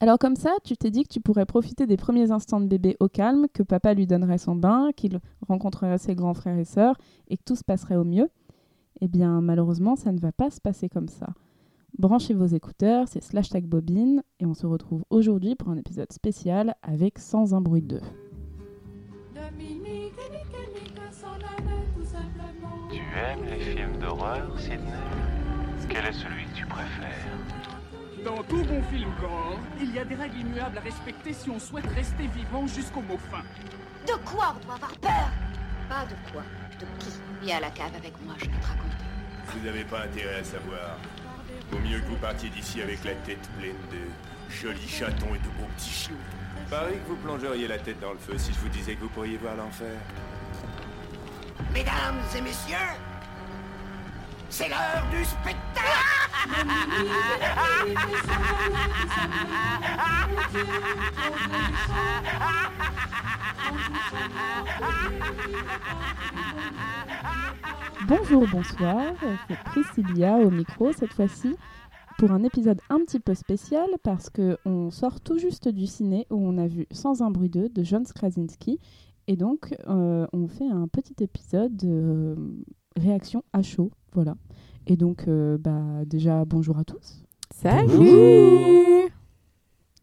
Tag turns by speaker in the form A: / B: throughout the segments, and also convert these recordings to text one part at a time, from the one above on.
A: Alors comme ça, tu t'es dit que tu pourrais profiter des premiers instants de bébé au calme, que papa lui donnerait son bain, qu'il rencontrerait ses grands frères et sœurs, et que tout se passerait au mieux. Eh bien malheureusement, ça ne va pas se passer comme ça. Branchez vos écouteurs, c'est Slash Tag Bobine, et on se retrouve aujourd'hui pour un épisode spécial avec Sans un bruit 2.
B: Tu aimes les films d'horreur, Sidney Quel est celui que tu préfères
C: Dans tout bon film gore, il y a des règles immuables à respecter si on souhaite rester vivant jusqu'au mot fin.
D: De quoi on doit avoir peur Pas de quoi, de qui Viens à la cave avec moi, je vais te raconter.
E: Vous n'avez pas intérêt à savoir. Vaut mieux que vous partiez d'ici avec la tête pleine de jolis chatons et de beaux petits chiots. Pareil que vous plongeriez la tête dans le feu si je vous disais que vous pourriez voir l'enfer.
F: Mesdames et messieurs, c'est l'heure du spectacle
A: Bonjour, bonsoir, c'est Priscilla au micro cette fois-ci pour un épisode un petit peu spécial parce que on sort tout juste du ciné où on a vu Sans un bruit 2 de John Krasinski et donc euh, on fait un petit épisode euh, réaction à chaud, voilà. Et donc euh, bah déjà bonjour à tous.
G: Salut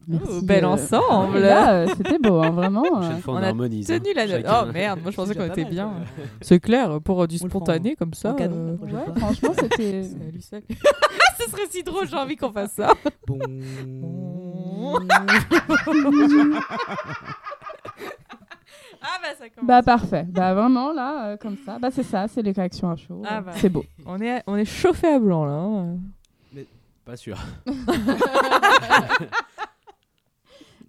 A: Bonjour.
G: Oh, bel
A: euh,
G: ensemble.
A: et là, euh, c'était beau, hein, vraiment. euh,
H: Prochaine fois, on,
G: on a
H: harmonise. hein.
G: Tenu la note.
H: Chacun.
G: Oh merde, moi je pensais qu'on
I: déjà pas
G: était
I: mal,
G: bien.
I: ça.
G: C'est clair, pour euh, du
I: On le
G: spontané comme ça.
I: En canon.
G: euh,
I: Moi, je
A: ouais,
I: sais pas.
A: franchement, c'était.
G: c'est à lui seul. Ce serait si drôle, j'ai envie qu'on fasse ça.
I: Bon.
G: Ah bah ça commence.
A: Bah parfait. Bah vraiment là, euh, comme ça. Bah c'est ça, c'est les réactions à chaud.
G: Ah, bah.
A: C'est beau.
G: on, est, on est chauffé à blanc là. hein.
H: Pas sûr.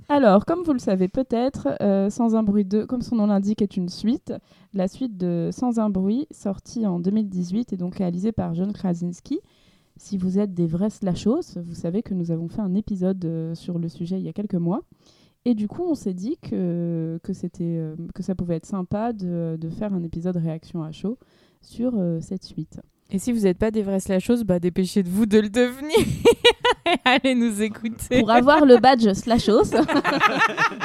A: Alors, comme vous le savez peut-être, euh, Sans un bruit 2, comme son nom l'indique, est une suite. La suite de Sans un bruit, sortie en 2018 et donc réalisée par John Krasinski. Si vous êtes des vrais slashos, vous savez que nous avons fait un épisode euh, sur le sujet il y a quelques mois. Et du coup, on s'est dit que, que, c'était, euh, que ça pouvait être sympa de, de faire un épisode réaction à chaud sur euh, cette suite.
G: Et si vous n'êtes pas des vrais slashos, bah dépêchez-vous de le devenir. Et Allez nous écouter.
A: Pour avoir le badge Slashos,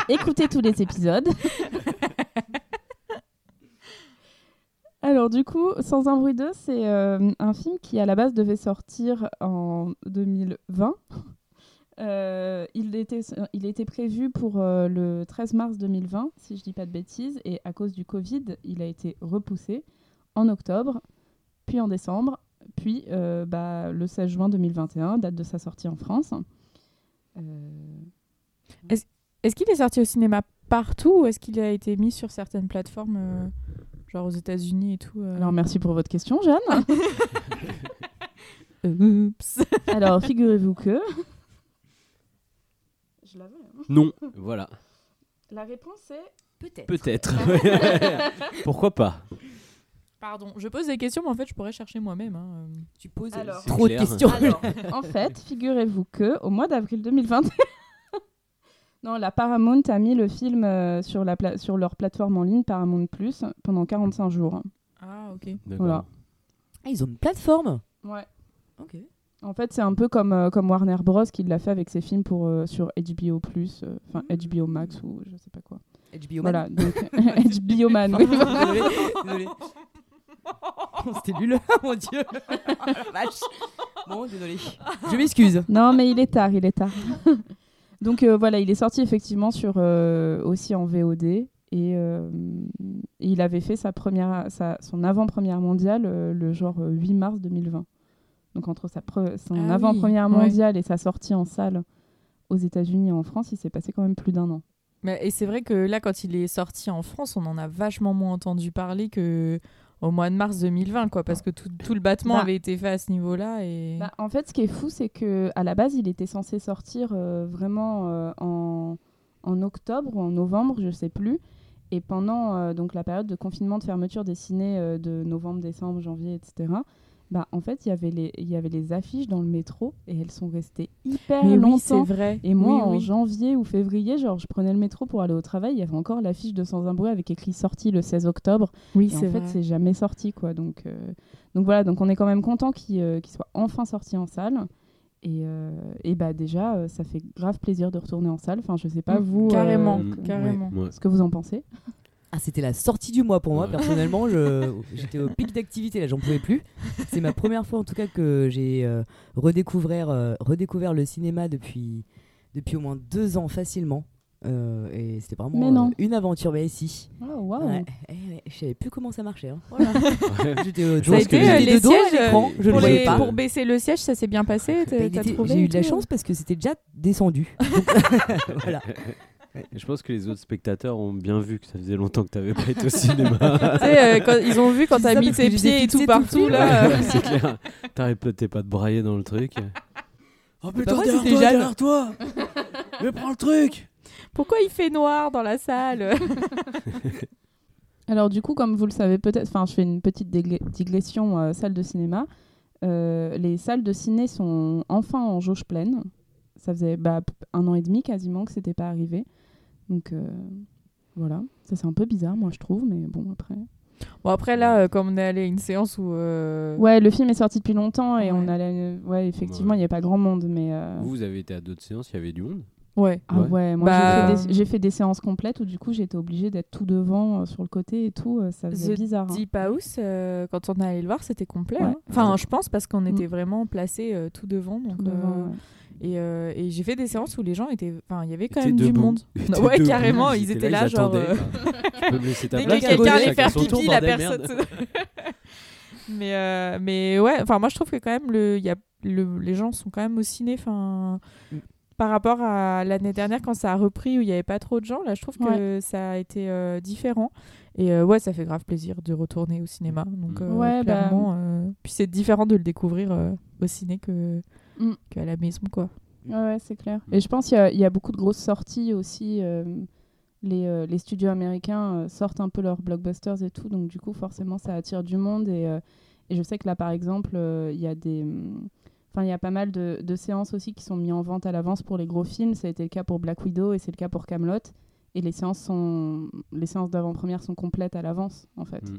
A: écoutez tous les épisodes. Alors du coup, Sans un bruit 2, c'est euh, un film qui à la base devait sortir en 2020. Euh, il, était, il était prévu pour euh, le 13 mars 2020, si je dis pas de bêtises, et à cause du Covid, il a été repoussé en octobre, puis en décembre, puis euh, bah, le 16 juin 2021, date de sa sortie en France. Euh,
G: Est-ce qu'il est sorti au cinéma partout ou est-ce qu'il a été mis sur certaines plateformes, euh, genre aux États-Unis et tout euh
A: Alors merci pour votre question, Jeanne.
G: Oups.
A: Alors figurez-vous que. Je l'avais. hein.
H: Non. Voilà.
A: La réponse est.
I: Peut-être.
H: Peut-être. Pourquoi pas
G: Pardon, je pose des questions, mais en fait, je pourrais chercher moi-même. hein, euh.
I: Tu poses
A: Alors.
H: Trop de questions.
A: Alors, en fait, figurez-vous que au mois d'avril 2021. Non, la Paramount a mis le film euh, sur, la pla- sur leur plateforme en ligne Paramount Plus pendant 45 jours.
G: Ah, ok.
A: Voilà.
I: Ah, ils ont une plateforme.
A: Ouais.
I: Ok.
A: En fait, c'est un peu comme, euh, comme Warner Bros. qui l'a fait avec ses films pour, euh, sur HBO Plus, euh, enfin HBO Max ou je sais pas quoi.
I: HBO
A: Voilà, donc HBO Man. oui.
I: désolé, désolé. Oh, C'était nul, mon dieu. Vache. Bon, désolé. Je m'excuse.
A: Non, mais il est tard, il est tard. Donc euh, voilà, il est sorti effectivement sur euh, aussi en VOD et euh, il avait fait sa première, sa- son avant-première mondiale euh, le genre euh, 8 mars 2020. Donc entre sa pre- son
G: Ah oui,
A: avant-première
G: ouais.
A: mondiale et sa sortie en salle aux États-Unis et en France, il s'est passé quand même plus d'un an.
G: Mais, et c'est vrai que là, quand il est sorti en France, on en a vachement moins entendu parler que au mois de mars 2020, quoi, parce que tout, tout le battement
A: Bah.
G: avait été fait à ce niveau-là. Et...
A: Bah, en fait, ce qui est fou, c'est que à la base, il était censé sortir euh, vraiment euh, en, en octobre ou en novembre, je sais plus. Et pendant euh, donc la période de confinement, de fermeture des cinés euh, de novembre, décembre, janvier, etc. Bah, en fait, il y avait les il y avait les affiches dans le métro et elles sont restées hyper
G: Mais oui, c'est
A: longtemps.
G: vrai.
A: et moi,
G: Oui,
A: en
G: oui.
A: janvier ou février, genre, je prenais le métro pour aller au travail, il y avait encore l'affiche de Sans un bruit avec écrit sortie le 16 octobre.
G: oui
A: Et en
G: c'est
A: fait,
G: vrai.
A: c'est jamais sorti, quoi. Donc, euh, donc voilà, donc on est quand même content qu'il euh, qu'il soit enfin sorti en salle. Et, euh, et bah déjà, euh, ça fait grave plaisir de retourner en salle. Enfin, je sais pas
G: Mm,
A: vous.
G: carrément,
A: euh,
G: carrément.
H: Ouais.
A: Ce que vous en pensez
I: Ah, c'était la sortie du mois pour moi,
H: Ouais.
I: personnellement. je- J'étais au pic d'activité, là, j'en pouvais plus. C'est ma première fois, en tout cas, que j'ai euh, redécouvert, euh, redécouvert le cinéma depuis, depuis au moins deux ans facilement. Euh, et c'était vraiment
A: Mais non.
I: euh, une aventure, mais si.
A: Ah,
G: Oh,
A: waouh.
I: Ouais. Eh ouais, je savais plus comment ça marchait. hein.
H: Ouais.
I: J'étais euh,
H: pense
I: dos-
H: que
I: j'étais
H: les-
I: de
G: les
I: dos à
G: sièges,
I: l'écran, je ne
G: pour,
I: le voyais
G: les-
I: pas.
G: pour baisser le siège, ça s'est bien passé.
I: Bah,
G: Euh, t'as-
I: il
G: t'as
I: était-
G: trouvé
I: J'ai
G: et
I: eu de la
G: tout
I: chance parce que c'était déjà descendu. Donc, voilà.
H: Je pense que les autres spectateurs ont bien vu que ça faisait longtemps que t'avais pas été au cinéma.
G: Tu sais, euh, quand ils ont vu
I: Je
G: quand
I: dis
G: t'as
I: ça
G: mis
I: parce que
G: tes
I: je les ai
G: pieds et
I: fixés
G: tout
I: tout le
G: partout
I: film.
G: là. euh,
H: Ouais, c'est clair. T'arrêtes peut-être pas de brailler dans le truc. Oh
I: putain, vrai, derrière c'était toi, Jeanne. derrière
H: toi Mais prends le truc
G: Pourquoi il fait noir dans la salle
A: Alors du coup, comme vous le savez peut-être, enfin, je fais une petite dégla- digression euh, salle de cinéma. Euh, les salles de ciné sont enfin en jauge pleine. Ça faisait bah, p- un an et demi quasiment que c'était pas arrivé. Donc euh, voilà, ça c'est un peu bizarre, moi je trouve, mais bon après.
G: Bon après là, euh, comme on est allé à une séance où euh,
A: Ouais, le film est sorti depuis longtemps et
G: Ouais.
A: on allait, ouais, effectivement,
H: Ouais.
A: il n'y a pas grand monde, mais. euh,
H: Vous, vous avez été à d'autres séances, il y avait du monde
G: ouais.
A: Ah
H: Ouais.
A: ouais, moi
G: Bah,
A: j'ai, fait des, j'ai fait des séances complètes où du coup j'étais obligée d'être tout devant euh, sur le côté et tout, euh, ça faisait
G: The
A: bizarre. hein.
G: Deep House, euh, quand on est allé le voir, c'était complet.
A: Ouais.
G: hein. Enfin, je pense parce qu'on
A: Mm.
G: était vraiment placés euh, tout devant. Donc,
A: Tout
G: euh,
A: devant, ouais.
G: Et, euh, et j'ai fait des séances où les gens étaient. Enfin, il y avait quand
H: T'étais
G: même du
H: debout.
G: monde.
H: T'étais
G: ouais,
H: debout,
G: carrément, ils étaient là,
H: ils
G: genre,
H: attendaient,
G: euh,
H: quoi. tu peux me laisser ta
G: Dès
H: place
G: que quelqu'un
H: chacun
G: allait faire
H: son
G: pipi,
H: tour,
G: la
H: bordel, merde.
G: personne. se- mais, euh, mais ouais, enfin, moi je trouve que quand même, le, il y a, le, les gens sont quand même au ciné. Enfin.
I: Mm.
G: Par rapport à l'année dernière, quand ça a repris où il n'y avait pas trop de gens, là je trouve que ça a été euh, différent. Et euh, ouais, ça fait grave plaisir de retourner au cinéma. Donc,
H: Mm.
G: euh,
A: Ouais, bah-
G: clairement. euh, Puis c'est différent de le découvrir euh, au ciné que,
A: Mm.
G: qu'à la maison, quoi.
A: Ouais, ouais, c'est clair. Et je pense qu'il y a- il y, a beaucoup de grosses sorties aussi. euh, les, euh, les studios américains euh, sortent un peu leurs blockbusters et tout, donc du coup, forcément, ça attire du monde. Et, euh, et je sais que là, par exemple, euh, il y a des. hum, Enfin, il y a pas mal de, de séances aussi qui sont mises en vente à l'avance pour les gros films. Ça a été le cas pour Black Widow et c'est le cas pour Camelot. Et les séances sont, les séances d'avant-première sont complètes à l'avance, en fait.
H: Mm.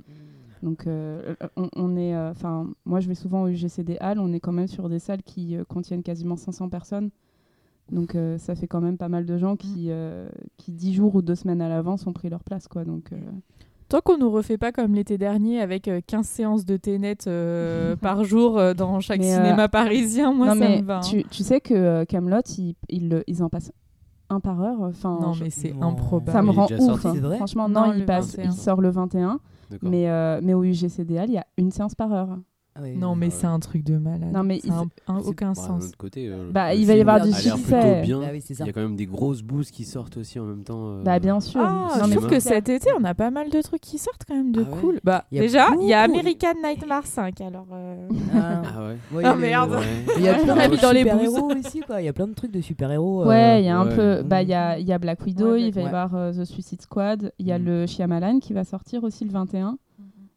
A: Donc, euh, on, on est, euh, enfin, moi je vais souvent au UGCD Hall, on est quand même sur des salles qui euh, contiennent quasiment 500 personnes. Donc, euh, ça fait quand même pas mal de gens qui, euh, qui 10 jours ou deux semaines à l'avance ont pris leur place, quoi. Donc, euh,
G: Tant qu'on nous refait pas comme l'été dernier avec euh, 15 séances de Ténet euh, par jour euh, dans chaque
A: Mais, euh,
G: cinéma parisien, moi
A: non,
G: ça
A: mais
G: me va. hein.
A: tu, tu sais que euh, Camelot, ils, ils le- ils en passent un par heure. Enfin,
G: Non
A: je-
G: mais c'est
I: Non.
G: improbable.
A: ça me
H: Il est
A: rend
H: déjà
A: ouf.
H: sorti,
A: hein.
I: c'est vrai
A: Franchement,
G: Non,
A: non,
G: le
A: il passe,
G: 21.
A: il sort le 21,
H: D'accord.
A: mais euh, mais au UGCD Hall, il y a une séance par heure.
H: Euh,
I: Ah ouais,
G: Non mais c'est un truc de malade.
A: Non, mais
G: Ça
A: ils-
G: a un- un-
I: c'est-
G: aucun
H: Bah, D'un
G: sens.
H: autre côté, euh,
A: Bah,
H: le
A: il va y
H: film
A: avoir
I: du
H: a l'air
A: succès.
H: plutôt bien.
I: Ah oui, c'est ça.
H: Il y a quand même des grosses bouses qui sortent aussi en même temps. euh,
A: Bah, bien sûr.
G: Ah,
A: Non,
G: je
A: mais
G: trouve
A: c'est
G: que
A: clair.
G: cet été on a pas mal de trucs qui sortent quand même de
I: Ah ouais
G: cool. Bah
I: Il y a
G: déjà il y a
I: beaucoup.
G: American Nightmare 5 alors. euh,
I: Ah,
H: Ah ouais.
I: ouais, il
G: Ah,
I: y a-
G: merde.
H: Ouais.
I: Il y a plein
G: Ah,
I: de
G: oui, dans les bouses.
I: super-héros aussi, quoi. Il y a plein de trucs de super-héros. euh,
A: Ouais, il y a un
H: ouais.
A: peu. Bah, il y a, il y a Black Widow,
G: Ouais,
A: il va y
I: ouais.
A: avoir euh, The Suicide Squad, il y a
I: Mm.
A: le Shyamalan qui va sortir aussi le 21.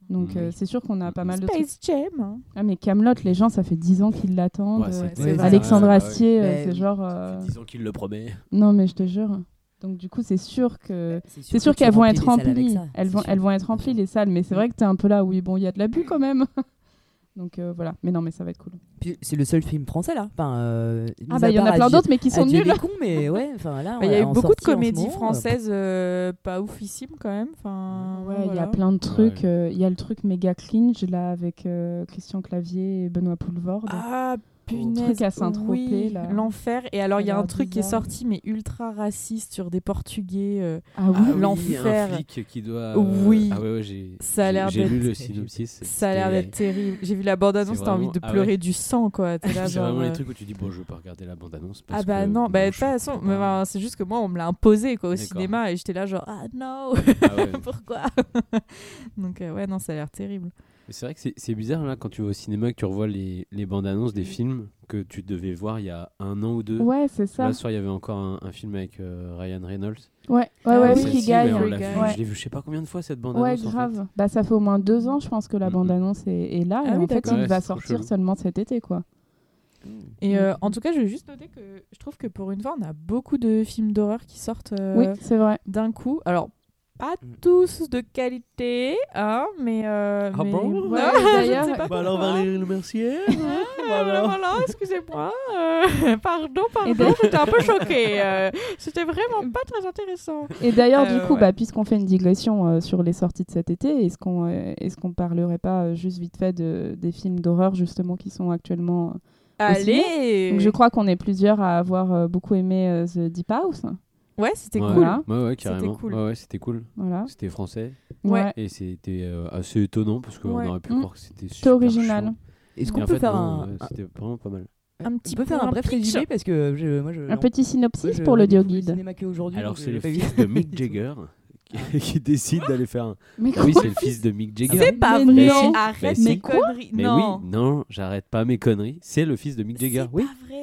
A: Donc,
H: Mm.
A: euh, c'est sûr qu'on a pas mal de trucs.
G: Space Jam. hein.
A: Ah, mais Camelot, les gens, ça fait 10 ans qu'ils l'attendent.
H: Ouais,
A: Euh,
H: c'est
I: ouais,
H: clair.
I: vrai.
A: Alexandre
H: Ouais, ouais, ouais.
A: Astier, euh,
I: Ouais,
A: c'est
I: oui.
A: genre.
H: Ça
A: euh,
H: fait 10 ans qu'il le promet.
A: Non, mais je te jure. Donc, du coup, c'est sûr que. C'est sûr
I: que tu
A: qu'elles vont être
I: remplis les salles avec
A: remplies.
I: ça,
A: Elles
I: c'est
A: vont,
I: sûr.
A: elles vont être remplies, les salles. Mais c'est
I: Mm.
A: vrai que t'es un peu là, oui, bon, il y a de l'abus quand même. Donc, euh, voilà. Mais non, mais ça va être cool.
I: Puis C'est le seul film français là. Enfin, euh,
A: Ah,
I: mis
A: bah,
I: à
A: il y en
I: part
A: a plein
I: Adieu-
A: d'autres, mais qui sont
I: Adieu
A: nuls.
I: les cons, mais Ah ouais. Enfin là,
G: Bah, il y a eu
I: en
G: beaucoup de
I: sortie en ce
G: comédies
I: moment, euh,
G: françaises euh, pas oufissimes quand même. Enfin
A: Ouais, il y
G: voilà.
A: a plein de trucs. euh, Il y a le truc méga cringe là avec euh, Christian Clavier et Benoît Poulvorde.
G: Ah punaise,
A: Truc à Saint-Tropez,
G: oui,
A: là.
G: l'enfer. Et alors il y a
A: Ça a
G: un
A: l'air
G: truc qui est
A: bizarre.
G: sorti mais ultra raciste sur des Portugais. euh,
A: Ah oui,
H: Ah oui,
G: l'enfer.
H: Un flic qui doit.
G: Oui.
H: Ah ouais, ouais, j'ai.
G: Ça a
H: j'ai-
G: l'air
H: J'ai lu
G: d'être-
H: le synopsis.
G: Ça a l'air
H: c'était-
G: d'être terrible. J'ai vu la bande annonce,
H: C'est
G: t'as envie
H: vraiment-
G: de
H: ah ouais.
G: pleurer du sang quoi. T'es là,
H: C'est
G: genre,
H: vraiment
G: euh,
H: les trucs où tu dis bon, je veux pas regarder la bande annonce.
G: Ah bah non, bah de toute façon, mais
H: Ah
G: bah, c'est juste que moi on me l'a imposé quoi au
H: D'accord.
G: cinéma et j'étais là genre ah non,
H: Ah ouais.
G: pourquoi Donc euh, ouais non, ça a l'air terrible.
H: Mais C'est vrai que c'est- c'est bizarre là quand tu vas au cinéma et que tu revois les, les bandes annonces des films que tu devais voir il y a un an ou deux.
A: ouais, c'est ça.
H: Là, ce soir, il y avait encore un, un film avec euh, Ryan Reynolds.
A: Ouais, ouais,
G: Ah
A: ouais,
G: oui,
A: oui,
H: Celle-ci,
A: qui
G: Free
A: gagne.
H: mais on
G: Guy,
H: l'a
G: Free
H: vu-
G: Guy.
A: Ouais.
H: Je l'ai vu je sais pas combien de fois cette bande
A: Ouais,
H: annonce. en fait.
A: grave. Bah, ça fait au moins deux ans, je pense, que la
H: Mm, mm.
A: bande annonce est, est là.
G: Ah
A: et
G: oui,
A: en fait,
G: d'accord.
A: il
H: Ouais,
A: va
H: c'est trop
A: sortir
H: chelou.
A: seulement cet été, quoi. Mm.
G: Et euh, en tout cas, je vais juste noter que je trouve que pour une fois, on a beaucoup de films d'horreur qui sortent euh,
A: Oui, c'est vrai.
G: d'un coup. Alors, pas
H: Mm.
G: tous de qualité, hein, mais. euh,
H: Ah
G: mais
H: bon
A: Ouais,
G: voilà, je ne
A: d'ailleurs-
G: sais pas
H: Bah alors
G: pourquoi.
H: Valérie Le Mercier
G: Ah,
H: Voilà.
G: voilà, voilà, excusez-moi. euh, pardon,
A: Et
G: pardon,
A: d'ailleurs-
G: j'étais un peu choquée. euh, C'était vraiment pas très intéressant.
A: Et d'ailleurs,
G: Euh,
A: du coup,
G: ouais.
A: bah, puisqu'on fait une digression euh, sur les sorties de cet été, est-ce qu'on euh, est-ce qu'on parlerait pas euh, juste vite fait de, des films d'horreur justement qui sont actuellement. euh,
G: Allez
A: Donc, je crois qu'on est plusieurs à avoir euh, beaucoup aimé euh, The Deep House.
G: Ouais, c'était
H: Ouais.
G: cool.
A: Voilà.
H: Ouais, ouais, carrément.
G: C'était cool.
H: Ouais, ouais, c'était cool.
A: Voilà.
H: C'était français
G: Ouais.
H: et c'était euh, assez étonnant parce qu'on
G: Ouais.
H: aurait pu
A: Mm.
H: croire que c'était
A: C'était
H: super
A: original.
H: chaud.
I: Est-ce
H: Et
I: qu'on
H: en
I: peut
H: fait,
I: faire
H: non,
I: un,
H: euh, C'était vraiment pas mal.
G: Un petit
I: on peut faire
G: peu
I: un bref
G: pitch.
I: résumé parce que je, moi je
A: Un
I: non,
A: petit
I: moi,
A: synopsis
I: je-
A: pour
I: je
A: l'audio
I: découvre
A: guide.
I: cinéma qu'aujourd'hui,
H: Alors
I: donc
H: c'est
I: je
H: le
I: l'ai pas
H: fils
I: vu.
H: de Mick Jagger qui, qui décide d'aller faire un...
A: Mais
H: Ah oui, c'est le fils de Mick Jagger.
A: Ah,
G: C'est pas
A: Mais
G: vrai,
A: non.
G: arrête
H: Mais
G: tes
A: quoi
G: conneries.
H: Mais
G: non.
H: oui, non, j'arrête pas mes conneries. C'est le fils de Mick Jagger,
G: C'est
H: oui.
G: pas vrai.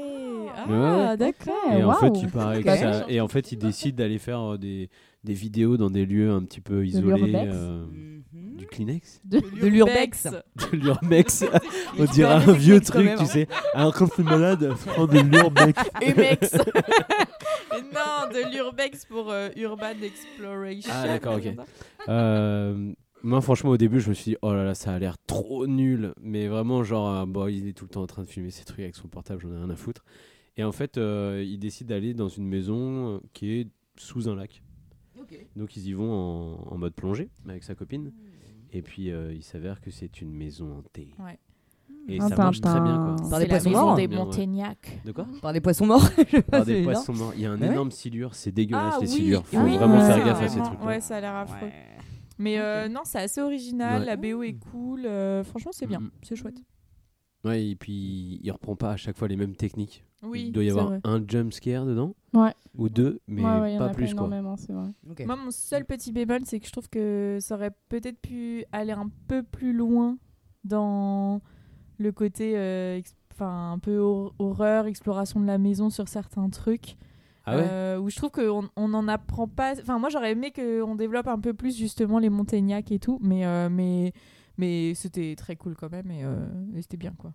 G: Ah,
H: Ouais, ouais.
G: d'accord.
A: Ouais,
H: Et en
A: waouh.
H: fait, il paraît que
A: Ok.
H: ça- et en fait, il décide d'aller faire euh, des, des vidéos dans des lieux un petit peu isolés.
A: l'urbex.
H: euh,
I: Mhm.
H: du Kleenex
I: De l'urbex.
H: De l'urbex On
I: Il faut
H: dirait
I: aller
H: un
I: avec
H: vieux
I: Kleenex quand
H: truc,
I: même,
H: tu
I: hein.
H: sais. Alors quand t'es malade, prends de l'urbex.
G: Urbex. non, de l'urbex pour euh, Urban Exploration.
H: Ah, d'accord, ok. Euh, moi, franchement, au début, je me suis dit, oh là là, ça a l'air trop nul. Mais vraiment, genre, euh, bon, il est tout le temps en train de filmer ses trucs avec son portable, j'en ai rien à foutre. Et en fait, euh, il décide d'aller dans une maison euh, qui est sous un lac. Donc, ils y vont en, en mode plongée avec sa
G: Hmm.
H: copine. Et puis, euh, il s'avère que c'est une maison hantée.
G: Ouais.
H: Et
I: Hmm.
A: Ah,
H: ça
A: ben,
H: marche très bien,
A: ben.
H: quoi.
I: Par
G: C'est
I: des
G: la
I: poissons
G: maison
I: morts.
G: des
H: Ah, Bien, ouais.
G: Montagnacs.
H: De quoi
I: Par des poissons morts. Je sais pas,
H: Par
I: c'est
H: des
I: énorme.
H: poissons morts. Il y a un
I: Ah ouais
H: énorme silure. C'est dégueulasse, les
G: Ah oui,
H: silures. Faut
G: oui,
H: vraiment
G: ouais,
H: faire
A: ouais,
H: gaffe à ces
G: vraiment,
H: trucs-là.
G: Ouais, ça a l'air affreux. Mais euh, non, c'est assez original.
H: Ouais.
G: La BO est cool. euh, franchement, c'est bien.
H: Mhm.
G: C'est chouette.
H: Ouais, et puis, il reprend pas à chaque fois les mêmes techniques.
G: Oui,
H: Il doit y
G: c'est
H: avoir
G: vrai.
H: un jump scare dedans.
A: Ouais.
H: Ou deux, mais
A: Ouais, ouais, il y en
H: pas
A: a pas
H: plus quoi. Ah,
A: énormément, c'est vrai.
I: Ok.
G: Moi, mon
H: Mm.
G: seul petit bémol, c'est que je trouve que ça aurait peut-être pu aller un peu plus loin dans le côté euh, ex- enfin, un peu hor- horreur, exploration de la maison sur certains trucs.
H: Ah ouais
G: Euh, où je trouve qu'on on n'en apprend pas. Enfin, moi, j'aurais aimé qu'on développe un peu plus justement les Montaignacs et tout, mais, euh, mais, mais c'était très cool quand même et, euh, et c'était bien quoi.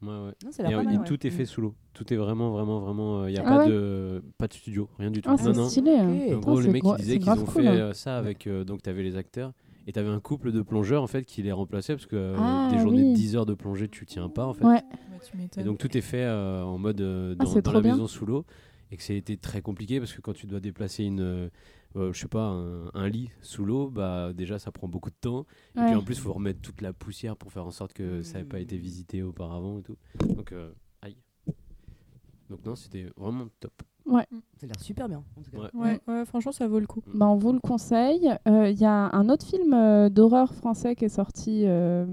H: Ouais, ouais.
I: Non, ça a
H: Et,
I: l'air pas
H: euh,
I: mal,
H: il-
I: ouais.
H: Tout est fait sous l'eau. Tout est vraiment, vraiment, vraiment. Il n'y a
A: Ah
H: pas,
A: ouais
H: de, pas de studio, rien du tout.
A: Ah,
H: non,
A: c'est
H: non.
A: stylé. hein.
I: Ok.
H: En
I: Putain,
H: gros, le
A: c'est
H: mec
A: gros-
H: il disait
A: c'est
H: qu'ils
A: grave
H: ont
A: cool,
H: fait
A: hein.
H: euh, ça avec. euh, donc, t'avais les acteurs et t'avais un couple de plongeurs en fait qui les remplaçaient parce que euh,
A: Ah,
H: des journées
A: oui.
H: de 10 heures de plongée, tu tiens pas en fait.
A: Ouais.
G: Bah, tu
H: Et
G: m'étonnes.
H: donc tout est fait euh, en mode euh,
A: Ah,
H: dans,
A: c'est
H: dans
A: trop
H: la
A: bien.
H: maison sous l'eau et que ça a été très compliqué parce que quand tu dois déplacer une euh, euh, je sais pas un, un lit sous l'eau bah déjà ça prend beaucoup de temps et puis
A: Ouais.
H: en plus faut remettre toute la poussière pour faire en sorte que ça n'ait pas été visité auparavant et tout donc euh, aïe donc non c'était vraiment top
I: Ça a l'air super bien. en tout cas.
H: Ouais.
G: Ouais, ouais, franchement, ça vaut le coup.
H: Mm.
A: Bah, on vous le conseille. Euh, Il y a un autre film euh, d'horreur français qui est sorti. euh,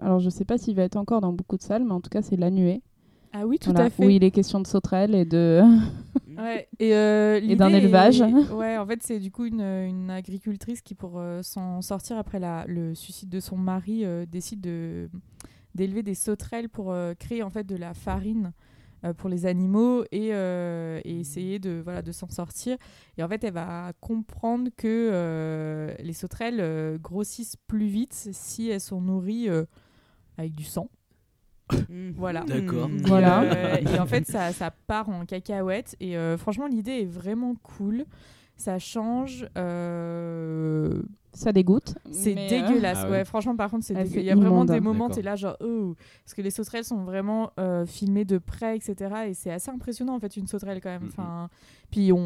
A: alors, je sais pas s'il va être encore dans beaucoup de salles, mais en tout cas, c'est La Nuée.
G: Ah oui, tout
A: Voilà,
G: à fait.
A: Où il est question de sauterelles et de.
G: Ouais, et euh, l'idée
A: d'un
G: est-
A: élevage.
G: ouais, en fait, c'est du coup une, une agricultrice qui, pour euh, s'en sortir après la, le suicide de son mari, euh, décide de d'élever des sauterelles pour euh, créer en fait de la farine euh, pour les animaux et, euh, et essayer de voilà de s'en sortir. Et en fait, elle va comprendre que euh, les sauterelles euh, grossissent plus vite si elles sont nourries euh, avec du sang.
I: Mhm.
G: Voilà.
H: D'accord.
I: Mhm.
A: Voilà.
G: Euh, et en fait, ça, ça part en cacahuète. Et euh, franchement, l'idée est vraiment cool. Ça change. euh,
A: Ça dégoûte.
G: C'est
A: mais, euh,
G: dégueulasse.
H: Ah
G: ouais.
H: ouais.
G: franchement, par contre, c'est
A: Elle
G: dégueu-
A: fait
G: il y a vraiment
A: immonde.
G: des moments,
H: D'accord.
G: t'es là, genre, oh. Parce que les sauterelles sont vraiment euh, filmées de près, etc. Et c'est assez impressionnant, en fait, une sauterelle quand même.
H: Mhm.
G: Enfin, puis on,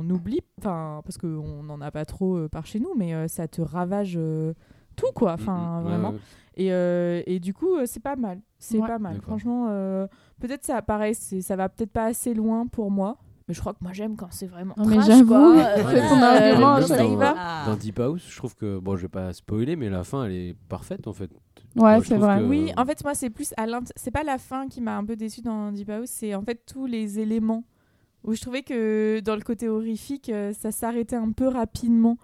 G: on oublie, enfin, parce qu'on n'en a pas trop euh, par chez nous, mais euh, ça te ravage euh, tout, quoi. Enfin,
H: Mm, mm, ouais,
G: vraiment.
H: ouais.
G: Et, euh, et du coup, euh, c'est pas mal. C'est
A: Ouais.
G: pas mal.
H: D'accord.
G: Franchement, euh, peut-être ça, pareil, c'est- ça va peut-être pas assez loin pour moi. Mais je crois que moi, j'aime quand c'est vraiment.
A: Non, mais
G: trash,
A: j'avoue,
G: quoi.
A: fais
G: Voilà.
A: ton argument,
G: Euh,
H: je
G: ça y
H: sais
G: va.
H: dans Deep House je trouve que bon je vais pas spoiler mais la fin elle est parfaite en
A: Ouais,
H: fait Moi, je
A: c'est
H: trouve
A: vrai.
H: que-
G: Oui, en fait, moi, c'est plus à l'int- C'est pas la fin qui m'a un peu déçu dans Deep House, c'est en fait tous les éléments où je trouvais que dans le côté horrifique, euh, ça s'arrêtait un peu rapidement.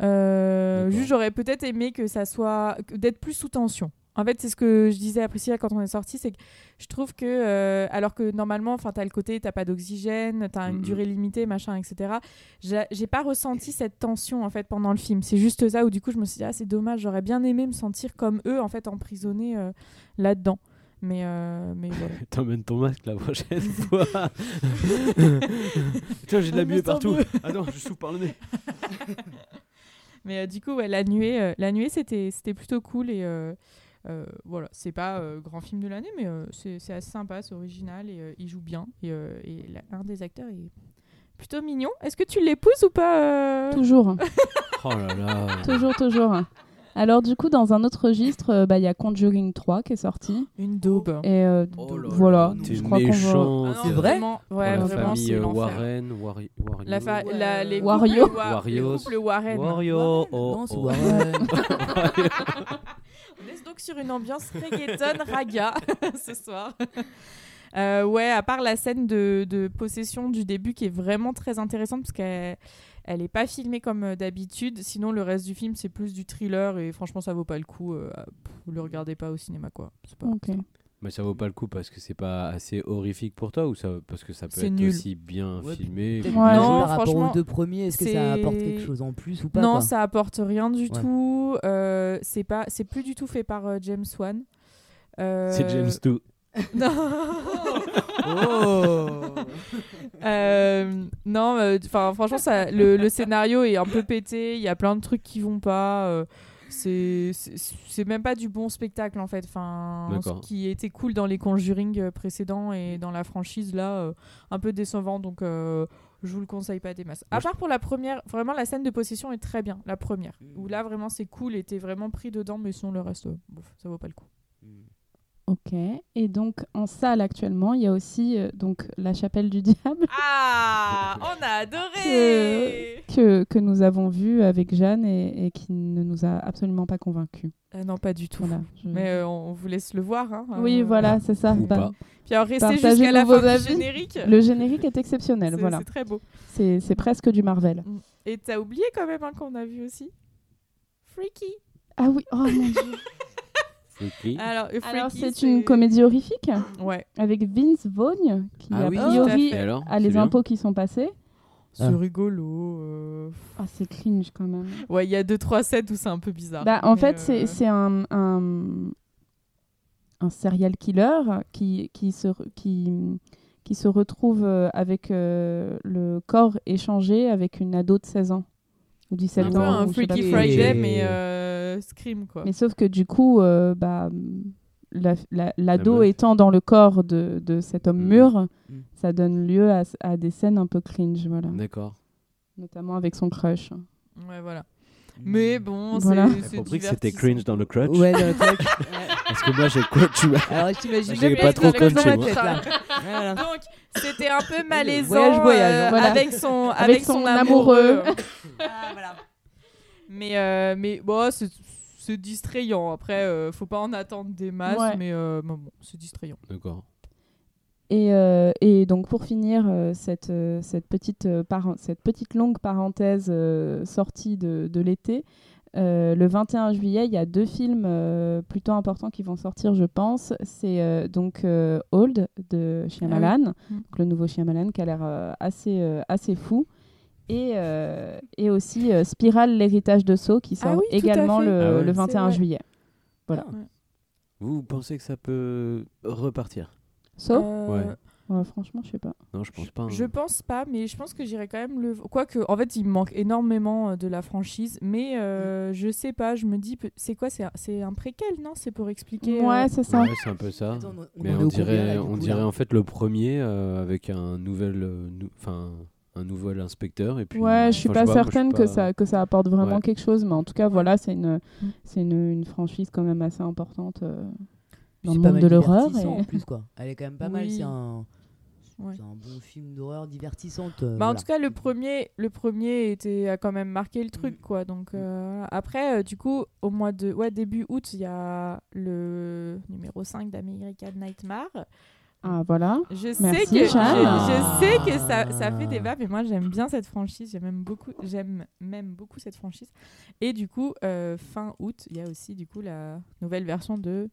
G: Euh,
H: D'accord.
G: juste, j'aurais peut-être aimé que ça soit. que- d'être plus sous tension. En fait, c'est ce que je disais à Priscilla quand on est sorti, c'est que je trouve que, euh, alors que normalement, enfin, t'as le côté, t'as pas d'oxygène, t'as une
H: Mhm.
G: durée limitée, machin, etc. J'a- J'ai pas ressenti cette tension en fait pendant le film. C'est juste ça où du coup je me suis dit ah c'est dommage. J'aurais bien aimé me sentir comme eux en fait emprisonnés euh, là-dedans. Mais, euh, mais voilà.
H: T'emmènes ton masque la prochaine fois. Tiens, j'ai de
G: Je me
H: la buée
G: sens
H: partout.
G: mieux.
H: Ah non, je souffle par le nez.
G: Mais euh, du coup, ouais, la nuée, euh, la nuée, c'était c'était plutôt cool et euh, euh, voilà, c'est pas euh, grand film de l'année, mais euh, c'est c'est assez sympa, c'est original et euh, il joue bien et, euh, et la- un des acteurs est plutôt mignon. Est-ce que tu l'épouses ou pas euh
A: Toujours.
H: Oh là là.
A: Toujours, toujours. Alors du coup, dans un autre registre, euh, bah, il y a Conjuring 3 qui est sorti.
G: Une daube.
A: Et euh,
H: Oh là
A: voilà,
H: là,
A: je
H: T'es
A: crois qu'on va-
H: méchant.
G: Ah non,
I: C'est vrai
G: vraiment,
H: Pour
G: Ouais,
H: la
G: vraiment,
H: famille
G: c'est
H: euh,
G: l'enfer.
H: Warren, Wari- Wario.
G: La fa-
I: Ouais.
G: la- les
A: Wario.
G: couples wa- les
H: Warriors.
G: couples Warren.
H: Wario. oh,
I: Non, c'est
H: oh.
I: Warren.
G: On est donc sur une ambiance reggaeton raga ce soir. Euh, ouais, à part la scène de, de possession du début qui est vraiment très intéressante parce qu'elle elle est pas filmée comme euh, d'habitude. Sinon, le reste du film c'est plus du thriller et franchement ça vaut pas le coup. euh, ah, pff, le regardez pas au cinéma quoi. C'est pas-
A: Ok.
H: Mais ça vaut pas le coup parce que c'est pas assez horrifique pour toi ou ça parce que ça peut
G: C'est
H: être
G: nul.
H: aussi bien
I: Ouais,
H: filmé.
I: Peut-être
A: Ouais.
I: que par
G: Non,
I: rapport
G: franchement,
I: aux deux premiers, est-ce que
G: c'est-
I: ça apporte quelque chose en plus ou pas
G: non,
I: quoi
G: ça apporte rien du
I: Ouais.
G: tout. Euh, c'est pas, c'est plus du tout fait par euh, James Wan. Euh,
H: C'est James Too.
G: Non.
I: Oh
G: Euh, non, euh, enfin franchement, ça, le, le scénario est un peu pété. Il y a plein de trucs qui vont pas. euh, c'est c'est- c'est même pas du bon spectacle en fait. Enfin,
H: D'accord.
G: ce qui était cool dans les Conjuring euh, précédents et dans la franchise là, euh, un peu décevant. Donc, euh, je vous le conseille pas des masses. À
H: Moi, je-
G: part pour la première, vraiment la scène de possession est très bien. La première, où
H: Mm.
G: là vraiment c'est cool et t'es vraiment pris dedans, mais sinon le reste, euh, bof, ça vaut pas le coup.
A: Ok. Et donc en salle actuellement, il y a aussi euh, donc la Chapelle du Diable
G: Ah, on a
A: Euh,
G: adoré.
A: que, que nous avons vu avec Jeanne et, et qui ne nous a absolument pas convaincus.
G: Ah non, pas du tout.
A: Voilà. je-
G: Mais euh, on vous laisse le voir. hein,
A: oui,
G: euh,
A: voilà, c'est ça.
H: Ou
A: Bah,
H: pas.
G: Puis alors, restez
A: Partagez
G: jusqu'à la
A: vos
G: fin du
A: avis.
G: générique.
A: Le générique est exceptionnel.
G: C'est
A: Voilà.
G: c'est très beau.
A: C'est c'est presque du Marvel.
G: Et t'as oublié quand même hein, qu'on a vu aussi Freaky.
A: Ah oui. Oh mon dieu.
H: Freaky.
G: Alors, euh, Freaky,
A: Alors c'est une comédie horrifique
G: Ouais.
A: avec Vince Vaughn qui
H: Ah
A: a
H: oui,
A: priori
H: Et alors
A: a
H: c'est
A: ah, les
H: bien
A: impôts qui sont passés.
G: C'est rigolo. euh.
A: Ah c'est cringe quand même.
G: Ouais, il y a deux trois sets où c'est un peu bizarre.
A: Bah, en
G: Mais,
A: fait,
G: euh,
A: c'est- c'est un, un, un serial killer qui, qui, se, re- qui, qui se retrouve euh, avec euh, le corps échangé avec une ado de 16 ans ou 17
G: un
A: ans.
G: peu Ah, un
A: ou je sais pas
G: Freaky
A: quoi.
G: Friday,
I: Et-
G: mais euh, Scream quoi.
A: Mais sauf que du coup, euh, bah, la- la- l'ado
H: meuf.
A: étant dans le corps de, de cet homme
H: Mhm.
A: mûr,
I: Mhm.
A: ça donne lieu à, à des scènes un peu cringe, voilà.
H: D'accord.
A: notamment avec son crush.
G: Ouais, voilà. Mais bon,
A: Voilà.
G: c'est.
H: T'as
G: c'est
H: Mm. compris que c'était
G: divertissant.
H: cringe dans le crutch
I: Ouais, dans le truc.
H: Parce que moi j'ai crutch.
I: Alors, je t'imagine.
H: J'ai
I: le
H: pas
I: mec
H: trop
I: dans le
H: crunché, moi.
I: toilette, là. Voilà.
G: Donc, c'était un peu malaisant
I: Voyage, voyage, hein.
G: euh,
A: Voilà.
G: avec son avec, son,
A: son
G: amoureux.
A: amoureux.
G: mais euh, mais bon, c'est c'est distrayant. Après, euh, faut pas en attendre des masses,
A: Ouais.
G: mais euh, bon, bon, c'est distrayant.
H: D'accord.
A: Et, euh, et donc pour finir euh, cette, euh, cette, petite, euh, paren- cette petite longue parenthèse euh, sortie de, de l'été, euh, le 21 juillet, il y a deux films euh, plutôt importants qui vont sortir, je pense. C'est euh, donc euh, Old de Shyamalan,
G: Mm.
A: donc le nouveau Shyamalan qui a l'air euh, assez, euh, assez fou. Et, euh, et aussi euh, Spiral, l'héritage de Saw, qui sort
G: Ah oui, tout à
A: également
G: fait.
A: le,
H: Ah ouais.
A: le
H: C'est
A: 21
G: vrai.
A: juillet. Voilà.
H: Vous vous pensez que ça peut repartir
A: Saw
G: Euh,
H: Ouais.
A: Ouais, Franchement, je sais pas.
H: Non, je pense pas. hein.
G: Je pense pas, mais je pense que j'irai quand même le. Quoique, en fait, il me manque énormément euh, de la franchise, mais
A: Mm.
G: euh, je sais pas. Je me dis, peut- c'est quoi C'est un- c'est un préquel, non C'est pour expliquer. euh,
A: Ouais, c'est ça.
H: Ouais, c'est un peu ça.
I: Attends, on
H: Mais
I: en est
H: on
I: au combien, là,
H: dirait,
I: du
H: on
I: coup,
H: dirait
I: là
H: en fait le premier euh, avec un nouvel, euh, nou- enfin un nouvel inspecteur et puis. euh,
A: ouais, je suis
H: enfin,
A: pas
H: moi, je
A: certaine que
H: pas-
A: ça que ça apporte vraiment
H: Ouais.
A: quelque chose, mais en tout cas, voilà, c'est une
G: Mm.
A: c'est une, une franchise quand même assez importante. euh. dans
I: C'est
A: le
I: pas
A: monde
I: mal
A: de l'horreur
I: divertissant,
A: et-
I: En plus, quoi. Elle est quand même pas mal.
G: Oui.
I: C'est un...
G: Ouais.
I: c'est un bon film d'horreur divertissante. euh,
A: Euh,
G: Bah, En tout cas, le premier, le premier était, a quand même marqué le truc, quoi.
A: Mm.
G: Donc euh, après, euh, du coup, au mois de ouais début août, il y a le numéro 5 d'American Nightmare.
A: Ah voilà.
G: Je sais
A: Merci,
G: que je,
A: Jeanne. Ah.
G: je sais que ça, ça fait débat, mais moi j'aime bien cette franchise. J'aime même beaucoup, j'aime même beaucoup cette franchise. Et du coup, euh, fin août, il y a aussi du coup la nouvelle version de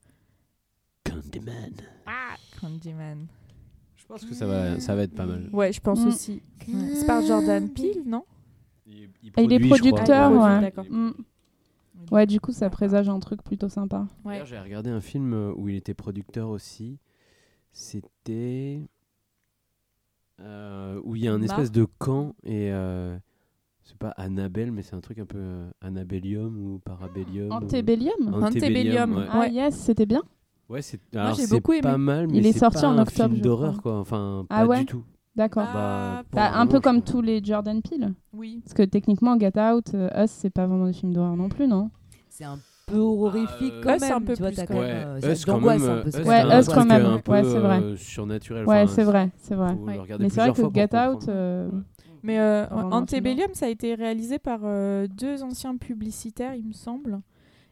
H: Candyman.
G: ah, Candyman.
H: Je pense que ça va, ça va être pas mal.
G: Ouais, je pense
A: Mm.
G: aussi. Ouais. C'est par Jordan Peele, non
H: Il,
A: il est
H: produit, je crois.
A: producteur,
G: ouais.
A: ouais.
G: D'accord.
A: Mm.
G: Et
A: Ouais, du coup, ça présage un truc plutôt sympa.
G: Ouais.
H: D'ailleurs, J'ai regardé un film euh, où il était producteur aussi. C'était. euh, où il y a un
G: Mar-
H: espèce de camp et. euh, c'est pas Annabelle, mais c'est un truc un peu euh, Annabellium ou Parabellium. ou-
A: Antebellium
H: Antebellum,
G: Antebellum,
H: ouais.
A: Ah,
G: Ouais.
A: yes, c'était bien.
H: Ouais, c'est
G: Moi,
H: alors,
G: j'ai
H: c'est
G: beaucoup aimé.
H: pas mal, mais
A: Il est
H: c'est
A: sorti
H: pas
A: en
H: un
A: octobre,
H: film
A: je
H: d'horreur,
A: crois.
H: quoi. Enfin,
A: Ah
H: pas
A: ouais
H: du tout.
A: D'accord.
G: Ah,
H: Bah, pour
A: Bah,
H: le
A: un peu
H: moment,
A: comme
H: je-
A: tous les Jordan Peele.
G: Oui.
A: Parce que techniquement, Get Out, euh, Us, c'est pas vraiment des films d'horreur non plus, non
I: C'est un peu horrifique
H: Ah, euh,
I: quand
G: Us,
I: même.
G: un peu
I: tu vois,
G: plus
I: t'as
G: quand
I: quand
G: même.
I: même. euh,
H: Ouais,
I: c'est
H: Us quand
I: d'angoisse
H: même.
I: un peu.
H: euh,
I: c'est
H: Us,
I: quand
A: Ouais,
I: même
H: un
I: un
A: Us
I: truc,
A: quand
H: truc,
A: même.
H: euh, un peu,
A: Ouais, c'est vrai.
H: euh, surnaturel.
A: Ouais,
H: enfin,
A: c'est vrai, c'est vrai.
H: faut le regarder
A: Mais c'est vrai
H: plusieurs
A: que
H: fois pour
A: Get Out,
H: comprendre.
A: euh,
H: Ouais.
G: Mais euh,
A: Avant de
G: Antebellum, ça a été réalisé par euh, deux anciens publicitaires, il me semble.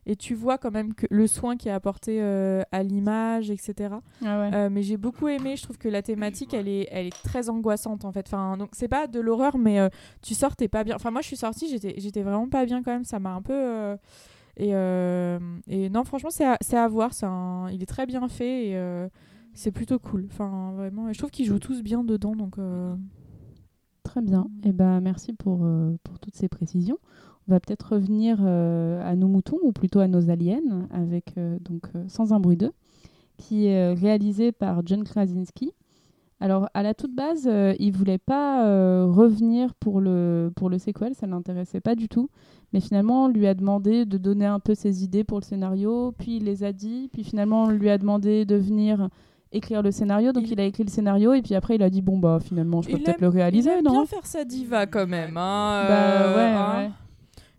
G: Et tu vois quand même que le soin qui est apporté euh, à l'image, etc.
A: ah ouais.
G: Euh, mais j'ai beaucoup aimé. Je trouve que la thématique, elle est, elle est très angoissante en fait. Enfin, donc c'est pas de l'horreur, mais euh, tu sors, t'es pas bien. Enfin, moi, je suis sortie, j'étais, j'étais vraiment pas bien quand même. Ça m'a un peu. euh, Et, euh, et non, franchement, c'est à, c'est à voir. C'est un- il est très bien fait et euh, c'est plutôt cool. Enfin, vraiment. Et je trouve qu'ils jouent tous bien dedans, donc. euh,
A: Très bien. Et ben merci pour, euh, pour toutes ces précisions. On va peut-être revenir euh, à nos moutons ou plutôt à nos aliens avec euh, donc euh, Sans un bruit d'eux, qui est euh, réalisé par John Krasinski. Alors à la toute base, euh, il voulait pas euh, revenir pour le pour le sequel, ça l'intéressait pas du tout. Mais finalement, on lui a demandé de donner un peu ses idées pour le scénario, puis il les a dit, puis finalement on lui a demandé de venir écrire le scénario, donc il,
G: Il-
A: a écrit le scénario et puis après il a dit bon bah finalement je peux
G: Il
A: peut-être
G: aime-
A: le réaliser,
G: il aime
A: non
G: bien faire sa diva quand même. Hein,
A: bah
G: euh,
A: ouais,
G: hein.
A: ouais.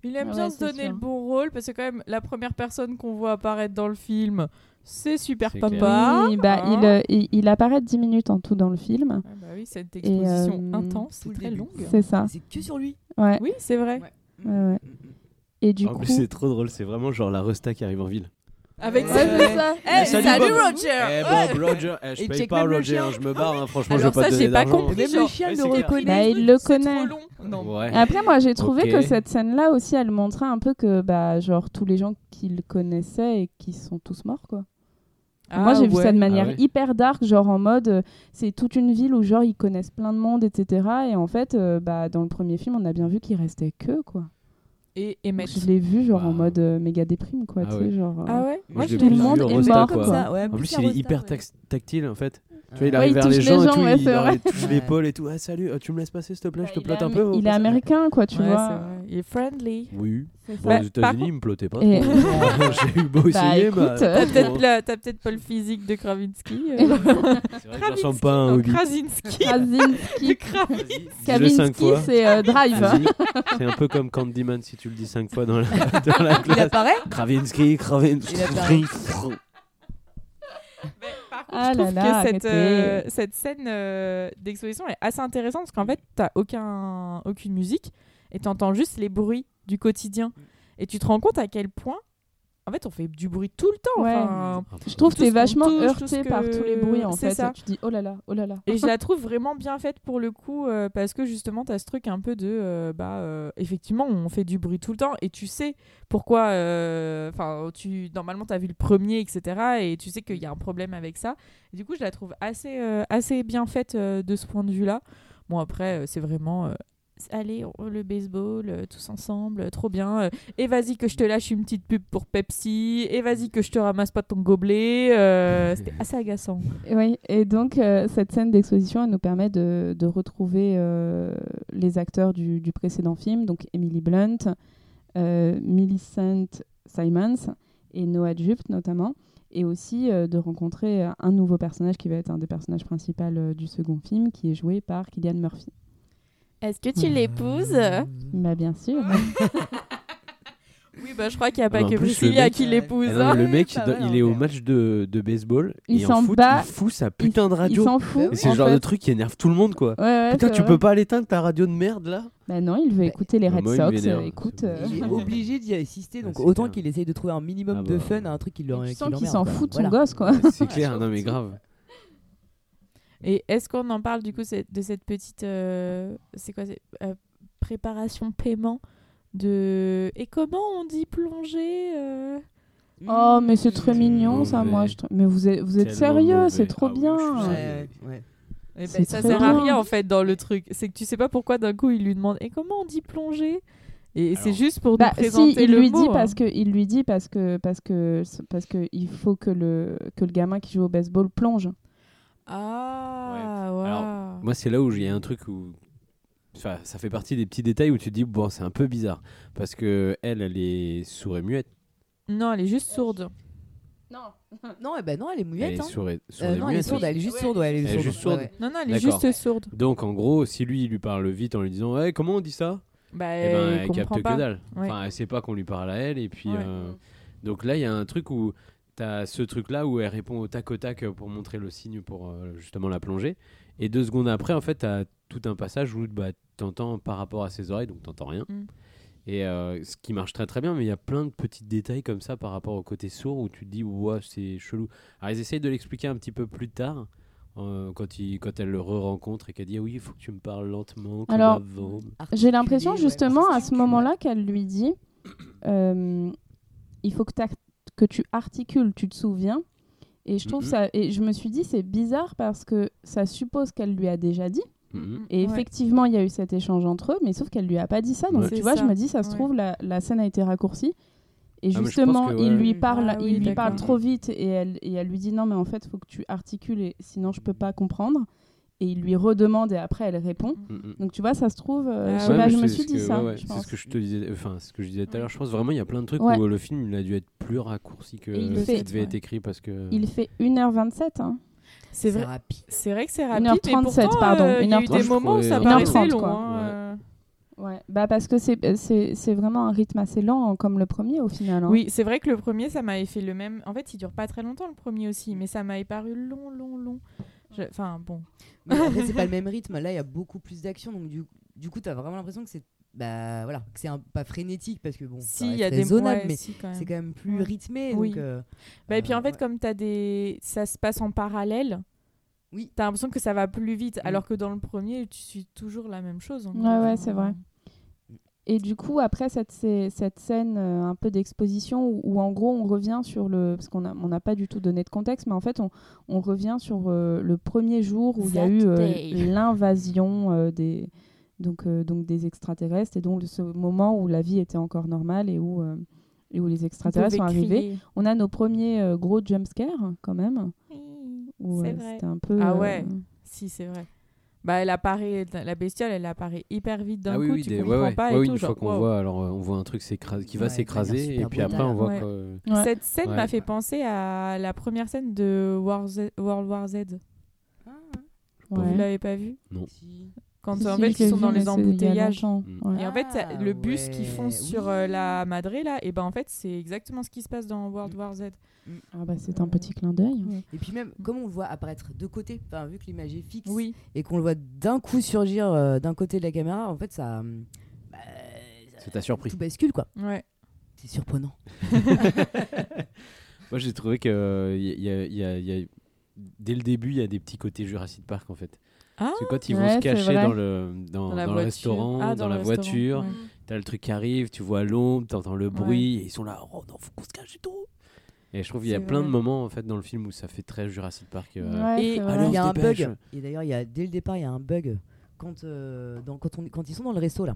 G: Il aime
A: Ah
G: bien
A: ouais,
G: se
A: c'est
G: donner
A: sûr.
G: le bon rôle parce que quand même la première personne qu'on voit apparaître dans le film, c'est super
H: C'est
G: papa.
A: Oui, bah, il,
G: hein.
A: euh, il, il apparaît 10 minutes en tout dans le film.
G: Ah bah oui, cette
A: Et, euh,
G: exposition intense,
I: tout
G: c'est
I: le
G: très
I: début.
G: longue.
A: C'est ça.
I: C'est que sur lui.
A: Ouais.
G: Oui, c'est vrai.
I: Ouais.
A: Ouais, ouais. Et du
H: en
A: coup.
H: plus, Ah, c'est trop drôle. C'est vraiment genre la resta qui arrive en ville.
G: Avec
I: Ouais,
G: ça.
I: c'est ça.
G: Eh,
H: salut,
G: salut,
H: Bob.
G: Roger.
H: Eh,
G: Ouais.
H: Bob, Roger, eh, je
I: Et
H: paye
I: check
H: pas
I: même le
H: Roger,
I: chien.
H: hein, je me barre, hein, franchement,
G: Alors
H: je veux pas
G: ça,
H: te donner
G: j'ai pas
H: d'argent.
G: compris.
I: Même le
G: genre,
I: chien
H: ouais,
I: le
H: c'est clair.
A: Bah,
I: reconnaît.
A: il le
G: C'est
A: connaît.
G: trop long. Non.
H: Ouais.
A: Après, moi, j'ai trouvé
H: Ok.
A: que cette scène-là aussi, elle montrait un peu que, bah, genre, tous les gens qu'il connaissait et qui sont tous morts, quoi. moi,
G: Ah
A: j'ai vu
G: ouais.
A: ça de manière
H: Ah ouais.
A: hyper dark, genre en mode, euh, c'est toute une ville où, genre, ils connaissent plein de monde, etc. Et en fait, euh, bah, dans le premier film, on a bien vu qu'il restait que, quoi.
G: Et et
A: Donc,
G: Emmett.
A: je l'ai vu, genre, en
H: Bah.
A: mode euh, méga déprime, quoi.
H: Ah
A: tu sais,
H: ouais.
A: genre. euh,
G: Ah ouais.
H: Moi, je
G: je
A: tout
G: l'ai
H: l'ai
A: le
H: plus
A: monde
H: vu au
A: est
H: Rosta,
A: mort,
H: quoi.
A: quoi.
H: En plus, il est hyper tax- tactile en fait. Tu vois, il
A: Ouais,
H: arrive
A: il
H: vers
A: touche
H: les
A: les
H: gens et
A: gens,
H: tout,
A: ouais,
H: il
A: c'est
H: leur-
A: vrai.
H: il touche
I: Ouais.
H: l'épaule et tout. Ah salut, euh, tu me laisses passer s'il te plaît, je te
A: il
H: plotte
A: est
H: un
A: am-
H: peu. au
A: Il est
H: passage.
A: américain, quoi, tu
G: Ouais,
A: vois.
G: c'est vrai. Il est friendly.
H: Oui.
A: C'est
H: Bon, aux
G: ça. Par
H: États-Unis, il me plottait pas.
A: Et-
H: J'ai eu beau
A: Bah,
H: essayer,
A: écoute,
H: mais-
A: euh,
G: T'as peut-être la- t'as peut-être pas le physique de Kravinsky. euh.
H: C'est vrai que je ressemble pas à un hobbit.
G: Krasinski.
A: Krasinski.
H: Dis-le cinq
A: Kavinsky,
H: fois.
A: c'est euh, Drive.
H: Vas-y. C'est un peu comme Candyman si tu le dis cinq fois dans la, dans la
I: Il
H: classe.
I: apparaît
H: Kravinsky, Kravinsky.
I: Il apparaît.
G: Mais par contre,
A: Ah
G: je
A: là
G: trouve
A: là,
G: que cette,
A: arrêtez.
G: euh, cette scène euh, d'exposition elle est assez intéressante parce qu'en fait, t'as aucun, aucune musique et t'entends juste les bruits du quotidien. Et tu te rends compte à quel point, en fait, on fait du bruit tout le temps.
A: Ouais.
G: enfin.
A: Je trouve que
G: Tout
A: t'es
G: ce qu'on
A: vachement
G: touche, tout ce
A: heurté
G: que-
A: par tous les bruits, en
G: c'est
A: fait.
G: ça.
A: Tu dis, oh là là, oh là là.
G: Et je la trouve vraiment bien faite pour le coup euh, parce que justement, t'as ce truc un peu de, euh, bah, euh, effectivement, on fait du bruit tout le temps et tu sais pourquoi, euh, enfin, tu normalement, t'as vu le premier, etc. Et tu sais qu'il y a un problème avec ça. Et du coup, je la trouve assez, euh, assez bien faite euh, de ce point de vue-là. Bon, après, euh, c'est vraiment. euh, Allez, on- le baseball, euh, tous ensemble, euh, trop bien. euh, et vas-y que je te lâche une petite pub pour Pepsi. Et vas-y que je te ramasse pas ton gobelet. euh, C'était assez agaçant.
A: Et Oui, et donc euh, cette scène d'exposition, elle nous permet de, de retrouver euh, les acteurs du, du précédent film, donc Emily Blunt, euh, Millicent Simons et Noah Jupe notamment, et aussi euh, de rencontrer euh, un nouveau personnage qui va être un des personnages principaux euh, du second film, qui est joué par Killian Murphy.
G: Est-ce que tu l'épouses
H: Mmh.
A: Bah bien sûr.
G: Oui, bah je crois qu'il n'y a pas
H: Ah, en
G: que
H: plus, le
G: Priscilla
H: mec-
G: qui
I: Ah,
G: l'épouse.
H: Ah non,
G: hein.
H: le mec,
I: Pas
H: il-
I: mal,
H: il est au
I: hein.
H: match de, de baseball
A: Il
H: et
A: s'en
H: en foot,
A: bat.
H: il fout sa putain de
A: Il
H: radio.
A: s'en fout.
H: Ah, Et c'est le
A: en
H: genre de
A: fait.
H: truc qui énerve tout le monde, quoi.
A: Ouais, ouais,
H: Putain,
A: c'est
H: tu
A: vrai.
H: peux pas l'éteindre ta radio de merde là
A: Bah non, il veut écouter les
H: Bah,
A: Red
H: moi, il
A: Sox.
H: m'énerve.
A: euh, écoute,
H: C'est-
A: euh,
I: Il est obligé d'y assister, donc
H: Ah, c'est
I: autant
H: clair.
I: qu'il essaye de trouver un minimum
H: Ah
I: de
H: bah.
I: fun à un truc qui le
A: tu
I: qui
A: sens qu'il
I: l'emmerde,
A: s'en
I: quoi.
A: fout de son
I: Voilà.
A: gosse quoi.
H: C'est clair, non mais grave.
G: Et est-ce qu'on en parle du coup c'est- de cette petite. euh, c'est quoi c'est, euh, Préparation paiement de. Et comment on dit plonger euh
I: Mmh.
A: Oh mais c'est très mignon ça,
H: Mauvais.
A: moi je. trou- Mais vous êtes, vous êtes
H: Tellement
A: sérieux,
H: mauvais.
A: c'est trop
H: Ah oui,
A: bien.
H: je suis sûr.
I: Ouais, ouais.
G: Eh ben,
A: C'est
G: Ça
A: très
G: sert à
A: bien.
G: rien en fait dans le truc. C'est que tu sais pas pourquoi d'un coup il lui demande Et comment on dit plonger Et c'est juste pour
A: Bah,
G: nous
A: si,
G: présenter
A: il
G: le
A: lui
G: mot,
A: dit
G: hein.
A: parce que il lui dit parce que parce que parce que il faut que le que le gamin qui joue au baseball plonge.
G: Ah, ouais.
H: Alors, Moi, c'est là où il y a un truc où. Enfin, ça fait partie des petits détails où tu te dis, bon, c'est un peu bizarre. Parce que elle, elle est sourde et muette.
G: Non, elle est juste sourde.
A: Non.
I: Non, eh ben non, elle est
H: Elle
I: mouillette.
H: est
I: hein.
H: sourde et-
I: Euh,
H: sourde et
I: non, elle est
H: muette,
I: sourde,
H: oui.
I: elle est juste sourde. ouais, elle est,
H: Elle est
I: sourde.
H: juste sourde.
I: Ouais, ouais.
G: Non, non, elle est
H: D'accord.
G: juste sourde.
H: Donc, en gros, si lui, il lui parle vite en lui disant, hey, comment on dit ça
G: Bah,
H: eh ben,
G: elle
H: elle capte
G: comprend
H: que
G: pas.
H: dalle.
G: Ouais.
H: Enfin, elle sait pas qu'on lui parle à elle. Et puis,
G: Ouais.
H: euh, donc là, il y a un truc où t'as ce truc-là où elle répond au tac au tac euh, pour montrer le signe pour euh, justement la plonger. Et deux secondes après, en fait, t'as tout un passage où bah, t'entends par rapport à ses oreilles, donc t'entends rien.
G: Mm.
H: Et euh, ce qui marche très très bien, mais il y a plein de petits détails comme ça par rapport au côté sourd où tu te dis, ouais, c'est chelou. Alors, ils essayent de l'expliquer un petit peu plus tard. euh, quand, il, quand elle le re-rencontre et qu'elle dit Ah oui, il faut que tu me parles lentement. comme
A: Alors,
H: avant.
A: J'ai l'impression
I: Articulé, ouais,
A: justement à ce
I: articulé.
A: moment-là qu'elle lui dit euh, il faut que, t'ac- que tu articules, tu te souviens. Et je trouve
H: Mhm.
A: ça et je me suis dit c'est bizarre parce que ça suppose qu'elle lui a déjà dit
H: Mhm.
A: et
G: Ouais.
A: effectivement il y a eu cet échange entre eux mais sauf qu'elle lui a pas dit ça donc
H: Ouais.
A: tu
G: C'est
A: vois
G: ça.
A: je me dis ça se
G: Ouais.
A: trouve la, la scène a été raccourcie et
H: Ah, mais je
A: justement
H: pense que,
A: il
H: ouais.
A: lui parle
G: Ah oui,
A: il lui parle
G: d'accord.
A: trop vite et elle et elle lui dit non mais en fait faut que tu articules et sinon je peux pas comprendre et il lui redemande et après elle répond
G: Mm.
H: Mhm.
A: donc tu vois, ça se trouve, euh,
G: Ah
A: je, sais
G: ouais,
A: pas,
H: mais
A: je me
H: c'est
A: suis
H: ce
A: dit
H: que-
A: ça.
H: ouais, ouais,
A: je
H: c'est
A: pense.
H: ce que je te disais, enfin ce que je disais tout à l'heure. Je pense vraiment il y a plein de trucs
A: Ouais.
H: où euh, le film il a dû être plus raccourci que
A: Et il
H: ce
A: le
H: qui
A: fait,
H: devait être
G: ouais.
H: écrit parce que.
A: Il fait 1h27. hein.
G: C'est vrai.
I: rapide.
G: C'est vrai que c'est rapide.
A: 1h37,
G: et pourtant,
A: pardon,
G: euh, Il y a eu
A: 1h30,
G: des moments où
H: je
G: ça
H: trouvais.
G: paraissait
A: 1h30,
G: long.
A: quoi.
G: hein,
H: Ouais.
G: euh.
A: Ouais. Bah parce que c'est- c'est c'est vraiment un rythme assez lent, hein, comme le premier au final. hein.
G: Oui, c'est vrai que le premier, ça m'avait fait le même. En fait, il dure pas très longtemps le premier aussi, mais ça m'avait paru long, long, long. Je- Enfin, bon.
I: Mais en fait, c'est pas le même rythme. Là, il y a beaucoup plus d'action. Donc, du, du coup, t'as vraiment l'impression que c'est bah, voilà, que c'est un pas frénétique parce que bon, ça
G: si, il y a
I: reste
G: des
I: raisonnable,
G: ouais,
I: mais
G: si, quand même.
I: c'est quand même plus
G: Ouais.
I: rythmé.
G: Oui.
I: Donc, euh,
G: Bah, et puis en fait,
I: ouais.
G: comme t'as des, ça se passe en parallèle.
I: Oui.
G: T'as l'impression que ça va plus vite,
I: Mm.
G: alors que dans le premier, tu suis toujours la même chose. euh, en
A: Ouais,
G: gros.
A: ouais, c'est vrai. Et du coup, après cette, c'est- cette scène euh, un peu d'exposition où, où en gros on revient sur le. Parce qu'on n'a on n'a pas du tout donné de contexte, mais en fait on, on revient sur euh, le premier jour où il y a
D: That
A: eu euh,
D: day.
A: l'invasion euh, des. Donc, euh, donc des extraterrestres et donc ce moment où la vie était encore normale et où, euh, et où les
G: On
A: extraterrestres sont
G: pouvait
A: arrivés.
G: crier.
A: On a nos premiers euh, gros jumpscares quand même. où,
G: C'est
A: euh,
G: vrai.
A: C'était un peu.
G: Ah
A: euh,
G: ouais. Si, c'est vrai. Bah, elle apparaît, la bestiole, elle apparaît hyper vite d'un
H: Ah oui,
G: coup,
H: oui,
G: tu
H: des-
G: comprends
H: ouais, ouais.
G: pas
H: Ouais,
G: et
H: oui,
G: tout.
H: une fois
G: genre,
H: qu'on
G: wow.
H: voit, alors euh, on voit un truc s'écrase- qui va
I: Ouais, de manière
H: s'écraser et
I: super
H: puis après
I: brutale.
H: on voit euh,
G: Ouais.
H: que-
A: Ouais.
G: Cette scène
H: Ouais.
G: m'a fait penser à la première scène de War Z- World War Z.
A: ouais.
G: Vous l'avez pas vu
I: Ah, si.
G: Quand
A: Si,
G: en
A: si,
G: fait
A: je l'ai
G: ils sont
A: vu,
G: dans
A: mais
G: les
A: c'est il y a
G: embouteillages.
A: longtemps.
H: Mm.
A: Ouais.
G: Et en fait, ça-
I: Ah,
G: le bus qui
I: ouais,
G: fonce sur
I: oui.
G: euh, la Madré là, et ben en fait, c'est exactement ce qui se passe dans World War Z.
A: Ah bah c'est
G: Euh,
A: un petit clin d'œil.
I: Et puis même, comme on le voit apparaître de côté, enfin, vu que l'image est fixe
G: Oui.
I: et qu'on le voit d'un coup surgir euh, d'un côté de la caméra, en fait, ça, hum, bah,
H: c'est ta surprise.
I: tout bascule quoi.
G: Ouais.
I: C'est surprenant.
H: Moi j'ai trouvé que euh, y a- y a- y a- y a- dès le début il y a des petits côtés Jurassic Park en fait.
G: Ah,
H: Parce que quand ils
A: ouais,
H: vont se
A: c'est
H: cacher
A: vrai.
H: dans le dans, dans le
G: voiture.
H: restaurant,
G: Ah,
H: dans, la
G: le restaurant,
H: voiture,
G: ouais.
H: t'as le truc qui arrive, tu vois l'ombre, t'entends le bruit, et ils sont là, oh non, faut qu'on se cache et tout. Et je trouve qu'il y a
G: C'est
H: plein de
G: vrai.
H: moments en fait dans le film où ça fait très Jurassic Park. euh,
A: Ouais,
I: et
A: c'est
H: alors,
A: vrai.
I: il y a
H: on
I: un
H: se dépêche.
I: bug. Et d'ailleurs, il y a dès le départ, il y a un bug quand euh, dans- quand, on- quand ils sont dans le resto là.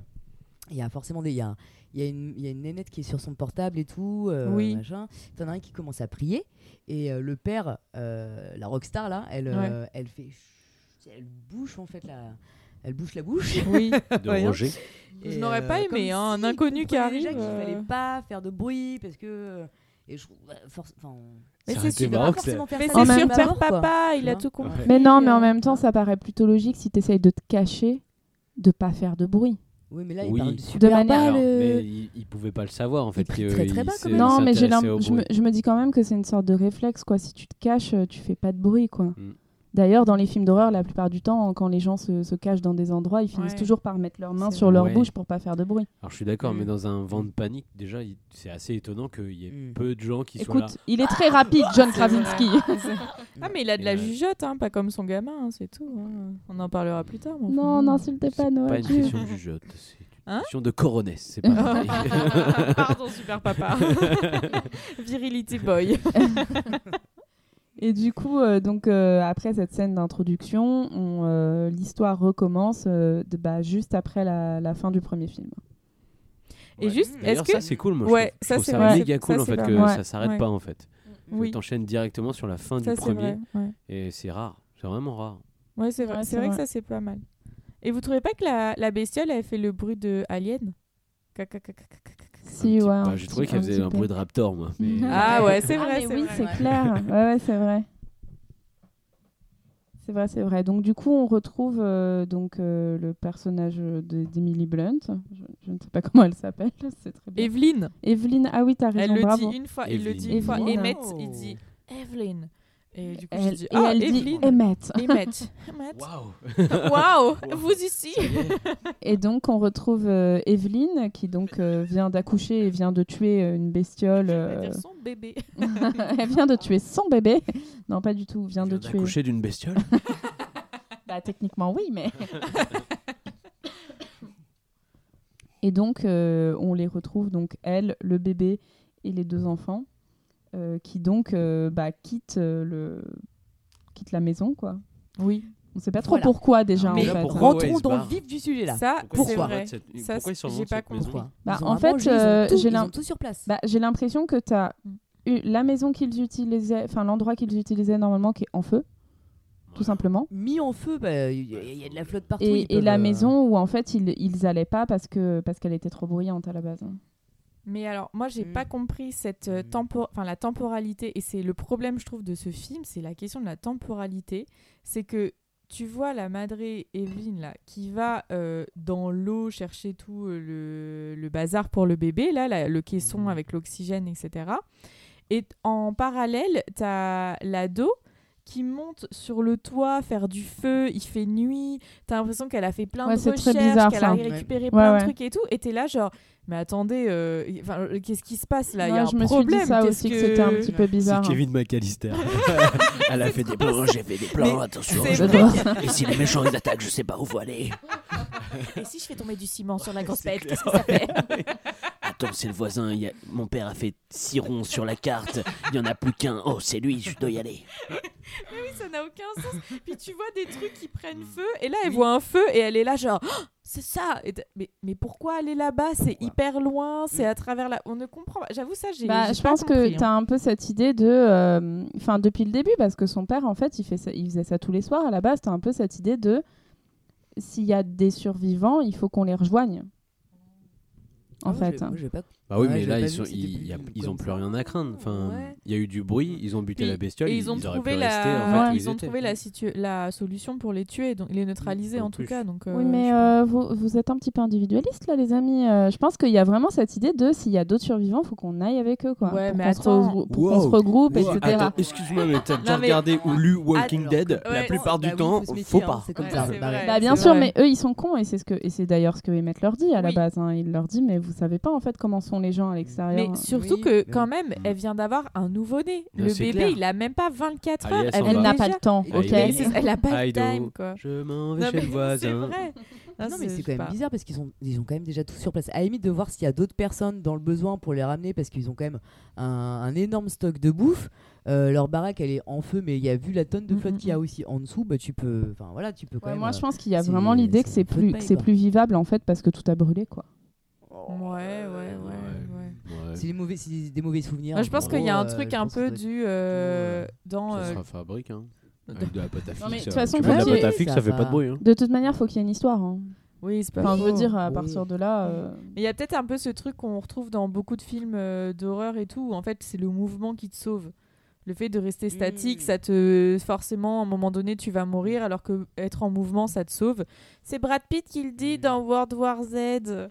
I: Il y a forcément des, il y a, il y a une, il y a une nénette qui est sur son portable et tout, euh,
G: Oui.
I: machin. T'en as un qui commence à prier et euh, le père, euh, la rockstar là, elle, euh, elle fait, chut, elle bouche en fait la, elle bouche la bouche.
G: Oui.
H: de
I: Ouais, hein.
H: Roger.
G: Je
I: Et,
G: n'aurais pas
I: euh,
G: aimé,
I: comme
G: hein, un
I: s'il
G: inconnu qui
I: comprenait déjà
G: arrive,
I: qu'il
G: euh.
I: fallait pas faire de bruit parce que euh, et je trouve- force- enfin,
G: Mais
H: Ça
G: c'est
H: aurait été
G: super.
H: marrant que ça-
I: forcément faire
G: Mais
I: ça
A: En
G: c'est
I: de
A: même
G: sur
I: prime
G: Père
I: abord, quoi.
G: Papa, il a
I: Tu vois
G: tout compris.
A: Mais non, mais en
G: euh,
A: même temps, ça paraît plutôt logique si tu essayes de te cacher de pas faire de bruit.
I: Oui, mais là
H: Oui.
I: il parle
H: De
I: de super
A: manière-
I: bas,
H: Alors,
I: le-
H: Mais il, il pouvait pas le savoir en fait.
I: prie
H: que,
I: très, très
H: il
I: bas, quand
H: s'est-
I: même.
H: il
A: Non, mais j'ai
H: s'intéressait
A: l'im-
H: au
A: je, me,
H: bruit.
A: je me dis quand même que c'est une sorte de réflexe quoi. Si tu te caches, euh, tu fais pas de bruit quoi.
H: Mm.
A: D'ailleurs, dans les films d'horreur, la plupart du temps, quand les gens se, se cachent dans des endroits, ils finissent
G: Ouais.
A: toujours par mettre leurs mains
G: C'est
A: sur
H: vrai.
A: leur
H: Ouais.
A: bouche pour pas faire de bruit.
H: Alors je suis d'accord,
G: Mm.
H: mais dans un vent de panique, déjà, il- c'est assez étonnant qu'il y ait
I: Mm.
H: peu de gens qui soient là.
A: Écoute, il est très rapide, John Krasinski.
G: Ah, mais il a de
H: Et
G: la
H: euh,
G: jugeote, hein, pas comme son gamin, hein, c'est tout. hein. On en parlera plus tard. mais enfin,
A: Oh, non,
G: bon.
A: n'insulte
H: C'est
A: pas
H: pas
A: Noah.
H: une question de jugeote, c'est une
G: Hein
H: question de coronesse, c'est pas
G: Pardon, super papa. Virility boy.
A: Et du coup, euh, donc euh, après cette scène d'introduction, on, euh, l'histoire recommence euh, de, bah, juste après la, la fin du premier film.
G: Et juste, est-ce
H: D'ailleurs,
G: que
H: ça c'est cool, moi. je
G: Ouais,
H: trouve- je
G: ça,
H: trouve
G: c'est
H: ça
G: vrai.
H: méga
G: Ça,
H: cool en
G: c'est
H: fait
G: vrai.
H: que
G: Ouais.
H: ça s'arrête
G: Ouais.
H: pas en fait.
G: oui,
H: Que t'enchaînes directement sur la fin
G: ça
H: du
G: c'est vrai.
H: premier
G: Ouais,
H: et c'est rare, c'est vraiment rare.
G: Ouais, c'est vrai.
A: Ouais,
G: c'est
A: c'est
G: vrai que
A: vrai.
G: ça c'est pas mal. Et vous trouvez pas que la, la bestiole avait fait le bruit de Alien
H: Un
A: Si,
H: petit-
G: hein.
A: ouais.
H: bah,
A: un
H: J'ai trouvé
A: petit-
H: qu'elle faisait
A: petit
H: un
A: peu.
H: bruit de raptor, moi. mais- euh,
G: Ah ouais, c'est
A: Ah,
G: vrai.
A: mais
G: c'est
A: oui,
G: vrai.
A: c'est clair. Ouais, ouais, c'est vrai. C'est vrai, c'est vrai. Donc du coup, on retrouve euh, donc euh, le personnage de- d'Emily Blunt. Je, je ne sais pas comment elle s'appelle. C'est très bien.
G: Evelyne,
A: Evelyne. Ah oui, t'as raison.
G: elle le
A: bravo.
G: dit une fois, il le dit une
A: Evelyne.
G: fois.
A: Evelyne.
G: Emmett,
I: Oh.
G: il dit Evelyn. Et du coup, je
A: Elle-
G: dis
A: et
G: Ah,
A: elle dit
G: Evelyne.
A: Emmett.
G: Emmett. Emmett.
H: Waouh.
G: Waouh,
H: Wow.
G: vous ici.
A: Et donc on retrouve euh, Evelyne qui donc euh, vient d'accoucher et vient de tuer euh, une bestiole.
G: Elle va
A: euh,
G: dire son bébé.
A: elle vient de tuer son bébé. Non, pas du tout. Vient de tuer.
H: Couché d'une bestiole.
A: Bah, techniquement, oui, mais. et donc, euh, on les retrouve, donc, elle, le bébé et les deux enfants, euh, qui donc euh, bah, quittent, euh, le... quittent la maison, quoi.
G: Oui.
A: On sait pas trop
I: Voilà.
A: pourquoi déjà,
G: Ah,
H: Non,
A: en
H: mais
A: fait. hein.
H: pourquoi
I: Rentrons
H: ouais, il se
I: dans le
H: barre.
I: vif du sujet là.
G: Ça,
H: Pourquoi
G: c'est
H: ils
G: vrai.
H: surmontent cette-
G: Ça,
H: Pourquoi ils
G: c'est-
H: surmontent
G: j'ai pas
H: cette maison
I: Pourquoi
A: Bah,
I: Ils ont
A: en
I: à
A: fait,
I: manger, ils ont
A: euh,
I: tout,
A: j'ai
I: ils
A: l'im-
I: ont tout sur place.
A: Bah, J'ai l'impression que tu as
G: Mm.
A: eu la maison qu'ils utilisaient, enfin, l'endroit qu'ils utilisaient normalement, qui est en feu, tout simplement.
I: Mis en feu, bah, il y, a- il y a de la flotte partout.
A: Et,
I: ils
A: et la
I: peuvent, euh,
A: maison où en fait ils, ils allaient pas parce que parce qu'elle était trop bruyante à la base. hein.
G: Mais alors, moi, j'ai
I: Mm.
G: pas compris cette euh, tempo- enfin la temporalité, et c'est le problème, je trouve, de ce film, c'est la question de la temporalité. C'est que tu vois la madré Evelyne là, qui va euh, dans l'eau chercher tout euh, le, le bazar pour le bébé, là, la- le caisson avec l'oxygène, etc. Et t- en parallèle, t'as l'ado qui monte sur le toit faire du feu, il fait nuit, t'as l'impression qu'elle a fait plein
A: Ouais,
G: de
A: c'est très
G: recherches,
A: bizarre,
G: qu'elle
A: ça.
G: a
A: Ouais.
G: récupéré
A: Ouais,
G: plein
A: ouais.
G: de trucs et tout, et t'es là genre, mais attendez, euh, y- enfin, euh, qu'est-ce qui se passe là Il y a
A: Ouais,
G: un
A: je me
G: problème.
A: suis dit ça
G: qu'est-ce
A: aussi que,
G: que-
A: c'était un petit peu bizarre.
G: hein.
H: C'est Kevin McAllister. Elle a fait des plans, j'ai fait des plans,
G: Mais
H: attention.
G: c'est
A: Bah,
H: je-
G: vrai.
H: Et si les méchants ils attaquent, je sais pas où faut aller.
G: Et si je fais tomber du ciment sur la grosse
H: C'est
G: bête, qu'est-ce que ça fait
H: Attends, c'est le voisin. il y a- Mon père a fait six ronds sur la carte. Il y en a plus qu'un. Oh, c'est lui, je dois y aller.
G: Oui, ça n'a aucun sens. Puis tu vois des trucs qui
H: Mm.
G: prennent feu, et là elle voit un feu et elle est là genre, Ah, c'est ça. Et t'as- mais, mais pourquoi aller là-bas C'est hyper loin, c'est
H: Mm.
G: à travers là. On ne comprend. pas. J'avoue ça, j'ai.
A: Bah,
G: j'ai
A: je
G: pas
A: pense
G: compris,
A: que
G: hein.
A: tu as un peu cette idée de. euh, Enfin, depuis le début, parce que son père, en fait, il, fait ça- il faisait ça tous les soirs à la base. Tu as un peu cette idée de. S'il y a des survivants, il faut qu'on les rejoigne. En
I: ah, moi,
A: fait.
I: j'ai- moi, j'ai pas-
H: Bah oui,
I: Ouais,
H: mais
I: j'ai
H: là,
I: pas
H: ils,
I: vu
H: sont-
I: que c'était
H: ils,
I: plus
H: y a-
I: comme
H: ils ont plus
I: ça.
H: rien à craindre. Enfin,
I: Ouais.
H: il y a eu du bruit, ils ont buté
G: Puis-
H: la bestiole,
G: Et ils ont
H: auraient
G: trouvé
H: pu
G: la,
H: rester, en fait, où
G: ils ont
H: étaient.
G: trouvé la, situ- la solution pour les tuer, donc les neutraliser
H: En
G: en, tout
H: plus.
G: cas. Donc,
A: oui,
G: euh,
A: mais
G: je-
A: euh, vous, vous êtes un petit peu individualiste, là, les amis. Euh, je pense qu'il y a vraiment cette idée de s'il y a d'autres survivants, faut qu'on aille avec eux, quoi.
G: Ouais,
A: pour
G: mais
A: qu'on se,
G: attends.
A: re- pour qu'on
H: Wow.
A: se regroupe,
H: Wow,
A: etc.
H: attends, excuse-moi, mais t'as déjà
G: mais-
H: regardé ou lu Walking
I: Alors,
H: Dead
G: ouais,
H: La plupart
I: bah
H: du
I: oui,
H: temps,
I: faut se méfier, hein,
H: faut pas.
I: C'est comme
G: Ouais,
I: ça.
G: c'est
I: Bah
G: vrai.
I: ouais.
A: Bah, bien
G: c'est
A: sûr,
G: vrai.
A: mais eux ils sont cons et c'est ce que et c'est d'ailleurs ce que Emmett leur dit à la
G: Oui.
A: base. hein. Il leur dit mais vous savez pas en fait comment sont les gens à l'extérieur.
G: Mais surtout
I: Oui,
G: que
I: mais
G: quand même, elle vient d'avoir un nouveau-né.
H: Là,
G: Le
H: c'est
G: bébé,
H: clair.
G: il a même pas 24
H: Allez,
G: heures.
H: elle s'en
A: elle
H: va.
A: n'a
G: déjà-
A: pas le temps.
I: Et-
H: Ah,
A: Ok.
H: il
G: Mais
H: est-
G: c'est- Elle a pas le
H: Aido,
G: time quoi.
H: Je m'en vais
G: Non,
H: chez
G: mais
H: le
G: C'est
H: voisin.
G: vrai.
I: Ah non, mais
G: je
I: c'est
G: sais
I: quand même
G: pas.
I: bizarre parce qu'ils ont, ils ont quand même déjà tout sur place. À la limite, de voir s'il y a d'autres personnes dans le besoin pour les ramener parce qu'ils ont quand même un, un énorme stock de bouffe. Euh, leur baraque, elle est en feu, mais il y a vu la tonne de flotte
G: Mhm,
I: qu'il y a aussi en dessous. Bah, tu peux, enfin voilà, tu peux quand
A: Ouais,
I: même.
A: moi
I: euh,
A: je pense qu'il y a
I: c'est-
A: vraiment l'idée
I: c'est
A: que c'est
I: un peu de
A: plus
I: paille,
A: que c'est
I: quoi.
A: plus vivable en fait parce que tout a brûlé quoi.
G: Ouais, ouais, ouais. ouais.
H: Ouais.
I: C'est des mauvais, c'est des mauvais souvenirs.
G: Moi, je pense
I: en
G: qu'il y a
I: gros,
G: un
I: euh,
G: truc
I: je
G: un
I: pense que
G: peu
I: ça doit
G: du euh, dans
H: Ça
G: euh,
H: sera fabrique, hein.
G: Non.
H: Avec de la pâte à
A: Non, mais
H: fixe,
A: de toute
H: euh,
A: façon,
H: tu mets de la
I: faut qu'il y
H: pâte à
I: ait-
H: fixe,
I: ça
H: ça fait
I: va.
H: pas de bruit. hein.
A: De toute manière, faut qu'il y ait une histoire. hein.
G: Oui, c'est pas
A: Enfin, je veux
G: faux.
A: dire, à
I: Oui.
A: partir de là, euh,
G: Mais il y a peut-être un peu ce truc qu'on retrouve dans beaucoup de films euh, d'horreur et tout, où en fait c'est le mouvement qui te sauve. Le fait de rester statique,
I: Mm.
G: ça te forcément à un moment donné tu vas mourir, alors que être en mouvement ça te sauve. C'est Brad Pitt qui le
I: Mm.
G: dit dans World War Z.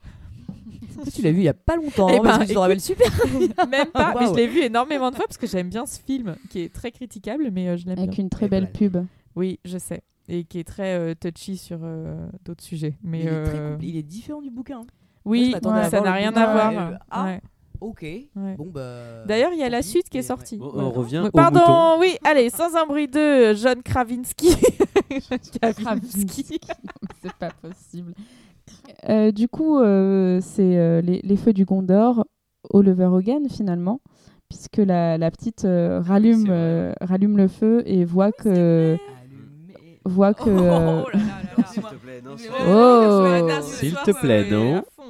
I: Ça, Tu l'as vu il y a pas longtemps.
G: Eh
I: hein, parce
G: ben,
I: que tu t'en rappelles super.
G: Même pas, mais
I: Waouh.
G: je l'ai vu énormément de fois parce que j'aime bien ce film qui est très critiquable, mais euh, je l'aime bien.
A: avec une très
I: Et
A: belle
I: voilà.
A: pub.
G: Oui, je sais, et qui est très euh, touchy sur euh, d'autres sujets. Mais
I: Il est très
G: euh,
I: compli- il est différent du bouquin. Moi,
G: oui,
I: je m'attendais
A: à
G: ça
I: voir
G: n'a
I: le
G: rien
I: bouquin,
G: à voir.
I: euh, ah.
G: Ouais,
I: Ok.
G: ouais.
I: Bon
H: Euh,
I: bah.
G: D'ailleurs, il y a
I: tant
G: la
I: pis,
G: suite qui est
I: mais ouais.
G: sortie.
H: Bon,
G: Voilà.
H: on revient
G: Mais
H: au oh, mouton.
G: Pardon, oui, allez, sans un bruit de John Kravinsky.
A: Kravinsky. c'est pas possible. Euh, du coup, euh, c'est euh, les, les feux du Gondor au lever Hogan finalement, puisque la, la petite euh, rallume,
H: c'est vrai.
A: euh, rallume le feu et voit que
I: Ah, Allumé.
A: voit que
G: Oh.
A: euh,
G: là là là.
H: plaît, non,
A: Oh.
G: Je vais la dire ce
H: S'il
G: soir,
H: te
G: ça
H: plaît,
G: va aller à
H: non.
G: fond.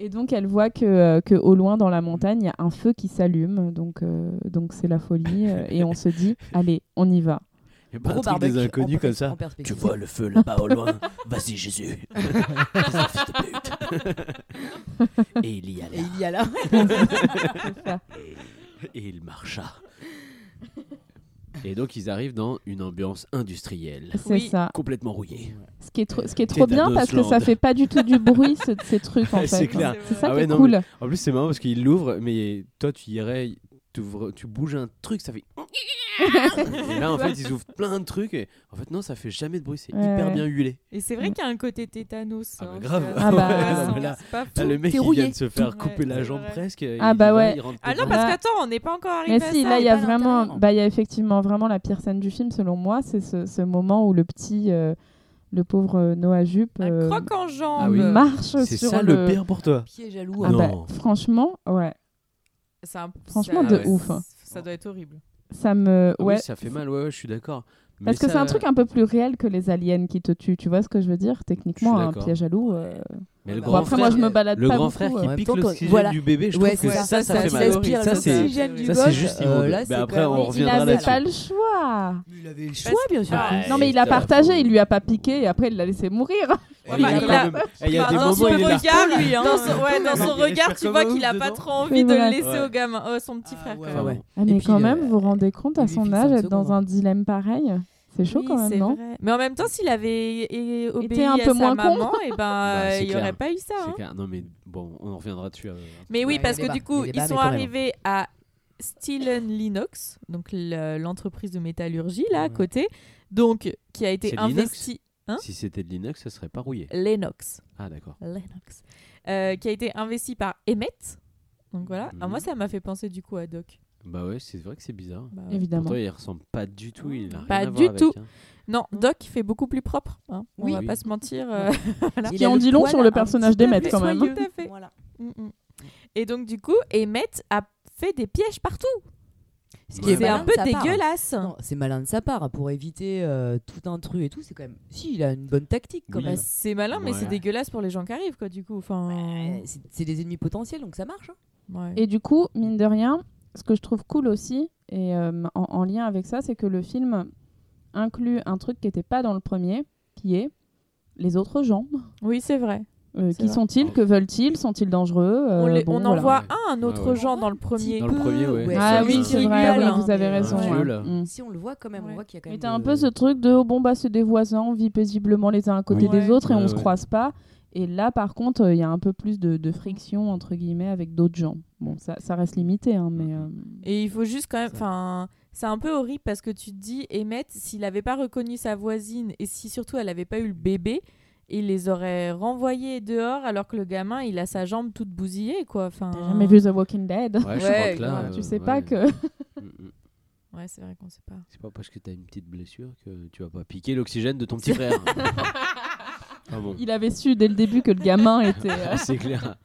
A: Et donc, elle voit que, euh, que au loin, dans la montagne, il y a un feu qui s'allume. Donc, euh, donc c'est la folie. euh, et on se dit, allez, on y va.
H: Il y a pas un truc des inconnus comme ça.
I: Tu
F: le feu là-bas au loin Vas-y, Jésus. Et il y a
I: Et il y a là.
A: C'est ça.
H: Et il marcha. Et donc ils arrivent dans une ambiance industrielle,
A: C'est
G: Oui.
A: ça.
H: complètement rouillée.
A: Ce qui est, trop- ce qui est trop bien parce que ça
H: Tétanosland.
A: fait pas du tout du bruit, ce- ces trucs, en fait.
H: C'est clair.
A: C'est ça
H: Ah
A: qui
H: ouais,
A: est
H: non,
A: cool.
H: En plus c'est marrant parce qu'ils l'ouvrent, mais toi tu irais, t'ouvres- tu bouges un truc, ça fait. Et là en fait ils ouvrent plein de trucs. Et... En fait non, ça fait jamais de bruit, c'est
A: Ouais,
H: hyper
A: ouais.
H: bien huilé.
G: Et c'est vrai qu'il y a un côté tétanos.
H: Mm. Ah bah
G: hein,
H: grave.
G: c'est
A: Ah bah.
G: assez
A: Non,
H: mais là-
G: intéressant, c'est pas fou.
H: Là, Ah, le mec
I: t'es
H: il
I: rouillé.
H: vient de se faire
G: Ouais,
H: couper la
G: c'est
H: jambe
G: vrai.
H: presque. et
A: Ah
H: il
A: bah
H: va,
A: ouais.
H: il rentre
G: Ah non,
H: dedans.
G: parce
A: Là-
G: qu'attends, on n'est pas encore arrivé
A: Mais
G: à
A: si,
G: ça.
A: là,
G: on
A: il y
G: est
A: a
G: pas à
A: vraiment,
G: l'intérieur.
A: bah, il y a effectivement vraiment la pire scène du film, selon moi, c'est ce, ce moment où le petit, euh, le pauvre euh, Noah Jupe,
G: Un
A: euh,
G: croc en jambe.
H: Ah oui.
A: marche
H: c'est
A: sur
H: ça
A: le.
H: le pire pour toi.
I: Pied jaloux.
A: Ah bah,
H: Non.
A: franchement, ouais,
G: C'est un-
A: Franchement,
H: de
G: ça-
A: ouf.
G: Ça doit être horrible.
A: ça me,
H: Ah
A: ouais,
H: Oui, ça fait mal, ouais, ouais, je suis d'accord. Mais
A: parce que
H: ça-
A: c'est un truc un peu plus réel que les aliens qui te tuent. Tu vois ce que je veux dire Techniquement,
H: Je suis
A: un
H: d'accord.
A: piège à loup. euh,
H: Mais le
I: Bon,
A: bon,
H: grand
A: après, moi,
H: frère,
A: je me balade
H: le
A: pas
H: grand
A: beaucoup,
H: frère
A: euh.
H: qui
I: même
H: pique
I: temps, quand-
H: l'oxygène
I: voilà.
H: du bébé, je
I: Ouais,
H: trouve que
I: c'est
H: ça,
I: ça,
H: ça,
I: ça,
H: fait
I: ça
H: mal.
I: aspire
H: ça, c'est
I: l'oxygène
G: du
H: ça, c'est
G: gosse.
H: juste
I: Euh,
H: immonde.
I: là,
H: Mais
I: c'est
H: après,
I: quand
H: on
I: même-
A: Il
H: reviendra
A: n'avait
H: là-dessus.
A: pas le choix.
I: Il avait le
G: choix,
I: choix, bien sûr.
G: Ah,
A: non, mais il a
H: putain,
A: partagé.
H: faut-
A: Il lui a pas piqué et après, il l'a laissé mourir.
H: Ouais,
G: bah,
H: il a
G: il
H: quand
G: a-
H: même- Eh, il y a
G: Bah,
H: des
G: dans
H: moments
G: son
H: où il est là.
G: regard, lui. hein. Dans son, ouais, dans
H: Non,
G: son
H: mais il
G: regard,
H: respire
G: tu
H: comme
G: vois
H: un
G: qu'il a
H: ouf
G: pas
H: dedans.
G: trop envie de
A: vrai.
G: le laisser
H: Ouais.
G: au gamin. Oh, son petit frère.
I: ouais,
G: quand même.
I: ouais.
H: Enfin,
A: Ah,
I: Et
A: mais
I: puis,
A: quand
I: il,
A: même,
I: euh,
A: vous vous rendez compte à
I: il lui
A: son
I: file
A: âge
I: cinq
A: être dans
H: hein.
I: secondes.
A: un dilemme pareil C'est chaud
G: Oui,
A: quand même,
G: c'est
A: non
G: vrai. Mais en même temps, s'il avait é- é- obéi
A: un
G: à
A: peu
G: sa
A: moins con.
G: maman, et ben, euh,
H: c'est
G: il n'y aurait
H: clair.
G: pas eu ça. hein.
H: C'est clair. Non, mais bon, on en reviendra dessus. euh, un
G: Mais oui,
I: Ouais,
G: parce
I: il y a
G: que
I: des
G: du
I: bas,
G: coup,
I: il y a des
G: ils
I: bas,
G: sont
I: mais quand même.
G: arrivés à Stilen Linux, donc le- l'entreprise de métallurgie là à
I: Ouais.
G: côté, donc qui a été
H: C'est Linux
G: investie Hein
H: Si c'était de l'inox, ça serait pas rouillé.
G: Lennox,
H: Ah, d'accord.
G: Lennox, euh, qui a été investie par Emmet. Donc voilà.
H: Mhm.
G: Alors moi, ça m'a fait penser du coup à Doc.
H: Bah ouais, c'est vrai que c'est bizarre.
G: Bah,
A: Évidemment.
H: Pour toi, il ressemble pas du tout. Il a rien
G: Pas
H: à voir
G: du
H: avec,
G: tout.
H: hein.
G: Non, Doc fait beaucoup plus propre. hein. On
H: Oui.
G: va
H: Oui.
G: pas se mentir. euh,
A: Ce qui en dit long Ah, sur le personnage d'Emmett quand même.
G: soyeux. Tout à fait.
J: Voilà.
G: Mm-mm. Mm, Et donc du coup, Emmett a fait des pièges partout.
I: Ce
H: Ouais.
I: qui
G: C'est
I: est
G: un
I: malin
G: peu
I: de sa part.
G: dégueulasse.
I: Non, C'est malin de sa part pour éviter euh, tout intrus et tout. C'est quand même. Si, il a une bonne tactique quand
H: Oui.
G: Bah,
I: même.
G: c'est malin, mais
H: Ouais.
G: c'est dégueulasse pour les gens qui arrivent, quoi, du coup. Enfin,
I: Euh, c'est- C'est des ennemis potentiels, donc ça marche. hein.
G: ouais.
A: Et du coup, mine de rien, ce que je trouve cool aussi, et euh, en, en lien avec ça, c'est que le film inclut un truc qui n'était pas dans le premier, qui est les autres gens.
G: Oui, c'est vrai.
A: Euh,
G: C'est
A: qui
G: vrai.
H: Ah
A: sont-ils Que veulent-ils Sont-ils dangereux Euh,
G: on, les-
A: bon,
G: on en
A: voilà.
G: voit un, un autre
H: Ouais, ouais.
G: genre dans le premier.
H: Dans le premier, ouais.
I: Ouais,
A: Ah
I: celui
A: oui,
I: qui
A: c'est
I: est
A: vrai,
I: nul,
A: oui,
I: hein,
A: vous avez
I: mais,
A: raison.
I: euh,
H: vieux,
A: ouais.
H: là.
A: Mm.
I: Si on le voit quand même,
G: Ouais.
I: on voit qu'il y a quand
A: Mais
I: même.
A: t'as un
I: de-
A: peu ce truc de oh, bon bah c'est des voisins, on vit paisiblement les uns à côté
G: Oui.
A: des
G: Ouais.
A: autres et on
H: Ouais,
A: se
H: ouais.
A: croise pas. Et là par contre, euh, il y a un peu plus de, de friction entre guillemets avec d'autres gens. Bon, ça, ça reste limité, hein, mais euh,
G: Et il faut juste quand même. Enfin, c'est un peu horrible parce que tu te dis, Emmett, s'il avait pas reconnu sa voisine et si surtout elle avait pas eu le bébé, il les aurait renvoyés dehors alors que le gamin, il a sa jambe toute bousillée, quoi. Enfin,
A: t'as jamais vu The Walking Dead
H: Ouais, je
G: Ouais,
H: crois que là.
G: grave,
A: Tu
H: euh,
A: sais pas
H: ouais.
A: que
H: Mm, mm.
G: Ouais, c'est vrai qu'on sait pas.
H: C'est pas parce que t'as une petite blessure que tu vas pas piquer l'oxygène de ton petit frère. ah bon.
A: Il avait su dès le début que le gamin était. euh.
H: Ah, c'est clair.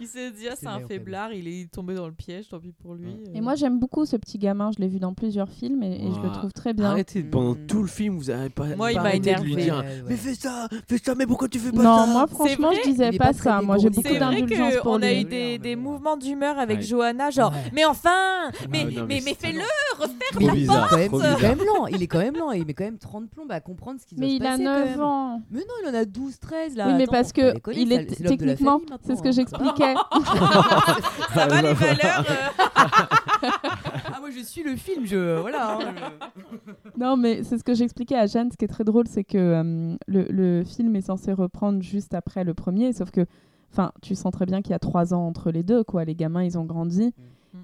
G: Il s'est dit, ah,
I: C'est
G: c'est un
I: vrai, en fait.
G: faiblard, il est tombé dans le piège, tant pis pour lui. euh.
A: Et moi j'aime beaucoup ce petit gamin, je l'ai vu dans plusieurs films et, et je le
H: Ouah.
A: trouve très bien.
H: Arrêtez, pendant
I: Mm.
H: tout le film, vous avez pas.
G: Moi, il
H: pas
G: m'a
H: arrêté de lui
G: énervé.
H: dire
I: Ouais, ouais.
H: Mais fais ça, fais ça, mais pourquoi tu fais pas
A: Non,
H: ça
A: moi
G: C'est
A: franchement
G: vrai,
A: je disais
I: il est
A: pas,
I: pas très
A: ça. Moi j'ai beaucoup
I: dégourdi.
G: C'est
I: Beaucoup
G: vrai
A: d'indulgence pour
G: qu'on a
A: lui.
G: eu des, des mouvements d'humeur avec
H: Ouais.
G: Johanna, genre,
I: Ouais.
G: mais enfin, mais,
H: Ah,
G: mais,
H: non, mais
G: mais
H: c'est-
G: fais-le, refaire
I: Mais
H: Trop
I: il est
H: bizarre,
I: quand même-
H: trop
I: il est quand
H: bizarre.
I: même lent, il est quand même lent, il met quand même 30 plombes à comprendre ce qui doit
A: Mais
I: se
A: il a
I: passer quand
A: 9
I: même.
A: ans.
I: Mais non, il en a 12, 13 là.
A: oui, mais
I: Bah, Attends,
A: parce
I: faut pas
A: que
I: déconner,
A: il
I: ça-
A: est
I: l'homme de la
A: techniquement,
I: famille,
A: c'est ce
I: maintenant,
A: que
I: hein.
A: j'expliquais.
G: ça va les valeurs. euh.
I: Ah, moi je suis le film, je. Voilà. hein,
A: Non, mais c'est ce que j'expliquais à Jeanne. Ce qui est très drôle, c'est que euh, le, le film est censé reprendre juste après le premier, sauf que, enfin, tu sens très bien qu'il y a trois ans entre les deux, quoi. Les gamins, ils ont grandi.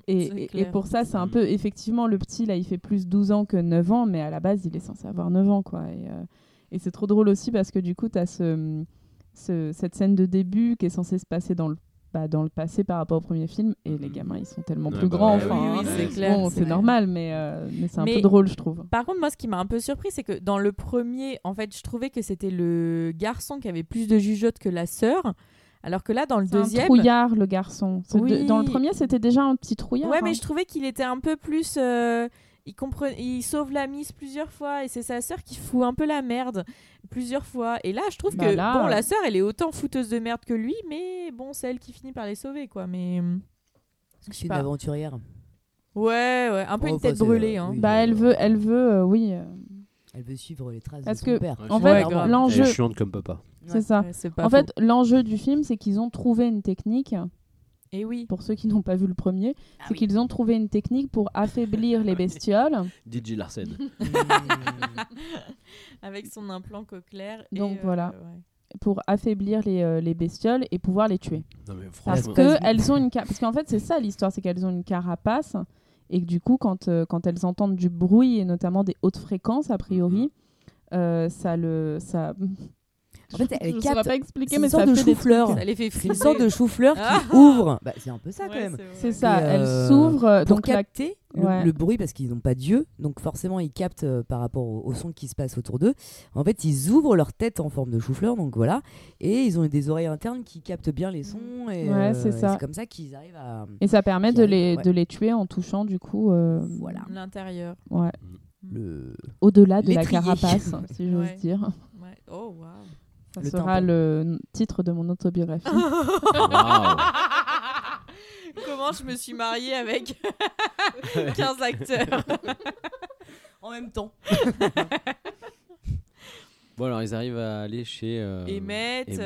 A: Et,
G: C'est
A: et- et
G: clair.
A: pour ça, c'est un
H: Mm.
A: peu, effectivement, le petit, là, il fait plus 12 ans que 9 ans, mais à la base, il est censé avoir 9 ans, quoi. Et, euh, et c'est trop drôle aussi parce que, du coup, t'as ce, ce- cette scène de début qui est censée se passer dans le, bah, dans le passé par rapport au premier film, et les gamins, ils sont tellement
H: Ouais,
A: plus
H: bah
I: Ah
A: grands,
H: ouais,
A: enfin.
H: oui,
A: hein.
H: oui,
G: c'est
H: bon,
G: clair.
A: Bon, c'est
G: vrai.
A: normal, mais, euh, mais c'est un
G: Mais-
A: peu drôle, je trouve.
G: Par contre, moi, ce qui m'a un peu surpris, c'est que dans le premier, en fait, je trouvais que c'était le garçon qui avait plus de jugeote que la sœur, alors que là, dans le
A: C'est un
G: deuxième.
A: trouillard, le garçon. Ce-
G: Oui.
A: de- dans le premier, c'était déjà un petit trouillard.
G: Ouais, mais
A: hein.
G: je trouvais qu'il était un peu plus. euh, il, compre- il sauve la miss plusieurs fois et c'est sa sœur qui fout un peu la merde plusieurs fois. Et là, je trouve
A: Bah
G: que
A: là-
G: bon, la sœur, elle est autant fouteuse de merde que lui, mais bon, c'est elle qui finit par les sauver, quoi. Mais hum, je
I: C'est
G: sais
I: une
G: pas.
I: aventurière.
G: Ouais, ouais, un peu
I: Oh,
G: une
I: enfin,
G: tête
I: c'est, euh,
G: brûlée. Hein.
I: oui.
A: Bah, elle veut, elle veut, euh, oui. euh,
I: Elle veut suivre les traces
A: Parce
I: de son
A: que,
I: père.
A: en
G: Ouais,
A: fait,
G: grave.
H: Elle
A: l'enjeu,
H: est chiante comme papa.
A: c'est ça.
G: Ouais, c'est pas
A: En fait, l'enjeu du film, c'est qu'ils ont trouvé une technique.
G: et oui.
A: Pour ceux qui n'ont pas vu le premier,
F: Ah
A: c'est
F: oui.
A: qu'ils ont trouvé une technique pour affaiblir les bestioles.
H: DJ Larsen.
I: Mmh.
G: avec son implant cochléaire. et,
A: Donc
G: euh,
A: voilà.
G: ouais.
A: pour affaiblir les, euh, les bestioles et pouvoir les tuer.
H: Non mais
I: Ah,
A: Parce
H: franchement.
A: que elles ont une ca- parce qu'en fait c'est ça l'histoire, c'est qu'elles ont une carapace et que du coup quand euh, quand elles entendent du bruit et notamment des hautes fréquences a
I: Mhm.
A: priori, euh, ça le ça.
I: En fait, elle
A: je saurais
I: capte.
A: pas expliquer
I: c'est
A: mais
I: une
A: ça
I: sorte de
A: fait des
I: chou-fleur.
A: trucs.
G: Ça les fait
I: C'est une
G: friser.
I: sorte de chou-fleur
G: Ah.
I: qui ouvre. Bah, c'est un peu ça
G: Ouais,
I: quand même.
A: C'est
G: vrai.
A: ça,
I: Et, euh,
A: elles s'ouvrent euh,
I: Pour
A: donc la-
I: capter le,
A: ouais.
I: le bruit parce qu'ils n'ont pas d'yeux, donc forcément ils captent euh, par rapport au, au son qui se passe autour d'eux. En fait, ils ouvrent leur tête en forme de chou-fleur, donc voilà, et ils ont des oreilles internes qui captent bien les sons. Et,
A: Mmh. Ouais,
I: euh,
A: c'est
I: et
A: ça.
I: comme ça qu'ils arrivent à.
A: et ça permet
I: qui
A: de
I: arrive,
A: les
I: ouais.
A: de les tuer en touchant du coup euh,
I: Voilà.
G: L'intérieur.
A: ouais,
I: Le...
A: au-delà de la
I: L'étrier.
A: carapace si j'ose
G: Ouais.
A: dire.
G: Ouais. Oh, waouh.
A: Ça
I: Le
A: sera
I: tympan.
A: le titre de mon autobiographie.
H: Waouh.
G: Comment je me suis mariée avec 15 acteurs
I: En même temps.
H: Bon alors ils arrivent à aller chez. euh,
G: Emmett.
H: Emmett,
G: euh,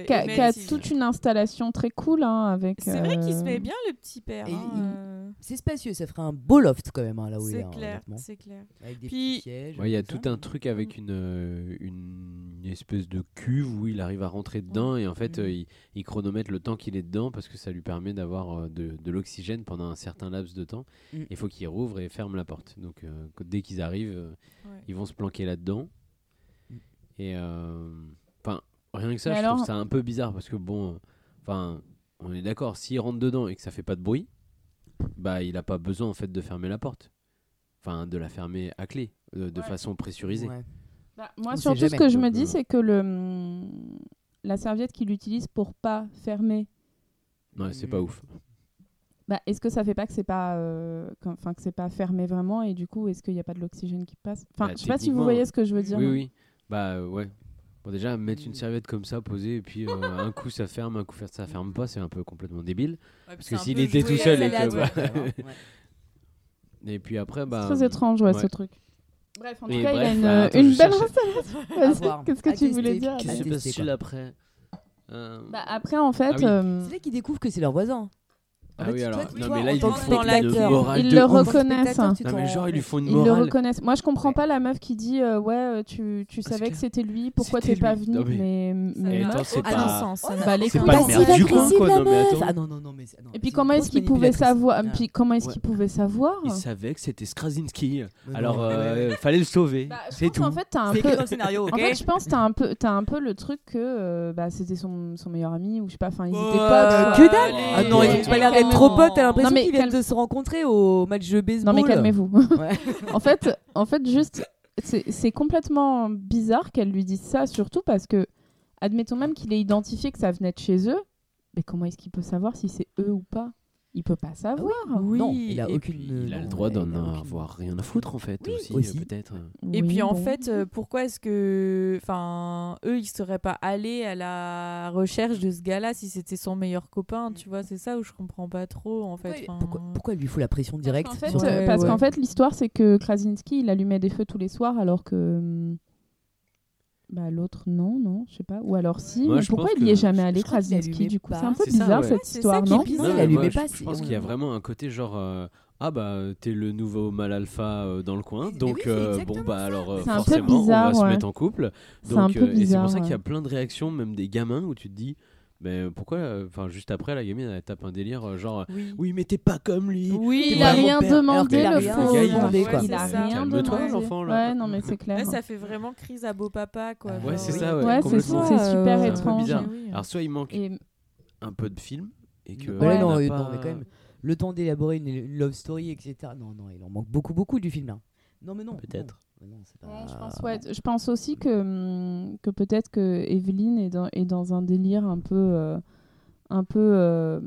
H: euh,
A: qui a,
G: Emmett,
A: qui a
G: il-
A: toute une installation très cool hein, avec.
G: C'est vrai qu'il se
A: euh,
G: met bien le petit père.
I: Et
G: hein,
I: il-
G: euh,
I: C'est spacieux, ça ferait un beau loft quand même hein,
H: Ah
I: là où il est.
G: C'est
I: hein,
G: clair,
I: honnêtement.
G: c'est clair.
I: Avec des
G: Puis-
I: petits pièges.
H: Ouais, il y a
I: tout ça.
H: tout un truc avec une, euh, une espèce de cuve où il arrive à rentrer dedans et en fait
I: Mhm.
H: euh, il, il chronomètre le temps qu'il est dedans parce que ça lui permet d'avoir euh, de, de l'oxygène pendant un certain laps de temps.
I: Mhm.
H: Il faut qu'il rouvre et ferme la porte. Donc euh, que- dès qu'ils arrivent, euh,
G: Ouais.
H: ils vont se planquer là-dedans.
I: Mhm.
H: Et euh, enfin rien que ça,
A: Mais
H: je
A: alors-
H: trouve ça un peu bizarre parce que bon, euh, enfin on est d'accord, s'il rentre dedans et que ça fait pas de bruit, bah il a pas besoin en fait de fermer la porte. Enfin, de la fermer à clé, euh, de
A: Ouais.
H: façon pressurisée.
I: Ouais.
A: Bah, moi,
I: On sait
A: surtout, ce
I: jamais.
A: que je
H: Donc,
A: me
H: euh,
A: dis, c'est que le, hum, la serviette qu'il utilise pour pas fermer,
H: Ouais, c'est pas
I: Mm.
H: ouf.
A: bah, est-ce que ça fait pas que c'est pas, euh, qu'en- enfin que c'est pas fermé vraiment et du coup, est-ce qu'il n'y a pas de l'oxygène qui passe Enfin,
H: Bah,
A: je sais pas si vous
H: techniquement,
A: voyez ce que je veux dire.
H: Oui,
A: non
H: oui. Bah euh, ouais. Bon, déjà, mettre
I: Mm.
H: une serviette comme ça, posée, et puis euh, un coup ça ferme, un coup ça ferme pas, c'est un peu complètement débile.
G: Ouais, puis
H: que
G: c'est un
H: s'il
G: peu
H: était
G: joué
H: tout
G: à
H: seul
G: la
H: et que-
G: ouais.
I: Ouais.
H: Et puis après,
A: C'est
H: bah.
A: très étrange, ouais, ce
H: ouais.
A: truc. Bref, en
H: Et
A: tout cas,
H: bref,
A: il a une,
H: euh, attends,
A: une
H: je
A: belle
H: cherche-
I: À
A: installation.
I: voir.
A: Qu'est-ce que
I: À
A: tu
I: tester.
A: voulais dire
I: Qu'est-ce
A: là
I: que-
H: Qu'est-ce
I: testé,
H: qui se passe-t-il
I: quoi.
H: après Euh,
A: Bah, Après, en fait,
H: Ah oui.
A: euh,
I: C'est là qu'ils découvrent que c'est leur voisin.
H: Ah
I: fait,
H: oui,
I: toi,
H: alors.
I: toi,
H: Non,
I: toi,
H: mais
I: en
H: là, ils
I: tant
H: lui
I: que
H: font une
I: spectateur,
H: morale
A: ils
H: de
A: le
H: ouf.
A: reconnaissent.
I: Spectateur,
A: hein.
I: tu
H: Non,
I: t'en
H: mais genre, ils lui
I: rends
H: font une
A: Ils le
H: morale.
A: reconnaissent. Moi, je comprends
I: Ouais.
A: pas la meuf qui dit euh, Ouais, euh, tu, tu savais
I: c'est
A: que c'était lui, pourquoi
H: C'était
A: t'es pas
H: lui.
A: venu
H: Non,
A: mais... mais
H: Et
A: meuf,
H: attends, c'est
G: Ah non,
H: pas.
G: sens, ça n'a-
A: bah, les
H: C'est
A: couilles.
H: pas le maire du coin, quoi. Non, mais
I: compte. Ah
H: attends.
I: non, non, non, mais. c'est- non,
A: Et
I: c'est
A: puis
I: une
A: comment est-ce
I: grosse
A: qu'il pouvait
I: manipulatrice.
A: savoir euh,
I: Ah.
A: Puis comment est-ce
H: Ouais.
A: qu'il pouvait savoir
H: Il savait que c'était Straczynski.
I: Mais non,
H: Alors,
I: mais-
H: euh, fallait le sauver.
A: Bah, je
H: c'est
A: pense
H: tout.
A: qu'en fait, t'as un
I: C'est écrit
A: peu.
I: dans le scénario, ok
A: En fait, je pense que t'as un peu, t'as un peu le truc que euh, bah, c'était son, son meilleur ami ou je sais pas. Enfin, ils
H: Oh,
A: étaient
I: Euh,
A: potes. quoi.
I: que dalle
G: Allez.
I: Ah non, ils ont pas l'air d'être trop potes, t'as l'impression
A: Non, mais
I: qu'ils viennent
A: calme-
I: de se rencontrer au match de baseball.
A: Non mais calmez-vous.
I: Ouais.
A: en fait, en fait, juste, c'est c'est complètement bizarre qu'elle lui dise ça, surtout parce que, admettons même qu'il ait identifié que ça venait de chez eux, mais comment est-ce qu'il peut savoir si c'est eux ou pas Il peut pas
I: Ah,
A: savoir.
G: Oui,
I: Non, il a
G: et
I: aucune.
H: Il a
I: non,
H: le droit
I: il
H: d'en
I: a aucune-
H: avoir rien à foutre, en fait, aussi,
I: aussi.
H: euh, peut-être.
G: Et
A: Oui,
G: puis en
A: bon.
G: fait, euh, pourquoi est-ce que, enfin, eux, ils seraient pas allés à la recherche de ce gars-là si c'était son meilleur copain, tu vois C'est ça où je comprends pas trop en fait.
I: Pourquoi,
G: enfin.
I: pourquoi- pourquoi il lui fout la pression directe
A: En fait,
I: sur la-
A: euh,
G: Ouais,
A: parce
G: ouais.
A: qu'en fait, l'histoire, c'est que Krasinski, il allumait des feux tous les soirs, alors que. hum, Bah, l'autre, non, non, je sais pas. Ou alors, si.
H: Moi,
A: mais
H: je
A: pourquoi
H: pense
A: il n'y est
H: que-
A: jamais
I: je
A: allé,
I: crois qu'il
A: Krasinski
I: allumait
A: Du coup,
I: pas.
A: c'est un peu
H: C'est ça,
A: bizarre,
H: ouais.
A: cette
G: c'est ça
A: histoire,
G: qui est
A: non
G: bizarre.
I: Non,
H: Non,
I: il
H: mais
I: allumait
H: moi,
I: pas,
H: Je
I: c'est-
H: pense
I: on-
H: qu'il y a vraiment un côté genre euh, ah bah t'es le nouveau mal alpha euh, dans le coin,
I: Mais
H: donc
I: oui, c'est
H: euh, bon
I: exactement
H: bah alors euh,
A: C'est un peu
H: forcément on
A: bizarre,
H: va
A: ouais.
H: se mettre en couple.
A: C'est un
H: Donc
A: peu
H: euh, et c'est
A: bizarre.
H: pour ça qu'il y a
A: ouais.
H: plein de réactions, même des gamins où tu te dis mais pourquoi euh, enfin juste après la gamine elle tape un délire euh, genre
G: Oui.
H: oui mais t'es pas comme lui.
G: Oui,
A: Il
H: Bah,
A: a
H: mon
A: rien
H: père-
I: alors
A: demandé,
I: qu'il a
A: le
I: rien
A: pauvre.
I: demandé,
G: quoi.
A: Il a
G: Ouais, c'est ça.
A: rien
H: Calme-toi,
A: demandé.
H: l'enfant, là.
A: Ouais, non, mais c'est clair.
G: Là, ça fait vraiment crise à beau papa quoi.
I: Ouais,
H: Ouais
G: genre,
H: c'est
G: oui.
H: ça ouais,
A: Ouais, c'est
H: complètement.
A: c'est
G: Ouais, euh,
A: super
G: c'est un peu
A: étrange.
H: bizarre. Ah.
A: hein.
G: Oui.
H: Alors soit il manque
A: Et
H: un peu de film et que
I: Ouais,
H: on
I: non,
H: n'a
I: euh,
H: pas-
I: non, mais quand même, le temps d'élaborer une, une love story, etc. Non, non, il en manque beaucoup, beaucoup du film. là. Non, mais non.
H: peut-être.
I: non, mais non, c'est pas-
A: Ouais, je, pense, ouais, je pense aussi que, hum, que peut-être que Evelyne est dans, est dans un délire un peu. euh, un peu. euh,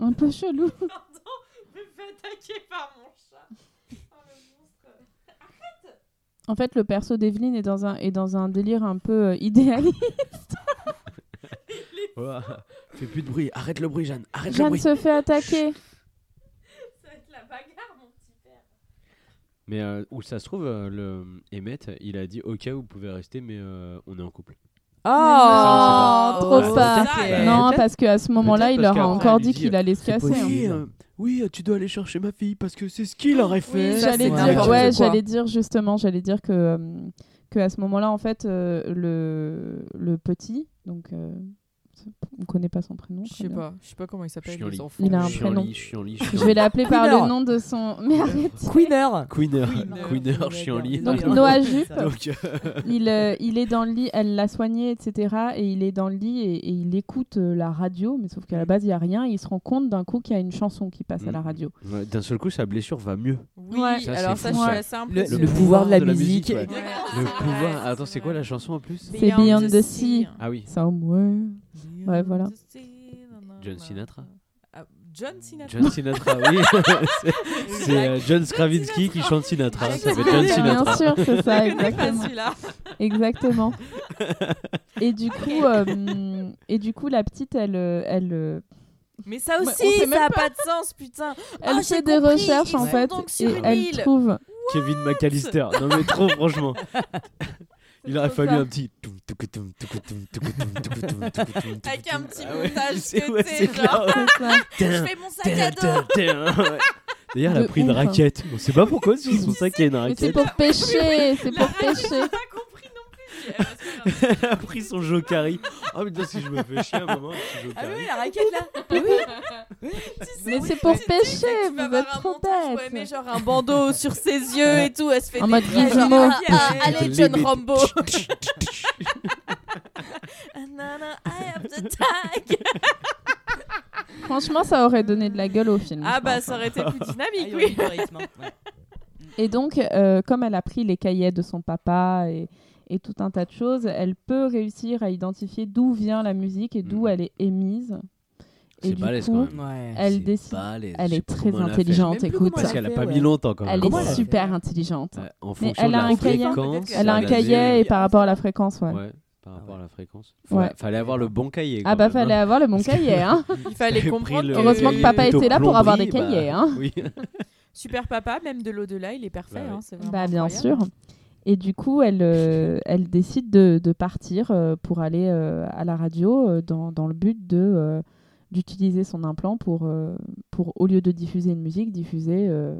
A: un peu chelou.
G: Pardon, me fais attaquer par mon chat. Oh
A: En fait, le perso d'Evelyne est dans un est dans un délire un peu euh, idéaliste.
H: Ouah, Fais plus de bruit, arrête le bruit, Jeanne, arrête le
A: Jeanne
H: bruit.
A: se fait attaquer.
G: Ça va être la bagarre, mon petit père.
H: Mais euh, où ça se trouve, euh, le Emmett, il a dit Ok, vous pouvez rester, mais euh, on est en couple.
A: Ah,
G: Oh,
A: Oh, trop
G: oh,
A: pas.
G: ça,
A: non,
G: peut-être-
A: parce qu'à ce moment-là,
H: peut-être
A: il
H: parce
A: leur a
H: qu'après,
A: encore
H: elle
A: dit
H: dit, euh,
A: qu'il allait se casser.
I: possible.
A: hein.
I: Oui, euh,
H: oui, tu dois aller chercher ma fille parce que c'est ce qu'il aurait
G: fait. Oui, ça,
A: J'allais
G: c'est
A: dire,
G: n'importe
A: ouais,
G: quoi.
A: j'allais dire justement, j'allais dire que, euh, que à ce moment-là, en fait, euh, le, le petit, donc euh, on connaît pas son prénom.
G: Je
A: très
G: sais
A: bien.
G: pas, je sais pas comment il s'appelle
H: Chianli.
G: les enfants.
A: Il a un
H: Chianli,
A: prénom.
H: Chianli,
A: Je vais
H: Chianli.
A: l'appeler par
I: Queener.
A: le nom de son. Mais arrête.
I: Queener
H: Queener,
G: Queener.
H: Queener, Chianli.
A: Donc, Noah Jupe.
H: Donc, euh,
A: Il, euh, il est dans le lit, elle l'a soigné, etc. Et il est dans le lit et, et il écoute euh, la radio, mais sauf qu'à la base, il n'y a rien. Et il se rend compte d'un coup qu'il y a une chanson qui passe à la
H: Mm.
A: radio.
H: ouais, D'un seul coup, sa blessure va mieux.
G: Oui,
A: Ouais.
H: Ça,
G: alors
H: c'est
G: ça, je
H: fou,
G: suis
H: ça.
G: assez
I: le,
G: impressionnée.
I: le pouvoir de la musique.
H: ouais.
G: Ouais.
H: Le
G: Ouais,
H: pouvoir.
G: c'est
H: Attends, c'est quoi
G: vrai.
H: la chanson en plus
A: C'est Beyond the Sea.
H: Ah oui,
A: Somewhere. Ouais, voilà.
H: John Sinatra.
G: Ah, John Sinatra.
H: John Sinatra, oui. C'est- c'est euh, John Stravinsky qui chante Sinatra. Ça s'appelle John
A: Bien
H: Sinatra.
A: sûr, c'est ça,
G: Je connais pas
A: exactement.
G: celui-là.
A: Exactement. Et du coup, euh, et du coup, la petite, elle, euh, elle, euh,
G: Mais ça
A: Mais
G: aussi,
A: on sait
G: ça
A: même
G: n'a pas de sens, putain.
A: elle
G: Ah,
A: fait
G: j'ai
A: des
G: compris,
A: recherches
G: ils
A: en
G: sont
A: fait
G: donc sur
A: et
G: une
A: elle
G: île.
A: trouve.
H: Kevin McAllister. Non mais trop franchement. Il aurait fallu un petit.
G: Avec un petit
H: Ah ouais,
G: montage
H: c'est-
G: que
H: ouais,
G: t'es,
H: c'est
G: genre,
H: clair.
A: C'est ah, ça.
G: je fais mon sac à dos.
H: hein, Ouais. D'ailleurs, elle a
A: De
H: pris une
A: ouf, hein.
H: raquette. On sait pas pourquoi, c'est pour ça qu'il y a une
A: Mais c'est
H: raquette.
A: pour pêcher, c'est pour
G: La radio,
A: pêcher.
G: J'ai pas compris non plus. J'ai dit, ah, bah, c'est pas grave.
H: Elle a pris son jocari. Oh putain, si je me fais chier à un moment, petit
G: Ah
H: jocari.
G: oui, la raquette là. Ah oui. Tu sais,
A: Mais
G: oui,
A: c'est pour
G: tu sais,
A: pêcher,
G: tu
A: vous
G: vas avoir
A: êtes
G: un
A: trop
G: montage où
A: bêtes.
G: elle met genre un bandeau sur ses yeux et tout, elle se fait
A: En
G: des
A: mode
G: vrais, genre,
A: Gizmo.
G: ah, ah, Allez, John
H: Limite.
G: Rambo.
A: hein.
G: Ah, non, non, I have the tag.
A: Franchement, ça aurait donné de la gueule au film.
G: Ah
A: je
G: bah
A: pense.
G: ça aurait été plus
I: Ah,
G: dynamique, oui.
I: hein. Moi,
A: Et donc, euh, comme elle a pris les cahiers de son papa et, et tout un tas de choses, elle peut réussir à identifier d'où vient la musique et d'où
H: Mhm.
A: elle est émise. Et
H: C'est
A: du
H: balèze
A: coup,
H: quand même.
A: elle
H: C'est
A: décide-
H: balèze.
A: Elle
H: Je sais
A: est
H: pas
A: très
H: comment elle a fait.
A: intelligente,
I: Même plus
A: écoute.
I: comment
H: Parce qu'elle a
I: fait,
H: pas
I: ouais.
H: mis longtemps quand même.
A: Elle
I: Comment
A: est
I: elle a fait
A: super intelligente.
H: Ouais, En
A: Mais
H: fonction
A: elle
H: de
A: a
H: la
A: un cahier.
H: fréquence.
A: Elle a un
H: la
A: cahier
H: dé-
A: et par rapport à la fréquence, ouais.
H: Ouais, par rapport à la fréquence.
A: Ouais.
H: Fa- Fallait avoir le bon cahier.
A: Ah
H: quand
A: bah
H: même,
A: fallait
H: hein.
A: avoir le bon cahier, hein.
G: Il fallait
H: J'ai pris
G: comprendre
H: le-
G: que...
A: Heureusement que papa
H: plutôt
A: était là pour
H: plomberie,
A: avoir des
H: bah,
A: cahiers, hein.
H: Oui.
G: Super papa, même de l'au-delà, il est parfait.
H: Bah oui.
G: hein, c'est vraiment
A: Bah bien
G: incroyable.
A: sûr. Et du coup, elle, euh, elle décide de, de partir euh, pour aller euh, à la radio euh, dans, dans le but de euh, d'utiliser son implant pour, euh, pour, au lieu de diffuser une musique, diffuser euh,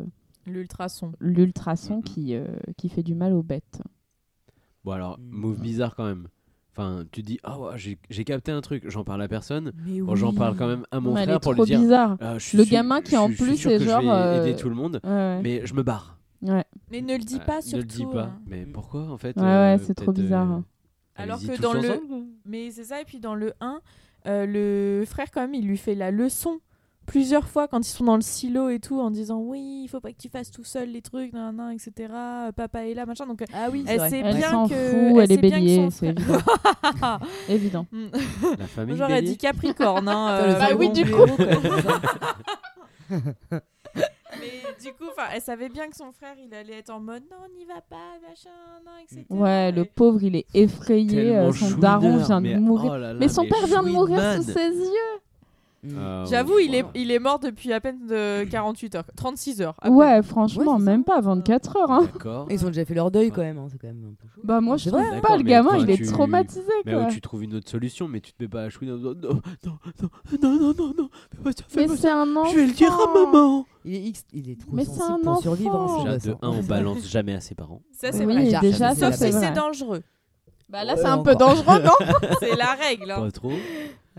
G: L'ultrason.
A: l'ultrason
H: Mhm.
A: qui, euh, qui fait du mal aux bêtes.
H: Bon alors,
I: Mm.
H: move bizarre quand même. Enfin, tu dis, ah ouais, j'ai- j'ai capté un truc, j'en parle à personne.
G: Mais
H: Bon, j'en parle quand même à mon
A: Mais elle est
H: frère pour
A: trop
H: lui dire.
A: bizarre.
H: Ah, je suis
A: Le
H: sûr-
A: gamin qui,
H: je
A: en
H: suis- je suis
A: plus,
H: sûr
A: est
H: que je
A: genre,
H: vais
A: euh,
H: aider tout le monde,
A: Ouais, ouais.
H: mais je me barre.
A: Ouais.
G: Mais ne le dis
H: Euh,
G: pas, surtout.
H: Ne le dis pas.
G: hein.
H: Mais pourquoi en fait
A: Ouais,
H: euh,
A: ouais, c'est trop
H: peut-être, euh,
A: bizarre.
G: Alors
H: allez-y
G: que
H: tous
G: dans le-
H: ensemble.
G: Mais c'est ça, et puis dans le 1, euh, le frère, quand même, il lui fait la leçon plusieurs fois quand ils sont dans le silo et tout, en disant oui, il faut pas que tu fasses tout seul les trucs, nan, nan, etc. Papa est là, machin. Donc,
I: Ah oui,
G: elle sait
A: Elle
G: bien
A: s'en
G: que.
A: fout, elle est
G: sait bien que
A: bélier,
G: son
A: c'est
G: frère-
A: évident.
G: euh,
A: Évident.
G: mm.
H: La famille.
G: J'aurais
H: bélier.
G: dit Capricorne. hein, euh,
A: bah oui,
G: bon.
A: du
I: coup.
G: Mais du coup, 'fin, elle savait bien que son frère, il allait être en mode non, n'y va pas, machin, non, etc.
A: Ouais, le
G: Et-
A: pauvre, il est effrayé.
H: Tellement
A: euh, son
H: chouineur,
A: daron vient
H: mais-
A: de mourir.
H: oh là là,
A: mais son père vient de mourir
H: chouinman.
A: sous ses yeux.
H: Ah,
G: J'avoue,
H: ouais,
G: il est,
H: voilà.
G: il est mort depuis à peine de 48 heures, 36 heures. à peine.
A: Ouais, franchement,
I: Ouais, c'est ça.
A: même pas 24 heures. Hein.
H: D'accord.
I: Ils ont déjà fait leur deuil quand même, hein, c'est quand même un peu chaud.
A: Bah moi je
I: C'est
A: trouve
I: vrai,
A: pas
H: d'accord,
A: le
H: mais
A: gamin,
H: toi,
A: il est
H: tu-
A: traumatisé
H: Mais
A: quoi.
H: ouais, tu trouves une autre solution, mais tu te mets pas à chouiner en disant, non, non, non, non, non, non, non, fais pas ça, fais
A: Mais
H: pas ça,
A: c'est un enfant.
H: je vais le dire à maman.
I: Il est, X- il est trop
A: Mais c'est
I: sensible
A: un
I: pour
A: enfant.
I: survivre. hein,
H: Déjà,
I: c'est
H: de
I: ça.
H: 1, on balance jamais à ses parents.
G: Ça, c'est
A: Oui,
G: vrai.
I: vrai.
A: déjà
I: J'avoue,
A: Ah, ça
G: Sauf
A: c'est
G: si c'est
A: vrai.
G: dangereux.
A: Bah là
I: Ouais,
A: c'est un peu
I: encore.
A: dangereux, non
G: C'est la règle. hein.
H: Pas trop.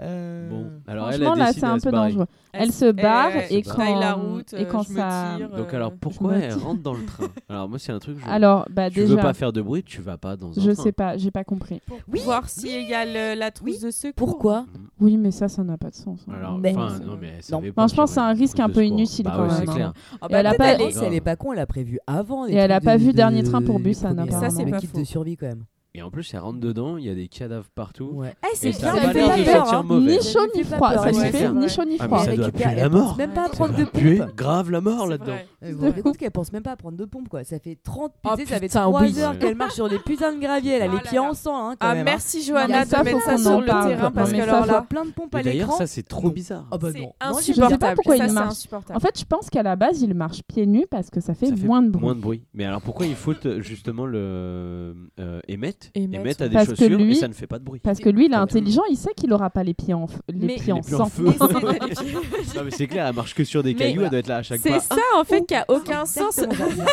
I: Euh,
H: Bon, alors elle a
A: Franchement là
H: décidé
A: c'est un
H: à se
A: peu
H: barrer.
A: dangereux. Elle se barre
G: Eh, ouais,
A: et
H: se
G: taille la
A: quand
G: route,
A: et
G: euh,
A: quand
G: je me
A: ça
G: tire,
H: Donc
G: euh,
H: alors pourquoi
A: me
H: elle
A: dis-
H: rentre dans le train Alors moi c'est un truc je
A: Alors bah
H: tu veux
A: déjà
H: pas faire de bruit, tu vas pas dans un
A: je
H: train.
A: sais pas, j'ai pas compris.
G: Pour voir s'il y a le- la trousse
I: Oui.
G: de secours.
I: Pourquoi
A: Oui, mais ça ça n'a pas de sens. hein.
H: Alors
I: Mais-
H: enfin non mais elle savait
A: Non.
H: pas
A: Enfin, je
H: qu'il y
A: pense que c'est
H: aurait
A: un
H: une
A: risque
H: trousse
A: un
H: de
A: peu
H: secours.
A: inutile,
H: Bah
A: quand
H: ouais,
A: même,
H: c'est
A: hein.
H: clair.
G: Ah
A: Et elle a
G: peut-être
A: pas-
I: Elle,
G: est-
I: elle est pas con, elle a prévu avant.
A: Et elle a pas vu Dernier Train pour
I: Busan,
A: Busan, apparemment.
G: Ça, c'est pas
I: équipe de
G: faux.
I: survie quand même.
H: Et en plus, ça rentre dedans, il y a des cadavres partout.
I: Ouais.
G: Eh, c'est
H: Et
G: bien,
H: ça a
G: ça
A: pas
G: fait
A: l'air
G: pas
H: de
G: peur,
H: sortir
G: hein.
H: mauvais.
A: Ni chaud ni
G: Ça
A: froid,
G: fait
A: ça
G: pas
A: ne fait
G: peur.
A: ni chaud ni
H: Ah, mais
A: froid.
H: ça doit
I: récupère-
H: puer la
I: elle
H: mort.
I: pense Même pas à
G: Ça
H: Ça
I: prendre de
H: doit puer
I: pompe.
H: grave la mort
G: C'est
H: là-dedans.
G: vrai.
I: Euh,
A: Oh,
I: Vous
A: De
I: vous rendez
A: fou.
I: compte qu'elle pense même pas à prendre de pompe quoi. Ça fait 30
G: Oh,
I: putains, ça fait
G: putain,
I: 3
G: oui.
I: heures qu'elle marche sur des putains de gravier, elle a
G: Oh
I: les
G: là
I: pieds
G: là.
I: en sang hein, quand
G: Ah,
I: même. hein.
G: merci
A: Il y a
G: Johanna
A: ça,
G: de mettre
A: faut
G: ça
A: qu'on
G: sur
A: en
G: le
A: parle.
G: terrain parce
A: Non,
G: que
A: mais
G: alors
A: ça,
G: là,
I: plein de pompes à
H: Et D'ailleurs,
I: l'écran.
H: ça, c'est trop bizarre.
I: Ah bah
G: c'est
I: non. Non, j'ai-
A: je sais pas
G: insupportable.
A: pourquoi
G: Ça,
A: il
G: c'est
A: marche. En
G: insupportable.
A: fait, je pense qu'à la base, il marche pieds nus parce que ça fait,
H: Ça fait
A: moins de bruit.
H: Moins de bruit. Mais alors pourquoi ils foutent justement le euh, Emmett
G: Emmett,
H: Emmett a des
A: Parce que
H: chaussures et
A: lui-
H: ça ne fait pas de bruit.
A: Parce que lui, il est
H: Putain.
A: intelligent, il sait qu'il aura pas les pieds en, f- les
G: Mais-
A: pieds en
H: plus
A: sang.
H: feu.
G: Mais c'est-
H: non mais c'est clair, elle marche que sur des
G: Mais
H: cailloux,
G: voilà.
H: elle doit être là à chaque
G: C'est
H: fois.
G: ça en fait qui a aucun
I: C'est
G: sens.
I: exactement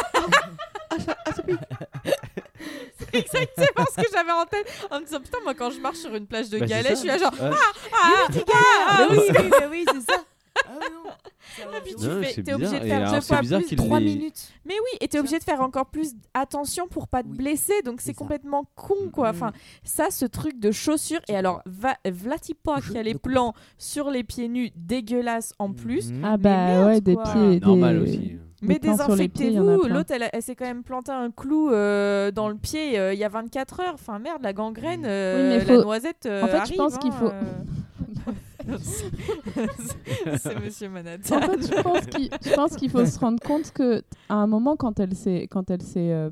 I: ça.
G: Exactement ce que j'avais en tête en me disant putain moi quand je marche sur une plage de
H: Bah, c'est
G: galets,
H: ça.
G: je suis là genre
H: Ouais.
G: ah ah, ah,
I: Ah oui, oui, bah oui, c'est ça. Ah non.
G: ah, puis tu
H: Non,
G: fais-
H: c'est
G: t'es obligé
H: bizarre.
G: de
H: Et
G: faire
H: alors,
G: deux
H: c'est
G: fois
H: bizarre
G: plus
H: qu'il
G: trois
H: les-
G: minutes. Mais oui, et t'es obligé de faire encore plus attention pour pas te
I: Oui.
G: blesser donc
I: C'est
G: c'est
I: ça.
G: complètement con quoi. Enfin, ça ce truc de chaussures et alors va Vlatipa
I: Je
G: qui a les
I: ne
G: plans sur les pieds nus dégueulasses en plus.
I: Mhm.
A: Ah bah
G: merde,
A: ouais, des
G: quoi.
A: pieds.
H: Normal
A: des-
H: aussi.
G: Mais
A: plans sur les pieds, il y en a
G: désinfectez-vous.
A: plein.
G: L'autre, elle, elle s'est quand même planté un clou euh, dans le pied euh, il y a 24 heures. Enfin, merde, la gangrène, euh,
A: mais
G: la
A: faut-
G: noisette. euh,
A: En fait, je
G: arrive,
A: pense qu'il
G: hein,
A: faut-
G: euh. C'est monsieur Manhattan.
A: En fait, je pense qu'il- je pense qu'il faut se rendre compte que à un moment, quand elle s'est, quand elle s'est, euh,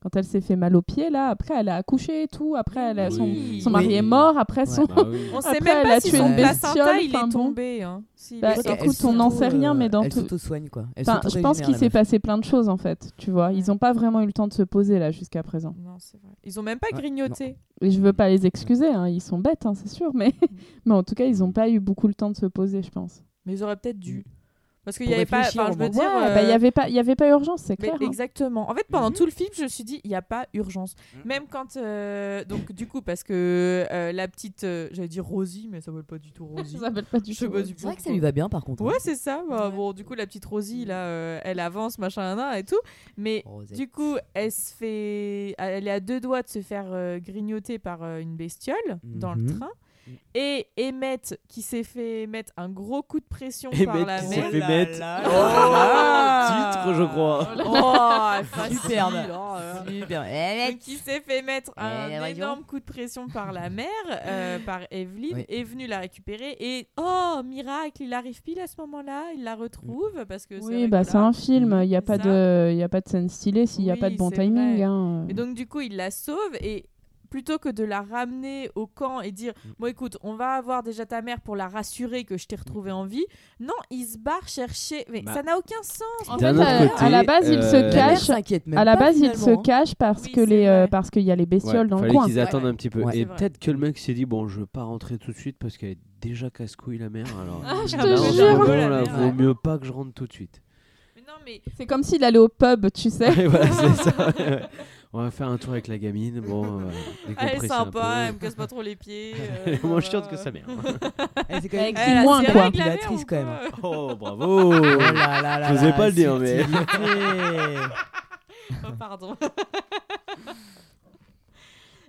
A: quand elle s'est fait mal aux pieds, là, après, elle a accouché et tout. Après, elle a son,
G: Oui.
A: son mari
I: Oui.
A: est mort. Après, son.
H: Bah oui.
G: On sait
A: Après,
G: même
A: elle
G: pas
A: a
G: si
A: tué
G: son
I: une
G: placenta,
A: bestiole,
G: il est
A: enfin bon.
G: tombé. hein. S'il
A: Bah,
G: est sorti.
A: écoute, on n'en sait rien, mais dans
I: elle
A: tout-
I: soigne quoi. Elle
A: Enfin, je pense qu'il s'est
I: pas.
A: passé plein de choses en fait, tu vois. Ils
G: Ouais.
A: n'ont pas vraiment eu le temps de se poser là jusqu'à présent.
G: Non, c'est vrai. Ils ont même pas
I: Ouais,
G: grignoté.
A: Et je veux pas les excuser, hein, ils sont bêtes, hein, c'est sûr, mais...
G: Mm.
A: mais en tout cas, ils n'ont pas eu beaucoup le temps de se poser, je pense.
G: Mais ils auraient peut-être dû.
A: Mm.
G: Parce qu'il
I: Pour
G: y avait pas.
I: réfléchir
G: Enfin,
I: au
G: je veux
I: moins.
G: dire.
A: Ouais, bah, il
G: euh,
A: n'y avait pas, il y avait pas urgence, c'est
G: Mais
A: clair. hein.
G: exactement. En fait, pendant tout le film, je me suis dit, il n'y a pas urgence. Même quand. euh, donc, du coup, parce que euh, la petite. euh, J'allais dire Rosie, mais ça ne vole pas du tout Rosie.
A: Ça s'appelle pas du
G: je sais
A: tout.
G: pas du
I: C'est vrai
G: tout.
I: que ça lui va bien par contre.
G: Ouais, c'est ça. Bah, Bon, du coup, la petite Rosie, là, euh, elle avance, machin, nan, nan, et tout. Mais
I: Rosette.
G: du coup, elle se fait. Elle est à deux doigts de se faire euh, grignoter par euh, une bestiole dans le
I: Mhm.
G: train. Et Emmett qui s'est fait mettre un gros coup de pression par
H: Emmett
G: la
H: qui
G: mer.
H: s'est fait mettre.
G: Ah
H: Titre, je crois. Ah,
G: Oh, facile,
I: Superbe.
G: oh là là.
I: Super. Eh,
G: Donc,
I: mec.
G: qui s'est fait mettre
I: Eh,
G: un
I: voyons.
G: énorme coup de pression par la mère, euh, par Evelyn,
I: Oui.
G: est venu la récupérer et oh miracle, il arrive pile à ce moment-là, il la retrouve parce que c'est
A: Oui,
G: vrai
A: bah,
G: que
A: c'est
G: là-
A: un film, il n'y a,
G: C'est
A: pas
G: ça.
A: de- y a pas de scène stylée s'il n'y a
G: Oui,
A: pas de bon
G: c'est vrai.
A: timing. hein.
G: Et donc du coup il la sauve et plutôt que de la ramener au camp et dire
H: Mm.
G: bon écoute on va avoir déjà ta mère pour la rassurer que je t'ai retrouvée en vie, non il se barre chercher mais
H: Bah.
G: ça n'a aucun sens.
A: En
H: D'un
A: fait, à-
H: autre côté,
A: à la base, il
H: euh,
A: se
I: La mère
A: cache.
I: s'inquiète même
A: À la
I: pas,
A: base, il se
I: finalement, hein.
A: cache parce
G: Oui,
A: que
G: c'est
A: les, euh,
G: vrai.
A: parce qu'il y a les bestioles
H: Ouais,
A: dans le
H: fallait
A: coin.
H: qu'ils attendent un petit peu.
I: Ouais.
G: C'est
H: Et
G: vrai.
H: peut-être que le mec s'est dit bon, je veux pas rentrer tout de suite parce qu'elle est déjà casse-couille la mère. Alors
A: Ah, je
G: Ah,
A: te
H: là,
G: bah,
H: en ce
A: jure.
H: moment,
G: La
H: là,
G: mère,
H: vaut
G: ouais.
H: mieux pas que je rentre tout de suite.
G: Mais non mais
A: C'est comme s'il allait au pub, tu sais.
H: Et voilà, c'est ça. On va faire un tour avec la gamine. Bon, euh,
G: elle
H: décompresser
G: est
H: un
G: sympa, elle
H: peu.
G: me casse pas trop les pieds.
H: Elle
G: euh,
H: est moins chiante
G: voilà.
H: que hein. sa mère.
I: Elle s'est quand même
A: Avec
G: Elle a
A: moins,
G: tiré
A: quoi.
G: avec la mère
I: Pilatrice,
G: ou
I: quand même.
G: pas
H: Oh, bravo
I: Oh là là là
H: Je n'osais
I: là,
H: pas le dire, mais-
I: subtilité.
G: Oh, pardon.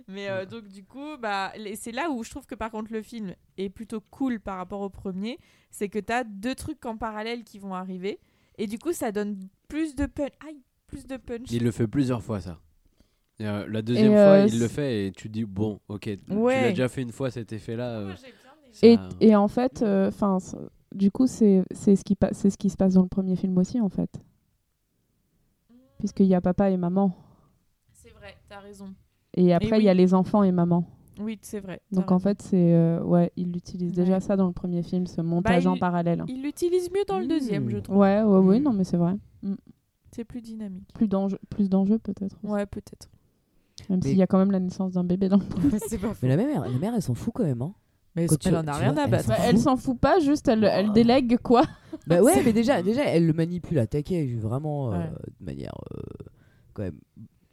G: Mais euh, donc du coup, bah, les- c'est là où je trouve que par contre le film est plutôt cool par rapport au premier, c'est que tu as deux trucs en parallèle qui vont arriver et du coup ça donne plus de punch. Aïe, plus de punch.
H: Il le fait plusieurs fois, ça. Et, euh, la deuxième
A: Et, euh,
H: fois, il le
A: c'est-
H: fait et tu te dis bon, ok,
G: Ouais.
H: tu l'as déjà fait une fois cet effet-là. euh,
A: Et,
H: ça-
A: et en fait, euh, enfin, du coup, c'est c'est ce qui pa- c'est ce qui se passe dans le premier film aussi, en fait, puisqu'il y a papa et maman,
G: C'est vrai, t'as raison.
A: et après il y a les enfants et maman.
G: Oui, c'est vrai. t'as
A: Donc en
G: raison.
A: fait, c'est euh, ouais, il utilise déjà
G: Ouais. Bah,
A: ça dans le premier film, ce montage en
G: il- Mm.
A: parallèle.
G: il l'utilise mieux dans le deuxième,
I: Mmh.
G: je trouve.
A: Ouais, ouais, ouais, non, mais c'est vrai.
G: C'est plus dynamique.
A: Plus d'enjeux, plus d'enjeux peut-être. aussi.
G: Ouais, peut-être.
A: Même
I: Mais-
A: s'il y a quand même la naissance d'un bébé dans. le-
G: c'est pas faux.
I: Mais la mère, la mère, elle s'en fout quand même. Hein.
G: Mais
I: Quand tu-
G: elle en a
I: tu
G: rien
I: vois,
G: à
I: elle
G: battre.
I: s'en
A: Bah, elle s'en fout pas, juste elle, elle délègue quoi.
I: Bah ouais, mais déjà, déjà, elle le manipule à taquet, vraiment euh,
G: Ouais.
I: de manière euh, quand même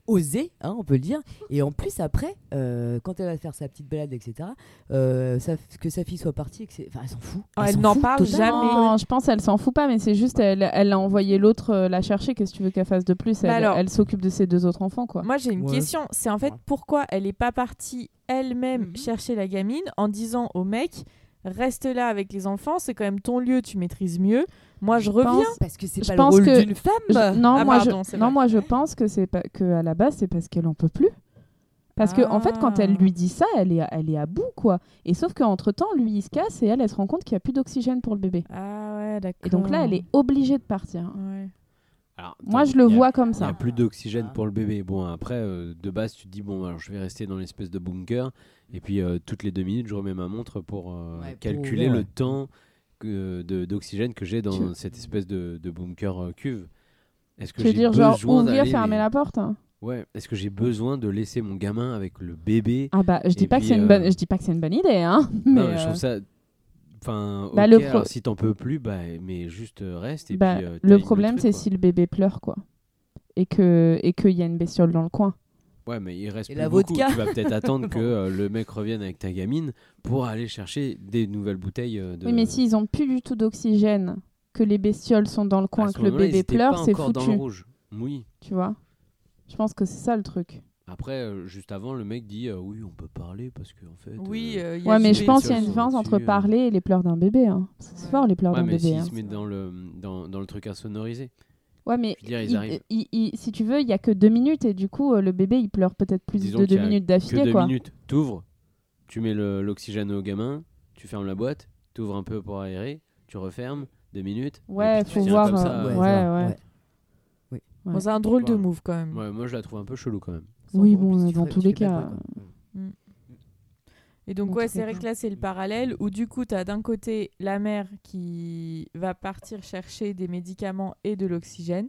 I: osée, hein, on peut le dire. Et en plus, après, euh, quand elle va faire sa petite balade, etc., euh, sa- que sa fille soit partie, et que c'est- enfin, elle s'en fout.
G: Ah, elle
I: s'en
G: n'en
I: fout
G: parle
I: totalement.
G: jamais.
A: Non, je pense elle s'en fout pas, mais c'est juste elle, elle a envoyé l'autre euh, la chercher. Qu'est-ce que tu veux qu'elle fasse de plus Elle,
G: Bah alors-
A: elle s'occupe de ses deux autres enfants, quoi.
G: Moi, j'ai une
I: Ouais.
G: question. C'est en fait
I: Ouais.
G: pourquoi elle n'est pas partie elle-même
A: Mm-hmm.
G: chercher la gamine en disant au mec reste là avec les enfants, c'est quand même ton lieu, tu maîtrises mieux. Moi, je, reviens.
A: pense-
I: Parce que c'est
A: Je
I: pas le
A: pense
I: rôle
A: que-
I: d'une femme.
A: Je- non,
G: Ah,
A: moi,
G: pardon,
A: je,
G: c'est
A: non
G: vrai.
A: moi je pense que c'est pas que à la base c'est parce qu'elle en peut plus. Parce que en fait, quand elle
G: Ah.
A: lui dit ça, elle est, à- elle est à bout, quoi. Et sauf qu'entre temps, lui, il se casse et elle, elle se rend compte qu'il n'y a plus d'oxygène pour le bébé.
G: Ah ouais, d'accord.
A: Et donc là, elle est obligée de partir.
G: Ouais.
H: Alors,
A: Moi,
H: attends,
A: je le
H: il y a-
A: vois comme
H: Il n'y
A: ça.
H: a plus d'oxygène pour le bébé. Bon, après, euh, de base, tu te dis, bon, alors je vais rester dans l'espèce de bunker. Et puis, euh, toutes les deux minutes, je remets ma montre pour euh,
I: Ouais, pour
H: calculer
I: ouvrir,
H: le
I: ouais.
H: temps que- de- d'oxygène que j'ai dans
A: Tu-
H: cette espèce de, de bunker euh, cuve. Est-ce que
A: Tu veux
H: j'ai
A: dire, genre,
H: besoin
A: ouvrir,
H: d'aller,
A: fermer
H: mais-
A: la porte hein
H: Ouais. Est-ce que j'ai besoin de laisser mon gamin avec le bébé
A: Ah bah, je dis
H: Et
A: pas que
H: puis,
A: c'est une
H: euh,
A: bonne, je dis pas que c'est une bonne idée, hein. Mais
H: Non, je
A: euh,
H: trouve ça. Enfin,
A: Bah,
H: ok,
A: le pro-
H: alors, si t'en peux plus, bah, mais juste euh, reste. Et
A: bah,
H: puis, euh,
A: le
H: time
A: problème,
H: truc,
A: c'est
H: quoi.
A: si le bébé pleure, quoi, et que et qu'il y a une bestiole dans le coin.
H: Ouais, mais il reste
I: Et
H: plus
I: la
H: beaucoup.
I: vodka
H: Tu vas peut-être attendre
I: Bon.
H: que euh, le mec revienne avec ta gamine pour aller chercher des nouvelles bouteilles euh, de.
A: Oui, mais s'ils ont plus du tout d'oxygène, que les bestioles sont dans le
H: À
A: coin,
H: ce
A: que le
H: moment-là, ils
A: bébé
H: étaient
A: pleure,
H: pas
A: c'est
H: encore Dans le
A: foutu,
H: rouge. Oui.
A: tu vois. Je pense que c'est ça le truc.
H: Après, euh, juste avant, le mec dit euh, oui, on peut parler parce que en fait.
G: Oui,
H: euh,
G: euh, il y a
A: Ouais, mais
G: du
A: je pense qu'il y a
H: bestioles
A: une
H: sont
A: différence entre
H: dessus, euh.
A: parler et les pleurs d'un bébé. hein. Parce que C'est
G: Ouais.
A: fort les pleurs
H: ouais,
A: d'un
H: mais
A: bébé.
H: s'ils
A: hein.
H: se mettent dans le dans, dans le truc à sonoriser.
A: Ouais, mais
H: Je veux dire, ils
A: il-
H: arrivent.
A: il- il- si tu veux, il y a que deux minutes et du coup, euh, le bébé, il pleure peut-être plus
H: Disons
A: de
H: qu'il
A: deux
H: y a
A: minutes
H: Que
A: d'affilée,
H: deux
A: quoi.
H: minutes. T'ouvres, tu mets le- l'oxygène au gamin, tu fermes la boîte, t'ouvres un peu pour aérer, tu refermes deux minutes. et
A: Ouais,
H: puis tu
A: faut
H: tiens
A: voir,
H: comme ça,
A: euh,
H: euh,
A: ouais.
G: Bon, c'est un drôle de
H: Ouais.
G: move quand même.
H: ouais, moi je la trouve un peu chelou quand même.
A: Oui, bon, dans tous les cas.
G: Et donc,
A: On
G: ouais,
A: te
G: c'est vrai
A: répond.
G: que là, c'est le parallèle où, du coup, tu as d'un côté la mère qui va partir chercher des médicaments et de l'oxygène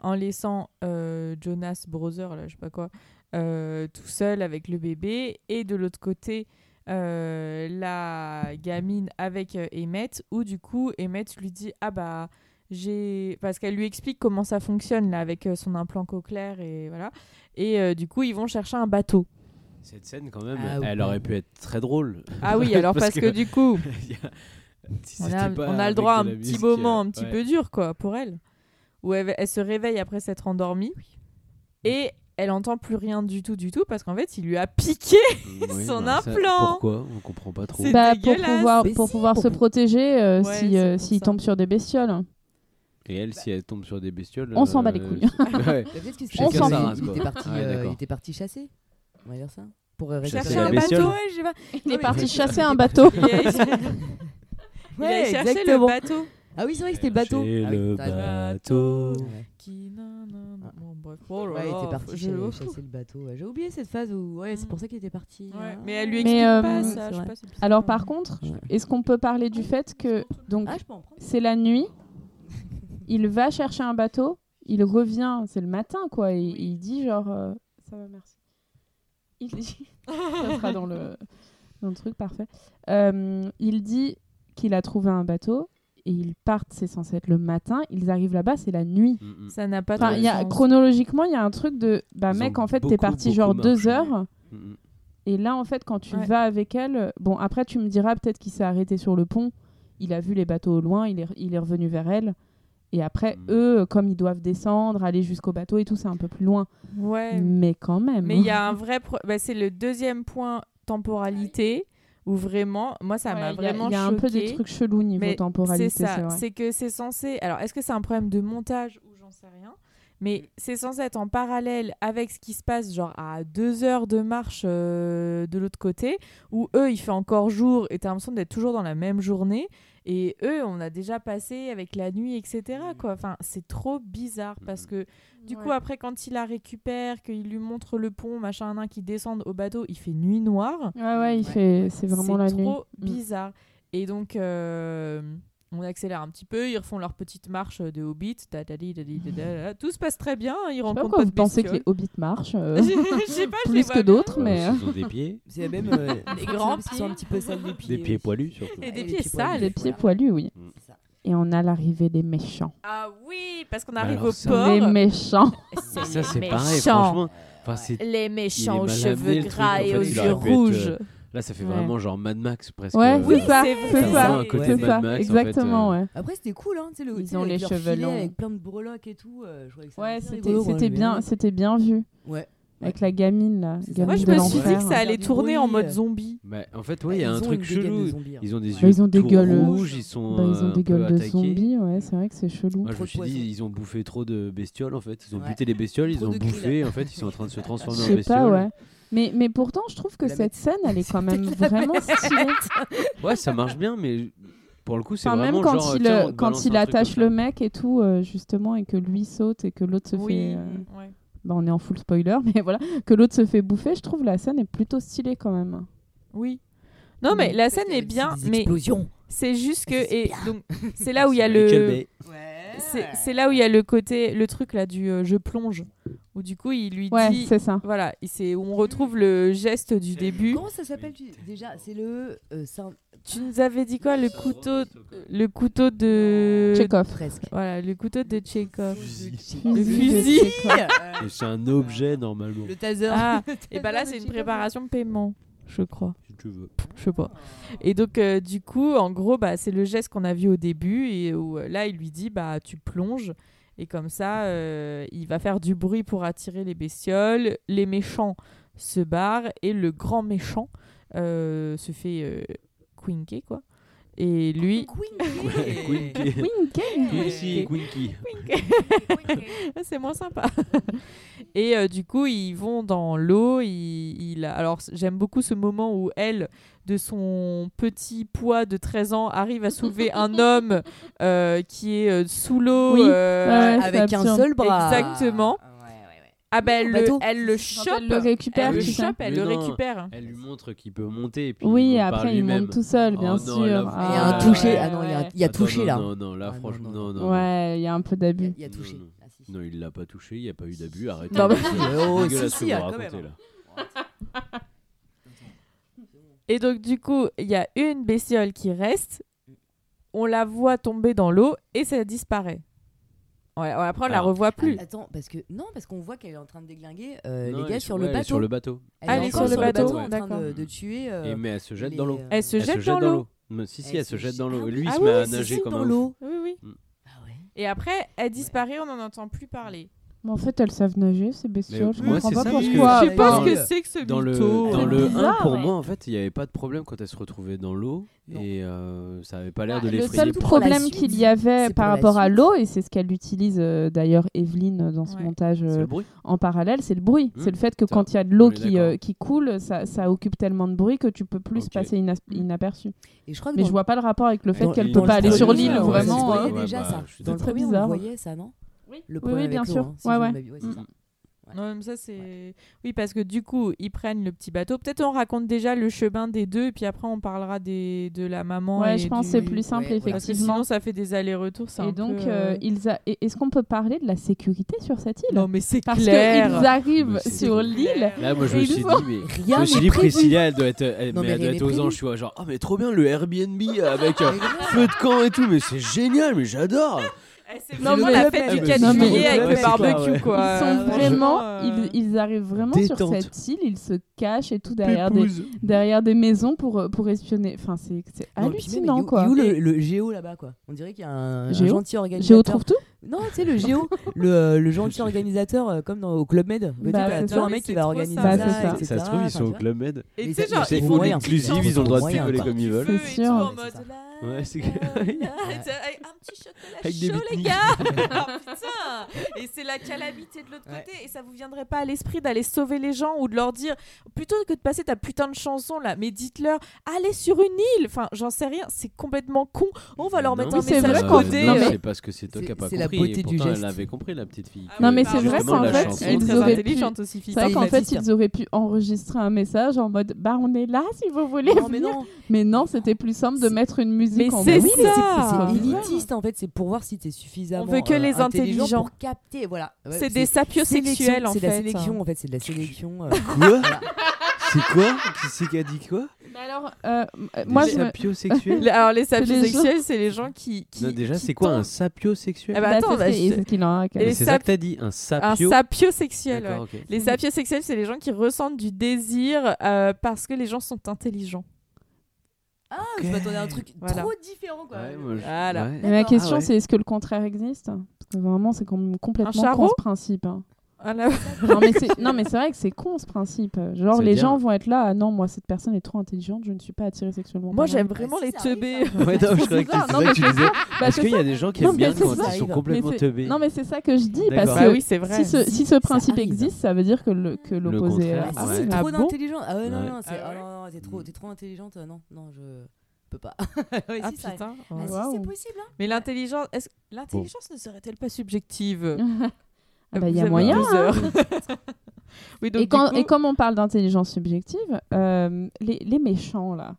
G: en laissant euh, Jonas Brother, là, je sais pas quoi, euh, tout seul avec le bébé. Et de l'autre côté, euh, la gamine avec euh, Emmett où, du coup, Emmett lui dit Ah bah. J'ai... Parce qu'elle lui explique comment ça fonctionne là avec euh, son implant cochléaire et voilà. Et euh, du coup, ils vont chercher un bateau.
H: Cette scène quand même,
I: Ah,
H: elle
I: ouais.
H: aurait pu être très drôle.
G: Ah oui, alors
H: Parce
G: parce, que...
H: que-
G: du coup,
H: Il y a- si
G: on
H: c'était
G: a,
H: pas
G: on a le
H: avec
G: droit à un
H: de la
G: petit
H: musique,
G: moment
H: euh,
G: un petit
H: ouais.
G: peu dur, quoi, pour elle. Où elle, elle se réveille après s'être endormie et elle entend plus rien du tout, du tout, parce qu'en fait, il lui a piqué.
H: Oui,
G: son
H: bah, ça,
G: implant.
H: Pourquoi On comprend pas trop.
G: C'est
A: Bah, pour
G: dégueulasse.
A: pouvoir,
I: Mais
A: pour
I: si,
A: pouvoir
I: pour
A: se
I: pou-
A: protéger euh,
G: Ouais,
A: si,
G: c'est
A: euh,
G: pour
A: s'il
G: ça.
A: tombe sur des bestioles.
H: Et elle, si elle tombe sur des bestioles.
A: On s'en bat les couilles.
H: c'est- ouais.
I: Peut-être que
H: Chacun
I: c'est-
A: sa
I: il-
H: race,
I: il,
H: quoi.
I: était parti,
H: Ouais,
I: euh,
H: d'accord.
I: il était parti chasser. On va dire ça Pour euh,
H: Chasser
I: récupérer
G: Chercher
H: la
G: un
H: bestiole.
G: bateau, ouais, je sais pas.
A: Il
G: Non,
A: est
G: mais-
A: parti
I: Ouais,
A: chasser
I: c'est-
A: un bateau.
G: Il a, il a
I: Ouais,
G: cherché
I: exactement.
G: le bateau.
I: Ah oui, c'est vrai que c'était bateau.
H: Chercher
I: Ah oui,
H: le
I: t'as raison.
H: bateau.
I: Ouais.
G: Qui, nan, nan, nan.
I: Ah.
G: Bon, bref. Oh là
I: Ouais, il
G: là,
I: était parti
G: je-
I: chez- chasser le bateau. ouais. J'ai oublié cette phase où. Ouais, c'est
G: Mm.
I: pour ça qu'il était parti.
G: Ouais,
I: Ah.
G: mais elle lui
A: Mais,
G: explique
A: euh,
G: pas
A: ouais,
G: ça.
I: c'est
G: je sais
I: vrai.
G: pas, c'est bizarre.
A: Alors par contre,
I: Ouais.
A: est-ce qu'on peut parler du fait que donc
I: Ah, je peux en prendre
A: c'est la nuit, il va chercher un bateau, il revient, c'est le matin quoi, et il dit genre euh, ça va merci. Il dit ça sera dans le dans le truc parfait. Euh, il dit qu'il a trouvé un bateau et ils partent, c'est censé être le matin, ils arrivent là-bas, c'est la nuit.
H: Mm, mm,
G: ça n'a pas
A: Enfin,
G: trop
A: il y a,
G: de sens.
A: chronologiquement, il y a un truc de bah
H: Ils
A: mec
H: ont
A: en fait t'es
H: beaucoup,
A: parti
H: beaucoup
A: genre deux
H: marché.
A: heures.
H: mm, mm.
A: Et là, en fait, quand tu
G: Ouais.
A: vas avec elle, euh, bon, après, tu me diras peut-être qu'il s'est arrêté sur le pont, il a vu les bateaux au loin, il est, il est revenu vers elle. Et après,
H: Mm.
A: eux, comme ils doivent descendre, aller jusqu'au bateau et tout, c'est un peu plus loin.
G: Ouais.
A: Mais quand même.
G: Mais il y a un vrai. pro- bah, c'est le deuxième point temporalité où vraiment, moi, ça
A: Ouais, il y
G: m'a
A: a-
G: vraiment
A: Il y a un peu des
G: choquée.
A: trucs chelous niveau
G: Mais
A: temporalité,
G: C'est ça.
A: vrai.
G: C'est que c'est censé. Alors, est-ce que c'est un problème de montage ou j'en sais rien mais c'est censé être en parallèle avec ce qui se passe, genre à deux heures de marche euh, de l'autre côté, où eux, il fait encore jour et t'as l'impression d'être toujours dans la même journée. Et eux, on a déjà passé avec la nuit, etc. Quoi. Enfin, c'est trop bizarre parce que du coup, après, quand il la récupère, qu'il lui montre le pont, machin, nan, qu'ils descendent au bateau, il fait nuit noire.
A: Ouais, ouais, il
I: Ouais.
A: fait... c'est vraiment la
G: trop
A: nuit. Mm.
G: bizarre. Et donc, euh, on accélère un petit peu, ils refont leur petite marche de hobbit. ta ta li, ta li, ta ta la. Tout se passe très bien,
A: Je
G: ils
A: sais pas
G: rencontrent
A: pourquoi
G: pas de
A: vous pensez que les
G: bestioles.
A: hobbits marchent euh,
G: Je sais pas, je les
A: plus
G: vois
A: que
G: bien.
A: d'autres, mais.
H: Euh, Ils ont des pieds,
I: C'est la même. euh,
G: Les
I: faut
G: grands
I: qu'ils soient un
G: pieds.
I: petit peu sales des pieds.
H: des pieds
I: aussi.
H: poilés surtout.
G: Et
I: Ouais,
G: des
I: les
G: pieds
I: pieds poilus,
A: Les
G: sales.
I: Voilà.
A: pieds poilus, oui.
H: Mm.
I: C'est ça.
A: Et on a l'arrivée des méchants.
G: Ah oui, parce qu'on
H: Mais
G: arrive
H: alors
G: au
H: ça-
G: port.
A: Les méchants.
H: Mais ça, c'est
G: les
H: pareil,
G: méchants.
H: franchement. Enfin, c'est-
G: Les méchants aux
H: mal
G: cheveux
H: amené, le truc. En
G: gras et
H: fait,
G: aux
H: il
G: yeux
H: aurait pu être,
G: rouges.
H: euh, là, ça fait
G: Ouais.
H: vraiment genre Mad Max presque.
A: Ouais,
H: euh,
A: c'est ça,
G: c'est vrai.
A: c'est
G: Ça
A: ça,
G: a un côté
A: c'est
H: Mad
A: ça,
H: Max, en fait,
A: exactement,
H: euh,
A: ouais.
I: Après, c'était cool, hein. tu sais, Le,
A: Ils
I: tu sais,
A: ont
I: avec
A: les
I: leur
A: cheveux
I: filet
A: longs.
I: Avec plein de breloques et tout. euh, je trouvais que ça
A: Ouais,
I: assez
A: c'était
I: rigolo,
A: c'était
I: ouais,
A: bien,
I: mais-
A: c'était bien vu
I: Ouais.
A: avec la gamine là,
I: C'est ça.
A: gamine
G: Moi, je
A: de
G: me suis dit
A: l'enfer.
G: que ça allait
I: Du
G: tourner en
I: bruit,
G: mode
I: euh.
G: zombie.
H: Mais Bah, en fait, ouais, il y a
I: Ils
H: un
I: ont
H: truc
I: une dégaine de
H: chelou.
I: zombies, hein.
H: Ils ont des
I: Ouais.
H: yeux
A: Ils ont des
H: tout
A: gueules
H: rouges,
I: rouges.
H: ils sont
A: Bah, ils ont
H: euh,
A: des
H: un peu
A: gueules de
H: attaqués.
A: zombies, ouais, c'est vrai que c'est chelou.
H: Moi, je
I: Trop
H: me
I: de
H: suis
I: poissons.
H: dit, ils ont bouffé trop de bestioles en fait. Ils ont
I: Ouais.
H: buté les bestioles, ils
I: Trop
H: ont
I: de krill.
H: bouffé. En fait, ils sont en train de se
A: Je
H: transformer en
A: sais
H: bestioles.
A: pas, ouais. Mais, mais pourtant, je trouve que
I: La
A: cette scène, elle est quand même vraiment stylée.
H: Ouais, ça marche bien, mais pour le coup, c'est
A: Enfin,
H: vraiment
A: même quand
H: genre,
A: il,
H: tiens,
A: euh,
H: on te
A: quand
H: balance
A: il
H: un truc
A: attache
H: comme
A: le
H: ça.
A: mec et tout, euh, justement, et que lui saute et que l'autre se fait.
G: Oui,
A: euh,
G: ouais.
A: bah, on est en full spoiler, mais voilà. Que l'autre se fait bouffer, je trouve la scène est plutôt stylée quand même.
G: oui. Non, mais la scène est bien, mais
I: Explosion.
G: c'est juste que.
I: C'est
G: Et donc, c'est là où il y a
H: C'est
G: le.
H: Michael Bay.
A: Ah.
G: C'est c'est là où il y a le côté, le truc là du euh, je plonge, où du coup il lui
A: Ouais,
G: dit,
A: c'est ça.
G: voilà, et c'est où on retrouve le geste du début.
I: Comment ça s'appelle tu- déjà C'est le euh, c'est un-
G: Tu nous avais dit quoi, le couteau, le couteau de,
A: Chekhov.
I: presque.
G: voilà, le couteau de Chekhov.
H: Fusil.
G: Le
A: Fusil.
G: fusil.
H: Et c'est un objet normalement,
I: Le taser.
G: Ah,
I: Le
G: et
I: taser
G: bah là
I: de
G: c'est une
I: Chekhov.
G: préparation de paiement, je crois.
H: si tu veux.
G: je sais pas. Et donc, euh, du coup, en gros, bah, c'est le geste qu'on a vu au début et où euh, là, il lui dit, bah, tu plonges. Et comme ça, euh, il va faire du bruit pour attirer les bestioles. Les méchants se barrent et le grand méchant euh, se fait euh, quinquer, quoi. Et lui,
H: Ouais, Quinky. Quincy, Quinky.
G: Ah, c'est moins sympa. et euh, du coup, ils vont dans l'eau. Il, il a- Alors, c- j'aime beaucoup ce moment où elle, de son petit poids de 13 ans, arrive à soulever un homme euh, qui est euh, sous l'eau.
A: Oui.
G: euh,
A: Ouais,
I: Avec
A: c'est
I: un
A: absurde.
I: seul bras.
G: Exactement.
I: Ouais, ouais, ouais.
G: Ah ben, elle,
I: En
G: le-
I: bateau.
G: elle le
A: Bah, Quand
G: chope.
A: elle le récupère,
G: Elle Ah, le
A: tu sais.
G: chope, elle
H: Mais
G: le
H: non.
G: récupère.
H: Elle lui montre qu'il peut monter et puis il
A: Oui,
H: monte par
A: après il
H: lui-même.
A: monte tout seul, bien
H: Oh
A: sûr.
H: non, là,
I: Il
H: Ah,
I: y a un
H: ouais,
I: touché.
H: ouais,
I: Ah non, il y a,
A: ouais.
I: il y a
H: Attends,
I: touché
H: non,
I: là.
H: Non, non, là
I: Ah, non,
H: franchement, non,
I: non,
H: non.
A: Ouais, il y a un peu
I: Il y a-
A: d'abus.
I: il y a touché.
H: Non, non.
I: Ah, si, si.
H: Non, il l'a pas touché, il a pas eu d'abus, arrêtez.
G: Non, mais-
H: c'est
I: Oh, si,
H: dégueulasse ce
I: si,
H: que vous
I: ah, quand
H: racontez
I: même.
H: là.
G: Et donc, du coup, il y a une bestiole qui reste. On la voit tomber dans l'eau et ça disparaît. Ouais, ouais, après, on la
H: Alors,
G: revoit plus.
I: Ah, Attends, parce que non, parce qu'on voit qu'elle est en train de déglinguer euh,
H: Non,
I: les
H: elle
I: gars
H: est
I: sur le
H: ouais, elle est
I: bateau.
H: Sur le bateau.
G: Elle est
I: encore
G: sur le bateau,
I: en train de,
G: d'accord.
I: de tuer. euh,
H: Et mais elle se jette
I: les,
H: dans l'eau.
I: euh,
G: Elle se
H: Elle
G: jette dans l'eau.
H: Non, Si, si,
I: Elle
H: elle
I: se
H: se jette
I: jette-
H: dans
I: Ah
H: l'eau.
I: oui,
H: Lui, il
I: ah
H: se
I: oui,
H: met à
I: si,
H: nager
I: si,
H: comme
I: dans
H: un
I: l'eau.
G: Oui, oui.
I: Ah ouais.
G: Et après, elle disparaît, on n'en entend plus parler.
A: Mais en fait, elles savent nager, ces bestioles. Je
H: moi,
A: comprends
H: c'est
A: pas
H: ça,
A: pourquoi.
H: Ah,
G: je sais pas
H: dans
G: ce que
I: le-
G: c'est que ce hein.
H: dans le,
G: mytho.
H: dans le 1,
A: bizarre,
H: pour
A: ouais.
H: moi, en fait, il n'y avait pas de problème quand elle se retrouvait dans l'eau.
I: Non.
H: Et euh, ça n'avait pas l'air
I: Ah,
H: de
I: le
A: Le
H: l'effrayer.
A: seul
I: pour la
A: problème
I: suite.
A: qu'il y avait par
I: C'est pour la
A: rapport à
I: suite.
A: l'eau, et c'est ce qu'elle utilise euh, d'ailleurs Evelyne dans ce
G: Ouais.
A: montage
H: C'est
A: euh,
H: le bruit.
A: en parallèle, c'est le bruit.
H: Hmm.
A: C'est le fait que
H: Ça,
A: quand il y a de l'eau
H: on est
A: qui,
H: d'accord.
A: euh, qui coule, ça, ça occupe tellement de bruit que tu peux plus
H: Ok.
A: passer inas-
G: Hmm.
A: inaperçu.
I: Et je crois que
A: Mais
I: dans
A: je vois pas le rapport avec le fait
I: Dans-
A: qu'elle
I: dans
A: peut
I: le
A: pas aller
I: premier,
A: sur
I: on
A: l'île,
I: le
A: vraiment.
I: voyait
A: hein.
H: Ouais,
I: déjà
H: bah,
I: ça.
H: je suis
I: Dans le
H: d'accord.
I: premier, on
A: Bizarre.
I: le voyait ça, non
A: Oui,
I: Le
A: oui,
I: problème avec
A: bien
I: l'eau,
A: sûr.
I: hein, si
A: Ouais,
I: je
A: ouais.
I: ne m'abuse. Ouais, c'est
A: Mm.
I: ça.
G: Non, mais ça, c'est... Oui, parce que du coup, ils prennent le petit bateau. Peut-être on raconte déjà le chemin des deux, et puis après, on parlera des... de la maman.
A: Ouais,
G: et
A: je pense
G: du-
A: que c'est plus simple,
I: ouais, ouais.
G: Parce que
A: effectivement.
G: sinon, ça fait des allers-retours. c'est un
A: Et donc,
G: peu,
A: euh,
G: euh,
A: ils a- et- est-ce qu'on peut parler de la sécurité sur cette île
G: Non, mais c'est
A: Parce
G: clair.
A: qu'ils arrivent
H: Mais c'est
A: sur
H: clair.
A: l'île.
H: Là, moi, je
A: Et
H: me
A: ils
H: suis dit,
A: font-
H: mais.
I: Rien
H: Je me suis
I: n'est
H: dit,
I: prévu.
H: Priscilla, elle doit être, elle,
I: Non,
H: mais
I: mais
H: elle doit
I: rien
H: être
I: n'est
H: aux
I: prévu.
H: anges, tu vois. Genre, ah, mais trop bien le Airbnb avec euh,
I: Mais grave.
H: feu de camp et tout, mais c'est génial, mais j'adore.
G: Eh, C'est
A: Non,
G: vraiment
A: mais-
G: la fête
H: Ah,
G: du
H: mais
G: 4
A: c'est
G: juillet
A: clair,
G: avec
A: ouais,
G: le
A: c'est
H: clair, ouais.
G: barbecue, quoi.
A: Ils sont
G: Euh,
A: vraiment,
G: euh,
A: ils, ils arrivent vraiment sur
H: Détente.
A: cette île, ils se cachent et tout derrière des, derrière des maisons pour, euh, pour espionner. Enfin, c'est c'est
I: Non, puis même, il
A: hallucinant
I: est où-
A: quoi.
I: il est où le, le géo là-bas quoi On dirait qu'il y a un, un
A: Géo
I: gentil
A: Géo
I: organisateur.
A: trouve tout
I: Non, tu sais le géo, le, euh, le gentil organisateur euh, comme dans, au club Med. Tu sais,
A: Bah,
I: t'as
A: c'est
I: toujours
A: ça.
I: un mec
G: C'est
I: qui va
G: trop
I: organiser
G: ça.
I: ça.
A: Bah, c'est ça.
I: etc.
H: Ça se trouve, ils sont au
I: Enfin,
H: Club Med.
G: Et
I: Mais
G: tu sais,
I: ça- mais
G: genre,
H: Ils
G: ils
I: c'est
G: font
H: font
G: des
I: moyen.
G: petites
H: exclusives,
G: chansons.
H: ils ont le droit de
I: Moyen,
H: picoler
I: quoi.
H: comme ils
G: Feu
H: veulent.
A: C'est sûr.
G: et tout, en
I: Ouais,
G: mode,
I: c'est
G: là,
H: Ouais, c'est-
G: là, là, t'as- Un petit shot de la
H: Avec des
G: chaux, les
H: beatniks.
G: gars Alors, putain Et c'est la calamité de l'autre
I: Ouais.
G: côté, et ça vous viendrait pas à l'esprit d'aller sauver les gens ou de leur dire, plutôt que de passer ta putain de chanson là, mais dites-leur, allez sur une île Enfin, j'en sais rien, c'est complètement con. On va leur
H: Non,
G: mettre
A: mais
G: un
A: c'est
G: message
A: vrai
H: Euh,
A: qu'en-
G: codé.
A: non,
G: euh,
A: mais-
H: c'est parce que c'est toi
I: C'est-
H: qui a pas
I: c'est
H: compris.
I: la beauté
H: et
I: du
H: pourtant,
I: geste.
H: Elle avait compris, la petite fille.
G: Ah
H: que
A: Non, mais c'est
G: pardon.
A: vrai
H: justement,
A: qu'en
H: la
A: fait,
H: chanson-
G: Elle est
A: ils
G: très
A: auraient pu-
G: intelligente aussi,
A: C'est
G: Fifi.
A: vrai
I: C'est
A: qu'en fait,
I: innovatif.
G: hein.
A: ils auraient pu enregistrer un message en mode Bah, on est là si vous voulez.
I: Non mais
A: venir.
I: non,
A: Mais non, c'était plus simple de
I: C'est-
A: mettre une musique
G: Mais
A: en
G: c'est
A: boucle.
G: ça.
A: Ah.
I: c'est élitiste en fait, c'est pour voir si t'es suffisamment.
G: On veut que
I: euh,
G: les
I: intelligent
G: intelligents.
I: pour capter, voilà. Ouais,
G: C'est des sapiosexuels
I: sélection,
G: en fait. hein.
I: C'est de la sélection en fait, c'est de la sélection. euh,
H: Quoi C'est quoi Qui c'est qui a dit quoi
A: Mais alors, euh, euh, moi,
H: Des
A: je me-
H: sapiosexuels
G: Le- Alors les
A: les
G: sapiosexuels, c'est les gens qui. qui-
H: Non, Déjà,
G: qui
H: c'est quoi
G: tendent-
H: un sapiosexuel
G: Ah bah,
A: Bah,
G: attends,
A: c'est
G: bah,
A: ce qu'il-
G: je-
A: c'est ce qu'il en a. quand
G: Et
A: même.
H: Mais
G: les
H: C'est ça
G: sap-
H: que t'as dit, un
G: Un
H: sapio.
G: sapiosexuel. ouais.
H: D'accord, ok.
A: Mm.
G: Les sapiosexuels, c'est les gens qui ressentent du désir euh, parce que les gens sont intelligents.
I: Ah, je m'attendais à un truc
G: Voilà.
I: trop différent quoi.
H: Ouais, moi, je-
G: Voilà.
H: ouais.
A: Mais ma
I: D'accord.
A: question,
H: Ah ouais.
A: c'est est-ce que le contraire existe Parce que vraiment, c'est quand même complètement con
G: charreau
A: ce principe. hein.
G: Ah là,
A: Non, mais c'est- non, mais c'est vrai que c'est con ce principe. Genre, les
H: C'est-à-dire
A: gens vont être là, ah non, moi, cette personne est trop intelligente, je ne suis pas attirée sexuellement.
G: moi
A: par elle.
G: j'aime vraiment les teubés.
A: hein.
H: Ouais, non, je croyais que
A: bizarre.
H: c'est
A: Non,
H: ça
A: mais
H: que tu disais.
A: Bah,
H: Est-ce
A: c'est
H: qu'il y
A: ça.
H: a des gens qui
A: Non,
H: aiment bien
A: mais c'est
H: quand
A: ça,
H: ils sont
I: mais
H: complètement
A: c'est-
H: teubés
A: Non, mais c'est ça que je dis, parce
H: D'accord.
G: Bah
A: que
G: oui, c'est vrai.
A: si, ce, si ce principe
I: arrive.
A: existe, ça veut dire que le- que l'opposé est là.
H: contraire,
I: Ah,
H: ouais.
I: si,
G: Ah
I: trop
G: bon
I: d'intelligence. Ah ouais, non,
H: Ouais.
I: non, c'est-
G: Ah
I: ah
G: ouais.
I: non, non, t'es trop, t'es trop intelligente. euh, Non, non, je peux pas. Ouais,
G: Ah
I: si, ça-
G: putain.
I: Ah, si,
A: Waouh.
I: c'est possible. hein.
G: Mais l'intelligence, est-ce- l'intelligence ne serait-elle pas subjective
A: Ah bah, il
G: Vous
A: y a
G: avez
A: moyen.
G: deux heures. oui, donc
A: et, quand-
G: du coup,
A: et comme on parle d'intelligence subjective, euh, les, les méchants, là,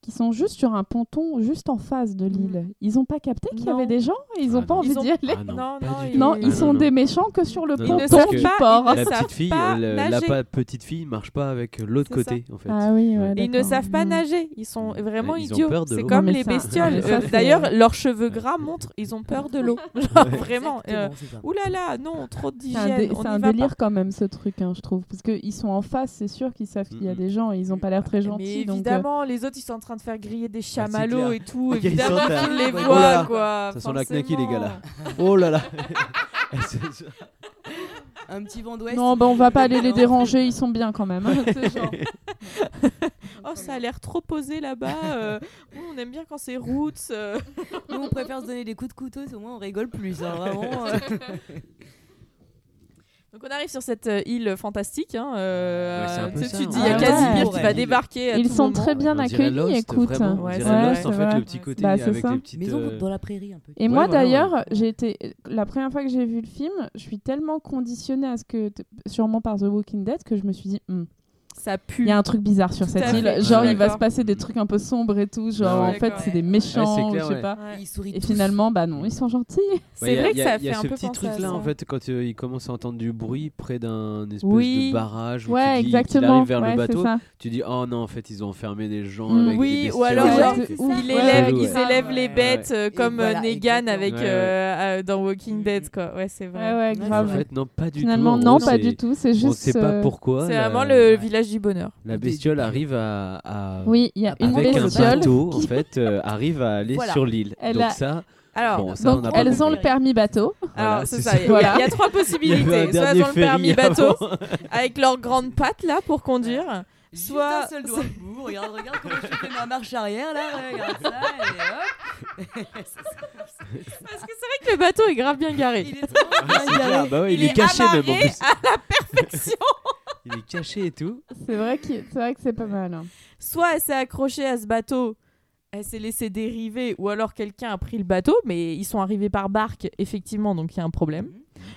A: qui sont juste sur un ponton, juste en face de l'île, ils n'ont pas capté qu'il y
G: Mm. Non.
A: avait des gens et ils n'ont
H: Ah
A: pas
H: non.
A: envie
G: Ils ont-
A: d'y aller.
H: Ah non,
G: Non,
H: pas
G: non,
H: du
G: il-
H: tout.
A: Non,
G: Ah
A: ils
G: non,
A: sont
H: non.
A: des méchants que sur le
H: Ils
G: ils
H: non,
G: ne
A: ponton
H: parce
G: savent
H: que
A: du
G: pas,
A: port.
G: ils ne
H: La
G: savent
H: petite fille,
G: pas
H: elle, euh, la
G: nager.
H: pa- petite fille marche pas avec l'autre
G: C'est ça.
H: côté, en fait.
A: Ah oui, ouais,
G: Et ils ne
A: d'accord. Mm.
G: savent pas nager, ils sont vraiment
H: Ils ont
G: idiots.
H: peur de
G: C'est
H: l'eau.
G: comme
A: Non, mais
G: les
A: ça-
G: bestioles.
A: ça,
G: Euh,
A: c'est-
G: D'ailleurs, leurs cheveux gras montrent, ils ont peur de l'eau. Genre, vraiment. euh,
I: Exactement, c'est ça.
G: Ouh là là, non, trop
A: C'est un, dé-
G: d'hygiène. on
A: c'est
G: y
A: un
G: va
A: délire quand même ce truc, hein, je trouve. Parce qu'ils sont en face, c'est sûr qu'ils savent qu'il y a
H: Mhm.
A: des gens et ils n'ont pas l'air très
G: pas. euh,
A: gentils.
G: Mais
A: donc,
G: évidemment, les autres, ils sont en train de faire griller
H: Ah,
G: des chamallows
H: clair.
G: et tout.
H: Les gars, ils
G: Évidemment,
H: sont à-
G: tu les
H: Oh là
G: vois,
H: là.
G: quoi.
H: Ça sent la knacky, les
G: forcément.
H: gars, là. Oh là là
I: Un petit vent
A: euh,
I: d'ouest.
A: Non, bah, on va pas aller les déranger, ils sont bien quand même. hein, ce genre.
G: Oh, ça a l'air trop posé là-bas. euh, ouh, on aime bien quand c'est roots. euh.
I: Nous, on préfère se donner des coups de couteau, c'est au moins on rigole plus. hein, vraiment. euh.
G: Donc, on arrive sur cette euh, île fantastique. hein, euh,
H: Ouais, c'est un peu
G: tu sais,
H: ça,
G: tu
H: hein.
G: dis, il y a
A: Ah,
G: Casimir
I: ouais.
G: qui va débarquer. à
A: Ils
G: tout
A: sont
G: moment.
A: très bien
H: On dirait
A: accueillis,
H: Lost,
A: écoute.
H: vraiment. On
G: Ouais,
H: dirait
G: c'est
H: Lost,
G: vrai.
H: en fait,
A: Ouais,
H: le petit
G: c'est
H: côté
A: vrai. Bah, c'est
H: avec
A: ça.
H: les petites...
I: Maison
H: euh,
I: dans la prairie un peu.
A: Et moi
H: Ouais, voilà,
A: d'ailleurs,
H: ouais.
A: j'ai été la première fois que j'ai vu le film, je suis tellement conditionnée à ce que t- sûrement par The Walking Dead que je me suis dit Hmm,
G: Ça pue.
A: il y a un truc bizarre sur
G: Tout à
A: cette
G: fait.
A: île,
G: Ouais,
A: genre
G: ouais,
A: il va
G: d'accord.
A: se passer des trucs un peu sombres et tout, genre
H: Ouais,
A: en fait
G: d'accord.
A: c'est des
H: Ouais,
A: méchants,
H: c'est clair,
A: je sais
H: ouais.
A: pas.
G: Ouais.
I: Ils sourient
A: Et
I: tous.
A: finalement bah non, ils sont gentils.
G: C'est
H: y a-
G: vrai que
H: y a-
G: ça
H: y a
G: fait un
H: ce
G: peu
H: petit
G: penser à
H: truc là
G: ça.
H: en fait quand euh, il commence à entendre du bruit près d'un espèce
G: Oui.
H: de barrage où
A: ouais,
H: tu dis qu'il
A: exactement.
H: arrive vers
A: ouais,
H: le
A: c'est
H: bateau
A: ça.
H: tu dis oh non en fait ils ont enfermé les gens
A: Mm.
H: avec des
G: Oui, ou
H: bestioles.
G: alors
A: Ouais,
G: genre,
A: c'est ouf.
G: il
A: Ouais.
G: élève, ils
I: Ouais.
G: élèvent les
I: Ouais.
G: bêtes euh,
I: Et
G: comme
I: voilà,
G: euh, Negan
I: exactement.
G: avec
H: Ouais, ouais.
G: euh, euh, dans Walking Dead quoi. Ouais, c'est vrai.
A: Ouais, ouais,
I: Ouais,
H: en
A: grave.
H: fait non pas du
A: Finalement
H: tout En
A: non,
H: gros,
A: pas
H: c'est-
A: du tout, c'est
H: on
A: juste
H: sait pas
A: euh,
H: pourquoi
G: C'est
H: la-
G: vraiment le village du bonheur.
H: la bestiole arrive à, à-
A: Oui, il y a une
H: euh, Ah, avec un
A: bestiole.
H: bateau en fait euh, arrive à aller
I: Voilà.
H: sur l'île
A: Elle
H: donc
A: a-
H: ça
G: Alors,
H: bon ça on
A: Donc
H: n'a pas
A: elles ont
H: compris.
A: le permis bateau.
G: alors,
H: Voilà,
G: c'est
H: c'est
G: ça.
H: ça.
G: Il y, a- il y a trois
H: Il y avait un
G: possibilités. Soit
H: dernier
G: elles ont le permis
H: ferry
G: bateau Ah,
H: avant. Ah,
G: avec leurs grandes pattes là pour conduire.
I: Juste
G: Soit-
I: un seul doigt. Ouh, regarde, regarde comment je fais ma marche arrière là. ouais, Regarde ça. Et hop.
G: Parce que c'est vrai que le bateau est grave bien garé.
I: Il est trop bien
H: C'est
I: garé.
H: clair, bah ouais, il,
G: Il
H: est,
G: est
H: caché même en
G: amarré
H: plus. Il est caché et tout.
G: Euh,
A: C'est vrai que c'est vrai que c'est pas mal. hein.
G: Soit elle s'est accrochée à ce bateau. Elle s'est laissée dériver, ou alors quelqu'un a pris le bateau, mais ils sont arrivés par barque, effectivement, donc il y a un problème.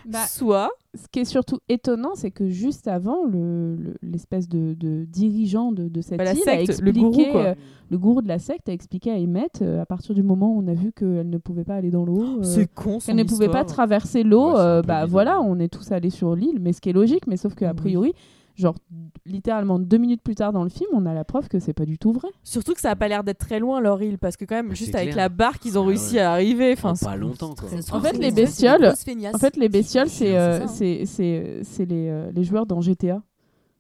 A: Bah,
G: Soit
A: ce qui est surtout étonnant, c'est que juste avant, le- le- l'espèce de, de dirigeant de, de cette
G: Bah, la
A: île a
G: secte,
A: expliqué,
G: le gourou, quoi.
A: euh, le gourou de la secte a expliqué à Emmett, euh, à partir du moment où on a vu qu'elle ne pouvait pas aller dans l'eau, euh,
G: Oh, C'est con, son
A: qu'elle ne pouvait pas
G: histoire.
A: traverser l'eau,
H: Ouais, c'est un
A: euh,
H: peu
A: bah
H: bizarre.
A: voilà, on est tous allés sur l'île, mais ce qui est logique, mais sauf qu'a
G: Oui.
A: priori, genre littéralement deux minutes plus tard dans le film, on a la preuve que c'est pas du tout vrai.
G: Surtout que ça a pas l'air d'être très loin leur île parce que quand même
H: Bah,
G: juste
H: c'est
G: avec
H: clair.
G: la barque ils ont
H: Ah
G: réussi
H: ouais.
G: à arriver. Enfin,
H: Oh, pas
G: c'est-
H: longtemps quoi.
I: Ça se trouve,
A: En fait,
I: c'est
A: les
I: une espèce de
A: bestioles-
I: grosse feignasse.
A: En fait, les bestioles,
I: C'est
A: c'est euh,
I: ça, hein.
A: c'est- c'est- c'est les, euh, les joueurs dans GTA.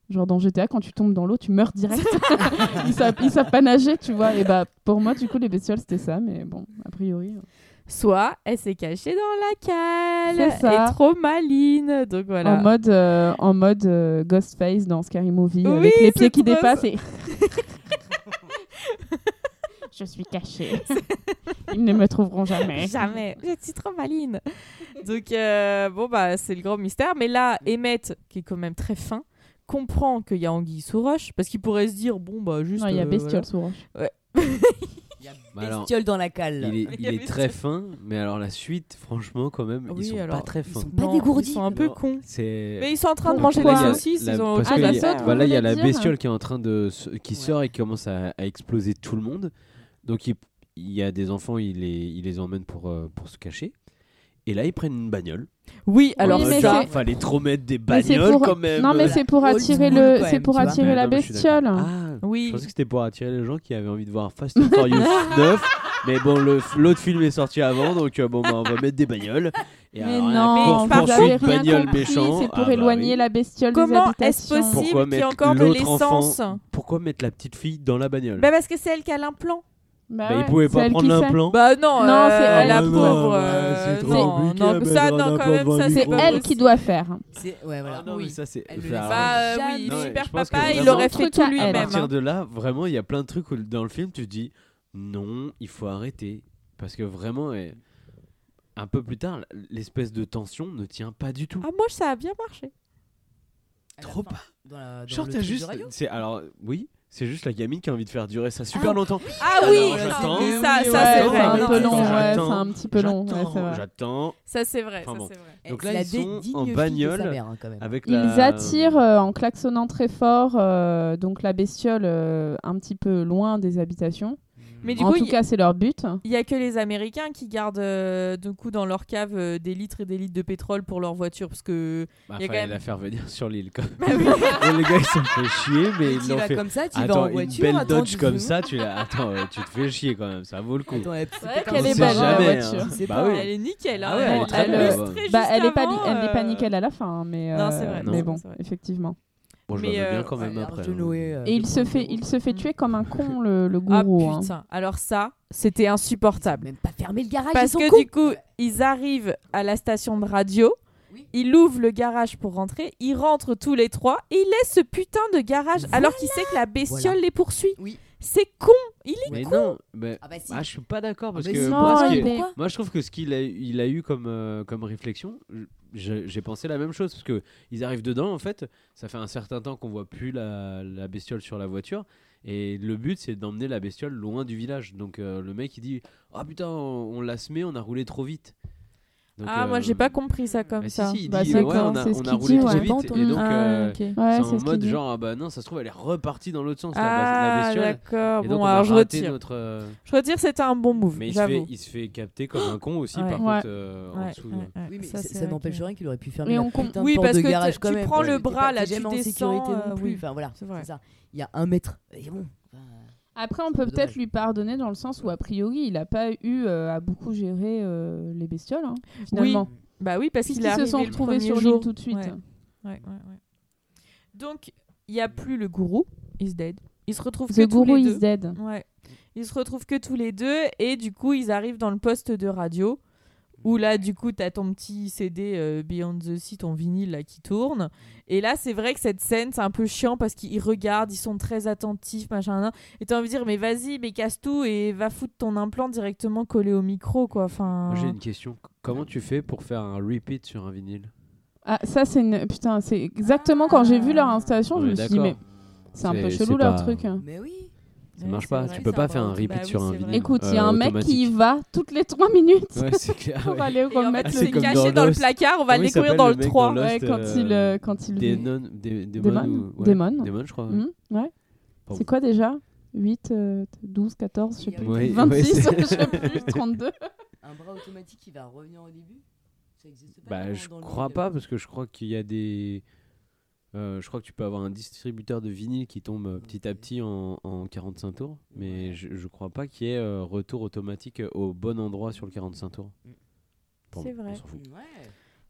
A: Genre dans GTA, quand tu tombes dans l'eau, tu meurs direct. ils, savent, ils savent pas nager, tu vois. Et bah, pour moi, du coup, les bestioles, c'était ça. Mais bon, a priori. euh.
G: soit elle s'est cachée dans la cale,
A: C'est
G: elle
A: ça.
G: est trop maline, donc voilà.
A: En mode, euh, en mode euh, Ghostface dans Scary Movie,
G: Oui,
A: avec les
G: c'est
A: pieds qui
G: trop
A: dépassent et. Je suis cachée. Ils ne me trouveront jamais.
G: Jamais, je suis trop maline. donc euh, bon bah c'est le grand mystère, mais là Emmett qui est quand même très fin comprend qu'il y a anguille sous roche parce qu'il pourrait se dire bon bah juste
A: Non, il y a
G: euh,
A: bestiole sous roche.
H: Bah alors,
I: Bestioles dans la cale.
H: il est,
G: Il y a
H: il est
G: des
H: très fin, mais alors la suite, franchement, quand même,
G: Oui,
H: ils sont
G: alors,
H: pas très
I: ils
H: fins.
I: sont-
G: voilà.
I: Pas
G: Non,
I: dégourdis.
G: Ils sont un peu
H: Alors,
G: cons.
H: C'est.
G: Mais ils sont en train de
A: Donc
G: manger
A: là,
G: des
A: il y a
G: saucisses,
H: la-
G: ils ont
H: parce
G: autre
H: que
G: chose à
H: il y a-
A: sauce,
G: faire.
A: vous
H: Voilà, Bah il y a
A: voulez
H: la
A: dire
H: bestiole qui est en train de, se- qui sort et qui commence à, à exploser tout le monde. Donc il, il y a des enfants, il les, il les emmène pour, euh, pour se cacher. Et là, ils prennent une bagnole.
G: Oui, alors
A: Oui,
H: En
A: mais
H: mode,
G: ça,
H: genre, fallait trop mettre des
A: Mais c'est
H: bagnoles
A: pour-
H: quand même.
A: Non, mais
I: Voilà.
A: c'est pour
I: Old
A: attirer,
I: school,
A: le...
I: quand
A: c'est
I: même,
A: pour
I: tu vois.
A: attirer
H: Ouais,
A: la
H: non, mais je suis d'accord.
A: bestiole.
H: Ah, Je
G: oui.
H: pensais que c'était pour attirer les gens qui avaient envie de voir Fast and Furious 9. Mais bon, le- l'autre film est sorti avant, donc euh, bon, bah, on va mettre des bagnoles. Et
A: Mais
H: alors, là,
A: non,
H: course-
A: vous
H: poursuite,
A: avez rien
H: bagnole
A: compris,
H: méchant.
A: C'est pour
H: Ah bah
A: éloigner
H: oui.
A: la bestiole des
G: Comment est-ce
A: habitations.
G: possible
H: Pourquoi
G: qu'il y ait
H: mettre
G: encore de
H: l'autre enfant
G: l'essence Ben,
H: Pourquoi mettre la petite fille dans la bagnole
G: Bah parce que c'est elle qui a l'implant.
H: Bah, il pouvait pas prendre l'implant.
G: Bah non,
A: Non,
G: euh,
A: c'est elle.
G: la
A: Ah, non,
G: pauvre.
H: ouais,
G: euh,
H: c'est trop
G: non,
H: compliqué,
G: non,
H: elle
G: ça,
H: va
G: non,
H: dans
G: quand
H: un
G: même,
H: coin
G: ça,
H: de
G: c'est
H: micro.
G: pas
A: Elle qui
G: possible.
A: doit Ah faire.
I: C'est- Ouais, voilà.
H: Ah non,
G: oui.
H: mais ça, c'est.
I: Elle le
H: ça-
I: laisse
G: Bah euh,
I: Jamais.
G: oui,
H: Non, mais
G: super
H: je pense que
G: papa, il
H: vraiment-
G: aurait fait
A: Truc
G: tout
A: à
H: à
A: elle.
G: lui-même.
H: partir
G: hein.
H: de là, vraiment, il y a plein de trucs où dans le film, tu te dis non, il faut arrêter. Parce que vraiment, eh, un peu plus tard, l'espèce de tension ne tient pas du tout.
G: Ah moi ça a bien marché.
I: À la
H: Trop
I: fin,
H: pas.
I: dans la- dans
H: Genre,
I: le
H: t'as
I: truc de
H: juste. euh,
I: radio.
H: c'est- Alors, oui, c'est juste la gamine qui a envie de faire durer ça super longtemps.
G: Ah
H: Alors,
G: oui, non,
H: j'attends.
G: ça,
A: Ouais,
G: ça c'est
A: c'est
G: vrai.
A: un
G: Non,
A: peu
G: non,
A: long,
G: ça-
A: ouais, c'est
H: J'attends,
A: un petit peu long. ouais,
H: J'attends,
A: c'est vrai.
H: J'attends.
G: Ça c'est vrai,
H: Enfin
G: ça
H: bon. Mm.
G: c'est vrai.
H: Donc
I: C'est
H: là,
I: la
H: ils sont
I: digne
H: en
I: fille de sa
H: bagnole Ah,
I: mère, hein, quand même.
H: avec
A: Ils
H: la- bah,
A: attirent euh, en klaxonnant très fort, euh, donc la bestiole euh, un petit peu loin des habitations.
G: Mais du
A: en
G: coup,
A: tout
G: il-
A: cas, c'est leur but.
G: il y a que les Américains qui gardent euh, du coup dans leur cave euh, des litres et des litres de pétrole pour leur voiture parce que
H: Bah,
G: Il y a
H: fallait
G: quand même-
H: la faire venir sur l'île quand même. Et les gars, ils sont fait chier, mais ils
I: Tu
H: l'ont
I: vas
H: fait.
I: comme ça, tu vas
H: Attends,
I: bah, en
H: une
I: voiture.
H: belle
I: attends
H: Dodge
I: dix
H: comme
I: secondes.
H: ça, tu, la- attends, euh, tu te fais chier quand même, ça vaut le coup.
I: Attends, elle-
G: C'est vrai
H: On
A: qu'elle est
H: sait
A: belle, la
H: jamais,
A: voiture.
H: hein.
I: C'est
H: Bah
I: pas-
H: oui.
G: elle est nickel. hein.
H: Ah ouais,
A: elle est très
G: le
A: belle,
G: lustrait
A: Bah,
G: juste
A: elle est pas,
G: avant,
A: ni- elle n'est pas
G: euh,
A: nickel à la fin, mais,
G: Non,
A: euh,
G: c'est vrai,
A: mais
G: non,
A: bon,
G: c'est vrai.
A: effectivement.
H: Bon, je
G: Mais,
H: la veux
G: euh,
H: bien quand même
I: ouais,
H: après.
I: Arnaud
H: hein.
I: Noé, euh,
A: Et il
I: de
A: se
I: Bourgogne.
A: fait, il se fait tuer comme un con, le, le
G: Ah
A: gourou. hein.
G: putain. Alors ça, c'était insupportable.
I: Même pas fermer le
A: Ah,
I: garage.
G: Parce
I: ils sont
G: que
I: cons.
G: du coup, ils arrivent à la station de radio.
I: Oui.
G: Ils ouvrent le garage pour rentrer, ils rentrent tous les trois et ils laissent ce putain de garage alors qu'il sait que la bestiole
I: Voilà.
G: les poursuit.
I: Oui.
G: C'est con.
H: Mais non, mais
I: Ah bah si.
H: ah, je suis pas d'accord parce
I: mais
H: que
I: si,
G: Ah,
H: moi, ce
A: non,
H: qui
A: il
H: est-
A: est-
I: Pourquoi
H: moi, je trouve que ce qu'il a, il a eu comme, euh, comme réflexion, je- j'ai pensé la même chose parce que ils arrivent dedans en fait, ça fait un certain temps qu'on voit plus la, la bestiole sur la voiture et le but c'est d'emmener la bestiole loin du village. Donc euh, le mec il dit ah putain on, on l'a semé, on a roulé trop vite. Donc,
G: ah, moi
H: euh,
G: j'ai pas compris ça comme
H: bah, si,
G: ça.
H: si, il
A: Bah,
H: dit
A: c'est
H: ouais,
A: quand-
H: on a,
A: c'est ce
H: on a
A: qu'il
H: roulé
A: dit,
H: trop
A: ouais.
H: vite et donc
G: Ah,
H: euh,
G: ok.
A: Ouais,
H: c'est
A: c'est
H: en
A: ce
H: mode
A: qu'il dit.
H: genre ah bah non ça se trouve elle est repartie dans l'autre sens la- la,
G: Ah,
H: bestiole.
G: d'accord.
H: Et donc
G: Bon,
H: on a
G: alors je
H: raté
G: retire.
H: notre euh,
G: Je retire, c'était un bon move,
H: mais il se, fait,
G: j'avoue.
H: il se fait capter comme un con aussi,
G: Ouais.
H: par
A: Ouais.
H: contre, euh, en
G: Ouais,
H: dessous.
G: ouais, ouais.
I: Oui, mais
G: Ça,
I: ça,
G: c'est
I: ça
G: vrai
I: n'empêche
G: que-
I: rien qu'il aurait pu
A: Mais
I: fermer la
A: on com-
I: putain
G: Oui,
I: de porte
G: parce
I: de
G: que t'es-
I: garage quand
G: tu
I: même.
G: prends
I: quoi.
G: le
I: T'es pas-
G: bras,
I: t'es
G: là,
I: jamais
G: tu
I: en
G: descends,
I: sécurité non
G: euh,
I: plus.
G: oui.
I: Enfin voilà,
G: C'est vrai.
I: c'est ça. Il y a un mètre. Et bon. enfin,
A: Après, on peut
I: Dommage.
A: peut-être lui pardonner dans le sens où, a priori, il n'a pas eu euh, à beaucoup gérer euh, les bestioles, hein, finalement.
G: Bah oui, parce qu'il
A: Puisqu'ils
G: a
A: se sont retrouvés sur l'île tout de suite.
G: Ouais. Donc, il n'y a plus le gourou. He's dead. Ils se retrouvent que
A: The
G: tous
A: Guru
G: les deux.
A: is dead.
G: Ouais. Ils se retrouvent que tous les deux et du coup, ils arrivent dans le poste de radio où là, du coup, t'as ton petit CD euh, Beyond the Sea, ton vinyle là qui tourne. Et là, c'est vrai que cette scène, c'est un peu chiant parce qu'ils regardent, ils sont très attentifs, machin, nan. Et t'as envie de dire, mais vas-y, mais casse tout et va foutre ton implant directement collé au micro, quoi. Enfin.
H: Moi, j'ai une question. C- Comment tu fais pour faire un repeat sur un vinyle
A: Ah, ça, c'est une. Putain, c'est exactement quand j'ai vu leur
G: Ah.
A: installation,
H: On
A: je
H: est
A: me suis dit,
H: d'accord.
A: mais c'est un peu
H: C'est-
A: chelou
H: c'est
A: leur
H: pas-
A: truc. hein.
I: Mais oui.
H: Ça
G: Ouais,
H: marche
G: c'est
H: pas.
G: vrai,
H: tu peux
G: ça
H: pas
G: va
H: faire un
G: en-
H: repeat
G: bah oui,
H: sur un
G: c'est vrai.
H: vinyle.
A: Écoute, il y a
H: euh,
A: un mec qui y
H: automatique.
A: va toutes les 3 minutes
H: Ouais, c'est clair.
A: pour
H: ouais.
A: aller au
G: Et
A: grand
G: en fait,
H: Ah,
A: maître.
H: c'est
G: c'est
H: comme
G: caché dans,
H: dans
G: le
H: Lost.
G: placard, on va
H: Comment
G: le
H: il
G: découvrir
H: s'appelle,
G: dans le
H: le mec
G: 3.
H: dans Lost,
A: Ouais, quand
H: euh,
A: il, euh, quand il vit.
H: Damon, Dé- Damon,
A: Damon
H: ou- ouais,
A: Damon.
H: Damon, je crois. ouais.
A: Hmm, ouais.
H: Pardon.
A: C'est quoi déjà 8, euh, 12, 14, je sais plus.
H: Ouais,
A: 26,
H: ouais,
A: je
H: c'est-
A: sais plus, 32.
I: Un bras automatique qui va revenir au début. Ça existe pas.
H: Bah, je crois pas parce que je crois qu'il y a des. euh, je crois que tu peux avoir un distributeur de vinyle qui tombe euh, petit à petit en, en 45 tours, mais je, je crois pas qu'il y ait euh, retour automatique au bon endroit sur le 45 tours. Bon,
G: C'est vrai.
H: on s'en fout.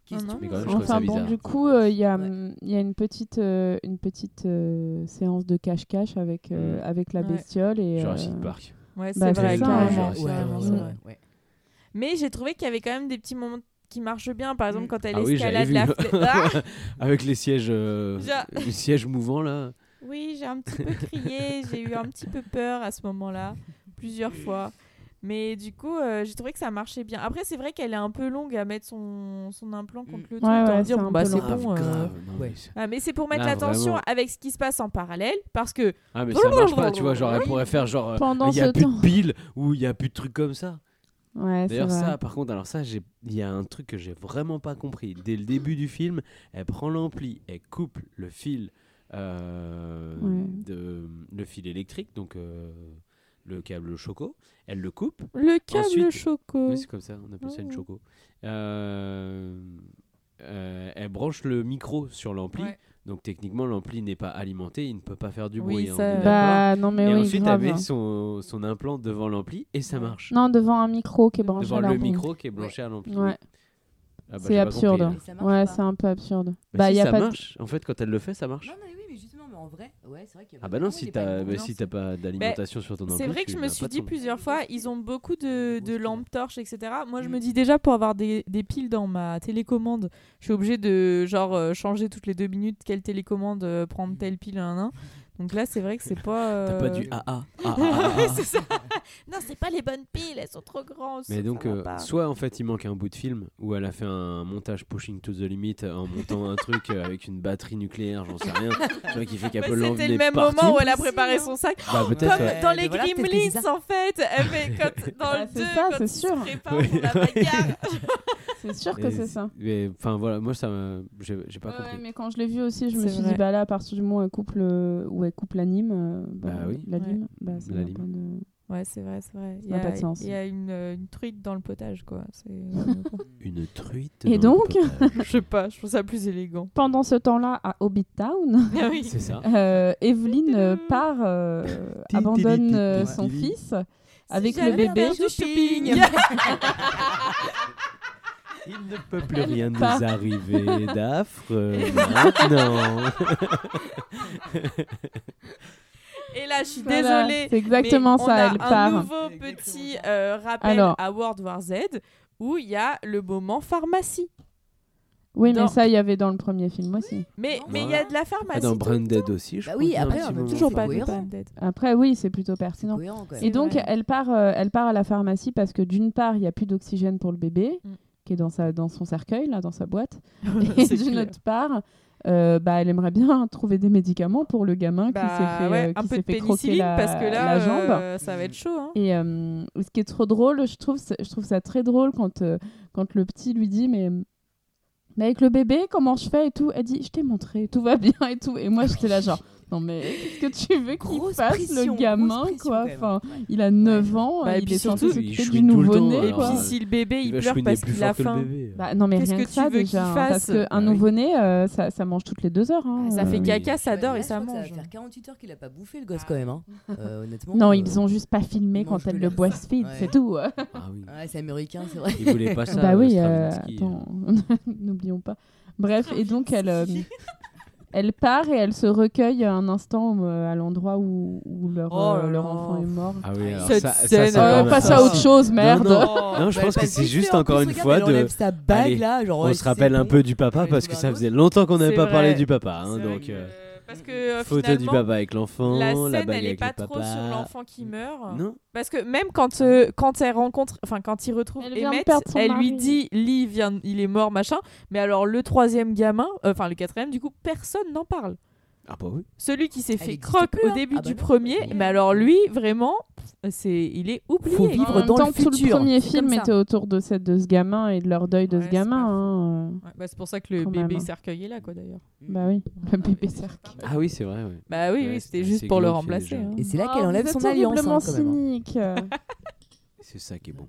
I: Question.
H: Mais quand même, je trouve ça
A: Enfin bon,
H: bizarre.
A: du coup, euh, il y, a,
I: Ouais.
A: hum, il y a une petite, euh, une petite euh, séance de cache-cache avec, euh,
H: Mm.
A: avec la
G: Ouais.
A: bestiole. Et,
H: Jurassic
A: euh,
H: Park.
G: Ouais, c'est
A: Bah,
G: vrai,
A: c'est ça,
G: carrément,
H: ouais.
G: c'est vraiment
A: ouais,
G: ça,
A: ouais.
G: ouais. Mais j'ai trouvé qu'il y avait quand même des petits moments qui marchent bien. Par exemple,
I: Mm.
G: quand elle
H: Ah oui, j'avais
G: escalade
H: vu.
G: la fla- Ah
H: Avec les sièges, euh,
G: Ja-
H: les sièges mouvants là.
G: Oui, j'ai un petit peu crié, j'ai eu un petit peu peur à ce moment-là, plusieurs fois. Mais du coup, euh, j'ai trouvé que ça marchait bien. Après, c'est vrai qu'elle est un peu longue à mettre son, son implant contre le truc.
A: Ouais,
G: en
A: Ah ouais,
G: dire,
A: c'est
G: bon,
A: un
G: bah,
A: peu
G: Mm. c'est
A: long.
H: Grave,
G: bon. euh.
H: Ah, grave, non,
I: ouais.
H: mais c'est-
G: Ah, mais c'est pour mettre
H: Là,
G: l'attention
H: vraiment.
G: avec ce qui se passe en parallèle, parce que
H: Ah mais ça marche pas, tu vois, genre elle pourrait faire genre euh,
A: Pendant
H: il y a
A: ce
H: plus
A: temps.
H: de piles ou il y a plus de trucs comme ça.
A: Ouais, c'est
H: D'ailleurs
A: vrai.
H: ça par contre, alors ça j'ai il y a un truc que j'ai vraiment pas compris dès le début du film, elle prend l'ampli, elle coupe le fil euh,
A: Ouais.
H: de le fil électrique donc euh, le câble choco, elle le coupe.
G: le câble
H: Ensuite-
G: choco.
H: Oui, c'est comme ça, on appelle ça une
G: Ah.
H: choco. Euh, euh, elle branche le micro sur l'ampli.
G: Ouais.
H: Donc techniquement l'ampli n'est pas alimenté, il ne peut pas faire du
G: Oui,
H: bruit. hein, on
G: ça,
H: est
G: euh,
H: d'accord
A: Bah, non, mais
H: et
A: oui,
H: ensuite,
A: grave.
H: elle met son, son implant devant l'ampli et ça marche.
A: Non, devant un micro qui est branché
H: devant
A: à
H: le
A: l'ordi.
H: micro qui est branché à l'ampli.
A: Ouais.
H: Ah bah,
A: C'est
H: j'ai pas
A: absurde.
H: compris, là.
I: Ça marche
A: Ouais,
I: pas.
A: c'est un peu absurde.
H: Bah, si,
A: y a
H: ça
A: pas de-
H: marche. En fait, quand elle le fait, ça marche.
I: Non, non, mais oui, mais justement, mais en vrai, ouais, c'est vrai qu'il y a
H: Ah bah
I: vraiment
H: non,
I: des
H: si
I: paniers.
H: t'as bah,
G: non,
H: si
G: c'est-
H: t'as pas d'alimentation sur ton
G: C'est
H: emploi,
G: vrai que
H: tu
G: je me
H: n'as
G: suis
H: pas de
G: dit
H: son.
G: plusieurs fois, ils ont beaucoup de, de lampes torches, etc. Moi, je
I: Mm.
G: me dis déjà, pour avoir des, des piles dans ma télécommande, je suis obligée de genre euh, changer toutes les deux minutes quelle télécommande, euh, prendre telle pile, un, un. Donc là, c'est vrai que c'est pas.
H: Mm. T'as pas
G: euh,
H: du ah ah, ah, ah, ah,
G: Ouais,
H: ah.
G: c'est ça. Non, c'est pas les bonnes piles, elles sont trop grosses.
H: Mais
G: ça
H: donc,
G: va
H: euh,
G: pas.
H: soit en fait il manque un bout de film où elle a fait un montage pushing to the limit en montant un truc euh, avec une batterie nucléaire, j'en sais rien, tu vois, qui fait qu'elle
G: Bah,
H: peut
G: c'était le
H: l'emmener
G: même
H: partout.
G: moment où elle a
I: Possible,
G: préparé
I: hein.
G: son sac.
H: Bah, peut-être.
G: Comme
H: ouais.
I: ouais.
G: dans
I: Mais
G: les
I: voilà, peut-être que c'est
G: Gremlins,
I: ça.
G: en fait. Elle fait quand- dans le
A: Bah, c'est
G: 2,
A: ça,
G: quand
A: c'est
G: ils
A: sûr.
G: se préparent pour la bagarre.
A: C'est sûr que
H: Mais
A: c'est ça.
H: Mais enfin voilà, moi ça, me- j'ai j'ai pas
A: Ouais,
H: compris.
A: mais quand je l'ai vu aussi, je me
G: C'est
A: suis
G: vrai.
A: dit, bah là, à partir du moment où elle coupe, le- où elle coupe la lime, euh, bah,
H: Bah oui.
A: la
G: Ouais.
A: lime, bah, ça
H: La
A: n'a
H: lime.
A: pas de-
G: Ouais, c'est vrai, c'est vrai. Il y
A: n'a
G: a,
A: pas de sens.
G: il y a une, euh, une truite dans le potage, quoi. C'est- je
H: Une truite.
A: Et
H: dans le
A: donc
H: potage.
G: sais pas, je trouve ça plus élégant.
A: Pendant ce temps-là, à Hobbit Town,
G: Ah oui.
H: C'est ça.
A: euh, Evelyne euh, part, euh, abandonne euh, son fils avec le
G: j'avais
A: bébé.
G: un Du shopping.
H: Il ne peut plus rien nous
A: part.
H: arriver d'affre maintenant.
G: Et là, je suis
A: Voilà,
G: désolée.
A: C'est exactement ça,
G: mais on a
A: elle
G: Un
A: part.
G: nouveau petit euh, rappel
A: Alors.
G: à World War Z où il y a le moment pharmacie.
A: Oui,
G: dans-
A: mais ça, il y avait dans le premier film aussi.
G: Mais
I: Non.
G: mais il y a de la pharmacie.
H: Ah, dans
G: tout-
H: Branded aussi, je
I: Bah
H: crois
I: oui,
H: qu'il y a un
I: après,
H: petit
I: on a
H: moment.
I: toujours
G: toujours pas de
I: cohérent.
G: Branded.
A: Après, oui, c'est plutôt pertinent.
I: cohérent quand même.
A: Et donc,
G: vrai.
A: elle part, euh, elle part à la pharmacie parce que d'une part, il n'y a plus d'oxygène pour le bébé
G: Mm.
A: qui est dans, sa, dans son cercueil, là, dans sa boîte. Et
G: C'est
A: d'une
G: clair.
A: autre part, euh, bah, elle aimerait bien trouver des médicaments pour le gamin qui s'est
G: Bah
A: fait,
G: ouais,
A: euh,
G: un
A: qui
G: peu
A: s'est
G: de
A: fait croquer
G: pénicilline
A: la,
G: parce que là,
A: la jambe.
G: euh, ça va être chaud. Hein.
A: Et euh, ce qui est trop drôle, je trouve, c'est- je trouve ça très drôle quand, euh, quand le petit lui dit mais, mais avec le bébé, comment je fais et tout. Elle dit Je t'ai montré, tout va bien et tout. Et moi, j'étais là, genre Non, mais qu'est-ce que tu veux qu'il
I: Grosse
A: fasse,
I: pression,
A: le gamin
I: grosse pression
A: quoi
I: quand même.
A: enfin,
I: Ouais.
A: Il a 9 ans,
G: Bah, et
A: il
G: puis
A: est
G: surtout,
A: censé
H: il
A: s'occuper
H: chouine
A: du
H: tout le temps,
A: nouveau-né.
H: alors, euh,
A: quoi.
G: Puis si le bébé il,
H: va
G: pleure
H: chouiner
G: parce
H: plus
G: qu'il a
H: fort que le
G: faim.
H: bébé.
A: Bah, non, mais
G: Qu'est-ce
A: rien
G: que
A: que,
G: tu
A: ça
G: veux qu'il
A: déjà. hein,
G: fasse
A: parce qu'un
H: Bah oui.
A: nouveau-né, euh, ça, ça mange toutes les deux heures. hein,
G: Ah,
I: Ah,
G: Ça
A: euh.
G: fait
H: oui.
G: caca, ça
I: Ouais, mais
G: dort
I: là,
G: et
I: je
G: ça
I: crois que
G: mange.
I: Ça va faire 48 heures qu'il a pas bouffé le gosse quand même. Hein. Euh, honnêtement.
A: Non,
I: euh,
A: ils ont juste pas filmé
I: il mange
A: quand elle
I: plus
A: le
I: la-
A: breastfeed,
I: Ouais.
A: c'est tout.
H: Ah oui.
I: Ouais, c'est américain, c'est vrai.
H: Il voulait pas ça.
A: bah
H: euh,
A: oui, euh,
H: Stravinsky. euh.
A: attends, n'oublions pas. Bref, et donc elle, euh, elle part et elle se recueille un instant euh, à l'endroit où, où leur,
G: Oh là
A: euh, leur
G: là.
A: enfant est mort.
H: Ah oui, alors
G: Cette
H: ça, ça,
G: scène,
H: c'est
G: euh,
H: encore
A: Euh,
H: une
A: passe
H: fois.
A: à autre chose, merde.
H: Non, je
I: Bah,
H: pense que
I: parce
H: c'est juste
I: en
H: encore
I: plus,
H: une
I: regarde,
H: fois
I: elle
H: de.
I: enlève sa bague
H: Allez,
I: là, genre,
H: On
I: ouais,
H: se
I: c'est
H: rappelle un
I: bon.
H: peu du papa
I: Allez,
H: parce
I: on
H: que
I: va
H: ça
I: voir.
H: faisait longtemps qu'on n'avait
G: C'est
H: pas parlé
G: vrai.
H: du papa. hein,
G: C'est vrai
H: donc,
G: que-
H: euh,
G: Parce que euh,
H: photo du
G: finalement,
H: papa avec l'enfant,
G: la
H: la,
G: scène,
H: bague
G: elle est
H: avec
G: pas
H: le papa.
G: trop sur l'enfant qui meurt.
H: Non,
G: Parce que même quand, euh, quand elle rencontre, enfin quand il retrouve
A: Elle vient de
G: Emmett,
A: perdre son
G: elle
A: mari.
G: lui dit Lee vient, il est mort, machin. Mais alors le troisième gamin, euh, enfin le quatrième, du coup, personne n'en parle.
H: ah bah oui.
G: Celui qui s'est
I: Elle
G: fait
I: existe
G: croque
I: plus,
G: au
I: hein.
G: début
I: Ah bah
G: du
I: non.
G: premier,
I: Ouais.
G: mais alors lui, vraiment, pff, c'est, il est oublié.
I: Faut
G: quoi.
I: vivre
A: En même
I: dans le
A: temps, tout le
I: futur,
A: premier
I: c'est comme
A: film
I: ça.
A: était autour de, cette, de ce gamin et de leur deuil de
G: Ouais,
A: ce
G: c'est
A: gamin.
G: pas faux.
A: hein, euh.
G: Ouais, bah, c'est pour ça que le
A: Quand
G: bébé
A: même.
G: cercueil est là, quoi d'ailleurs.
A: Bah oui, le bébé cercle.
H: Ah oui, c'est vrai. ouais.
G: Bah oui,
H: Ouais,
G: oui
H: c'est-
G: c'était juste
H: c'est
G: pour le
H: glauque,
G: remplacer.
H: déjà.
G: hein.
I: Et c'est là
A: Oh,
I: qu'elle
A: vous
I: enlève
A: êtes
I: son alliance. hein,
A: horriblement
I: quand même, hein.
A: cynique.
H: C'est ça qui est bon.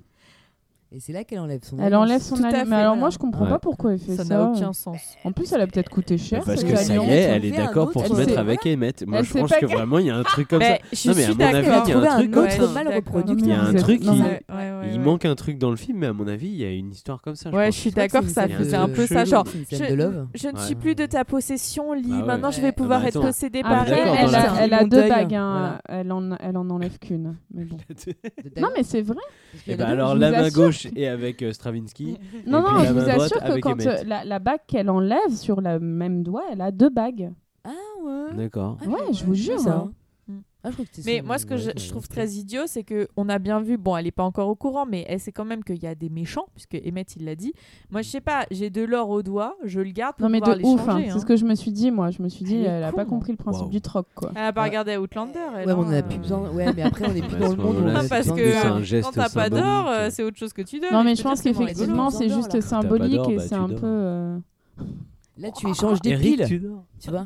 I: Et c'est là qu'elle enlève son
A: Elle enlève
G: Tout
A: son
G: à
A: alliance.
G: fait,
A: Mais alors
G: voilà.
A: moi je comprends
H: Ouais.
A: pas pourquoi elle fait ça.
G: Ça n'a aucun sens.
A: En plus elle a peut-être coûté cher.
H: parce
A: cette
H: que ça y
A: alliance.
H: est,
I: elle
H: elle
I: en
H: est
I: fait un
H: d'accord pour
I: autre,
H: se mettre
A: c'est-
H: avec Emmett. Moi,
A: Elle
H: je
A: sait
H: pense
A: pas
H: que
A: que-
H: vraiment, il y a un truc comme ça.
G: Mais je
H: Non, mais à
G: suis
H: mon avis,
G: d'accord.
H: il y a un
I: Trouver un
H: truc
I: autre
H: comme ça.
I: mal
G: Ouais,
I: reproductif.
A: Il y a un truc
H: qui-
G: Ouais, ouais, ouais, ouais.
H: Il manque un truc dans le film, mais à mon avis, il y a une histoire comme ça.
G: Ouais,
H: pense.
G: je suis d'accord que ça
H: scène
G: faisait
H: de-
G: un peu ça, genre.
I: C'est une scène de
G: Je,
I: love.
G: je ne
H: Ouais.
G: suis plus de ta possession, Lee.
H: Ah ouais.
G: Maintenant, je
I: Ouais.
G: vais pouvoir
H: Ah bah,
G: être
H: attends.
G: possédée
H: Ah,
G: par
A: Après,
H: d'accord,
A: elle,
H: dans
A: a,
H: la-
A: elle a
I: Mon
A: deux
I: deuil,
A: bagues, hein.
I: voilà.
A: elle, en, elle en enlève qu'une. Mais bon.
I: De-
A: Non, mais c'est vrai.
H: Et
I: Et
H: bah
I: donc,
H: alors
A: je
H: la
A: vous
H: main
A: assure
H: gauche est avec euh, Stravinsky.
A: Non,
H: puis
A: non,
H: la
A: je
H: main
A: vous
H: droite
A: assure que
H: avec
A: quand
H: Emmett.
A: euh, la, la bague qu'elle enlève sur le même doigt, elle a deux bagues.
I: Ah ouais.
H: D'accord.
I: Ah,
A: Ouais, je vous jure.
I: ça.
A: hein.
G: Mm.
I: Ah, je crois que c'était
G: Mais
I: son-
G: moi, ce que
I: ouais,
G: je,
I: ouais,
G: je trouve
I: ok.
G: très idiot, c'est que on a bien vu. Bon, elle n'est pas encore au courant, mais elle sait quand même qu'il y a des méchants, puisque Emmett il l'a dit. Moi, je sais pas. J'ai de l'or au doigt, je le garde pour
A: Non, mais
G: pouvoir
A: de
G: l'échanger.
A: ouf. hein.
G: hein.
A: C'est ce que je me suis dit, moi. Je me suis dit,
G: Elle est
A: elle n'a pas
G: con.
A: compris le principe
H: hein. Waouh.
A: du troc, quoi.
G: Elle n'a pas
I: Ouais.
G: regardé Outlander. Elle,
I: Ouais, mais on en
G: hein,
I: a plus
G: euh.
I: besoin. Ouais, mais après, on est plus
H: Ouais,
I: dans
H: à
I: le
H: ce
I: monde. où
H: moment-là,
I: on
G: Ah,
I: a
H: c'est
G: parce
I: besoin
G: que
I: de-
H: c'est un
G: euh,
H: geste
G: quand t'as pas
H: symbolique.
G: d'or, euh, c'est autre chose que tu donnes.
A: Non, mais
G: peux
A: je
G: dire
A: pense
G: que moi,
A: qu'effectivement,
I: les
A: c'est
I: gens
A: juste
I: dorment,
A: symbolique
H: alors.
A: et
H: Bah,
A: c'est
H: tu
A: un
H: dors.
A: peu. euh,
I: Là, tu échanges des piles.
H: tu dors.
I: Tu vois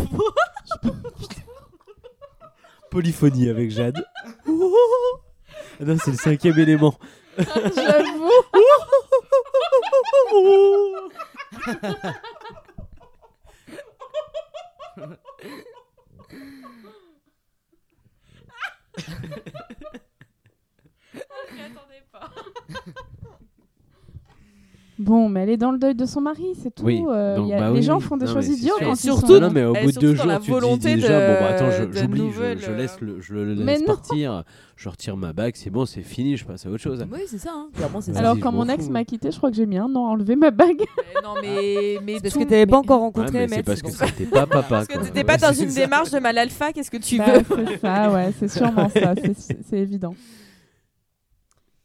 H: Polyphonie avec Jade. Ah non, c'est le cinquième élément.
A: J'avoue.
G: je m'y attendais pas.
A: Bon, mais elle est dans le deuil de son mari, c'est tout.
H: Oui,
A: euh,
H: donc,
A: y a-
H: bah
A: les
H: oui.
A: gens font des
H: Non,
A: choses
H: mais c'est
A: idiotes
H: sûr.
A: quand
G: Et
A: ils sont-
G: surtout-
H: non, mais au
G: Et
H: bout de
G: surtout
H: deux
G: dans
H: jours,
G: la
H: tu te dis
G: volonté
H: déjà,
G: de-
H: bon, bah, attends, je-
G: de
H: j'oublie, je,
G: nouvelles,
H: je laisse, le, je le
A: Mais
H: laisse
A: non.
H: partir, je retire ma bague, c'est bon, c'est fini, je passe à autre chose.
I: Oui, c'est ça. hein. Clairement, c'est ça.
A: Alors
H: Vas-y,
A: quand
H: je
A: mon
H: m'en
A: ex
H: fous.
A: m'a quitté, je crois que j'ai mis un an à enlever ma bague.
G: Mais Euh, non, mais. mais
I: Ah. parce
G: tout-
I: que t'avais pas
G: mais-
I: encore
H: Ouais,
I: rencontré
H: mais
I: MS.
H: c'est parce que
I: pour ça.
H: c'était pas papa.
G: Parce que
H: quoi. Ah,
G: t'étais pas
H: Ouais,
G: dans
H: c'est
G: une
H: ça.
G: démarche de mal alpha, qu'est-ce que tu
A: Bah,
G: veux
A: c'est ça, ouais, c'est sûrement ça, c'est c'est évident.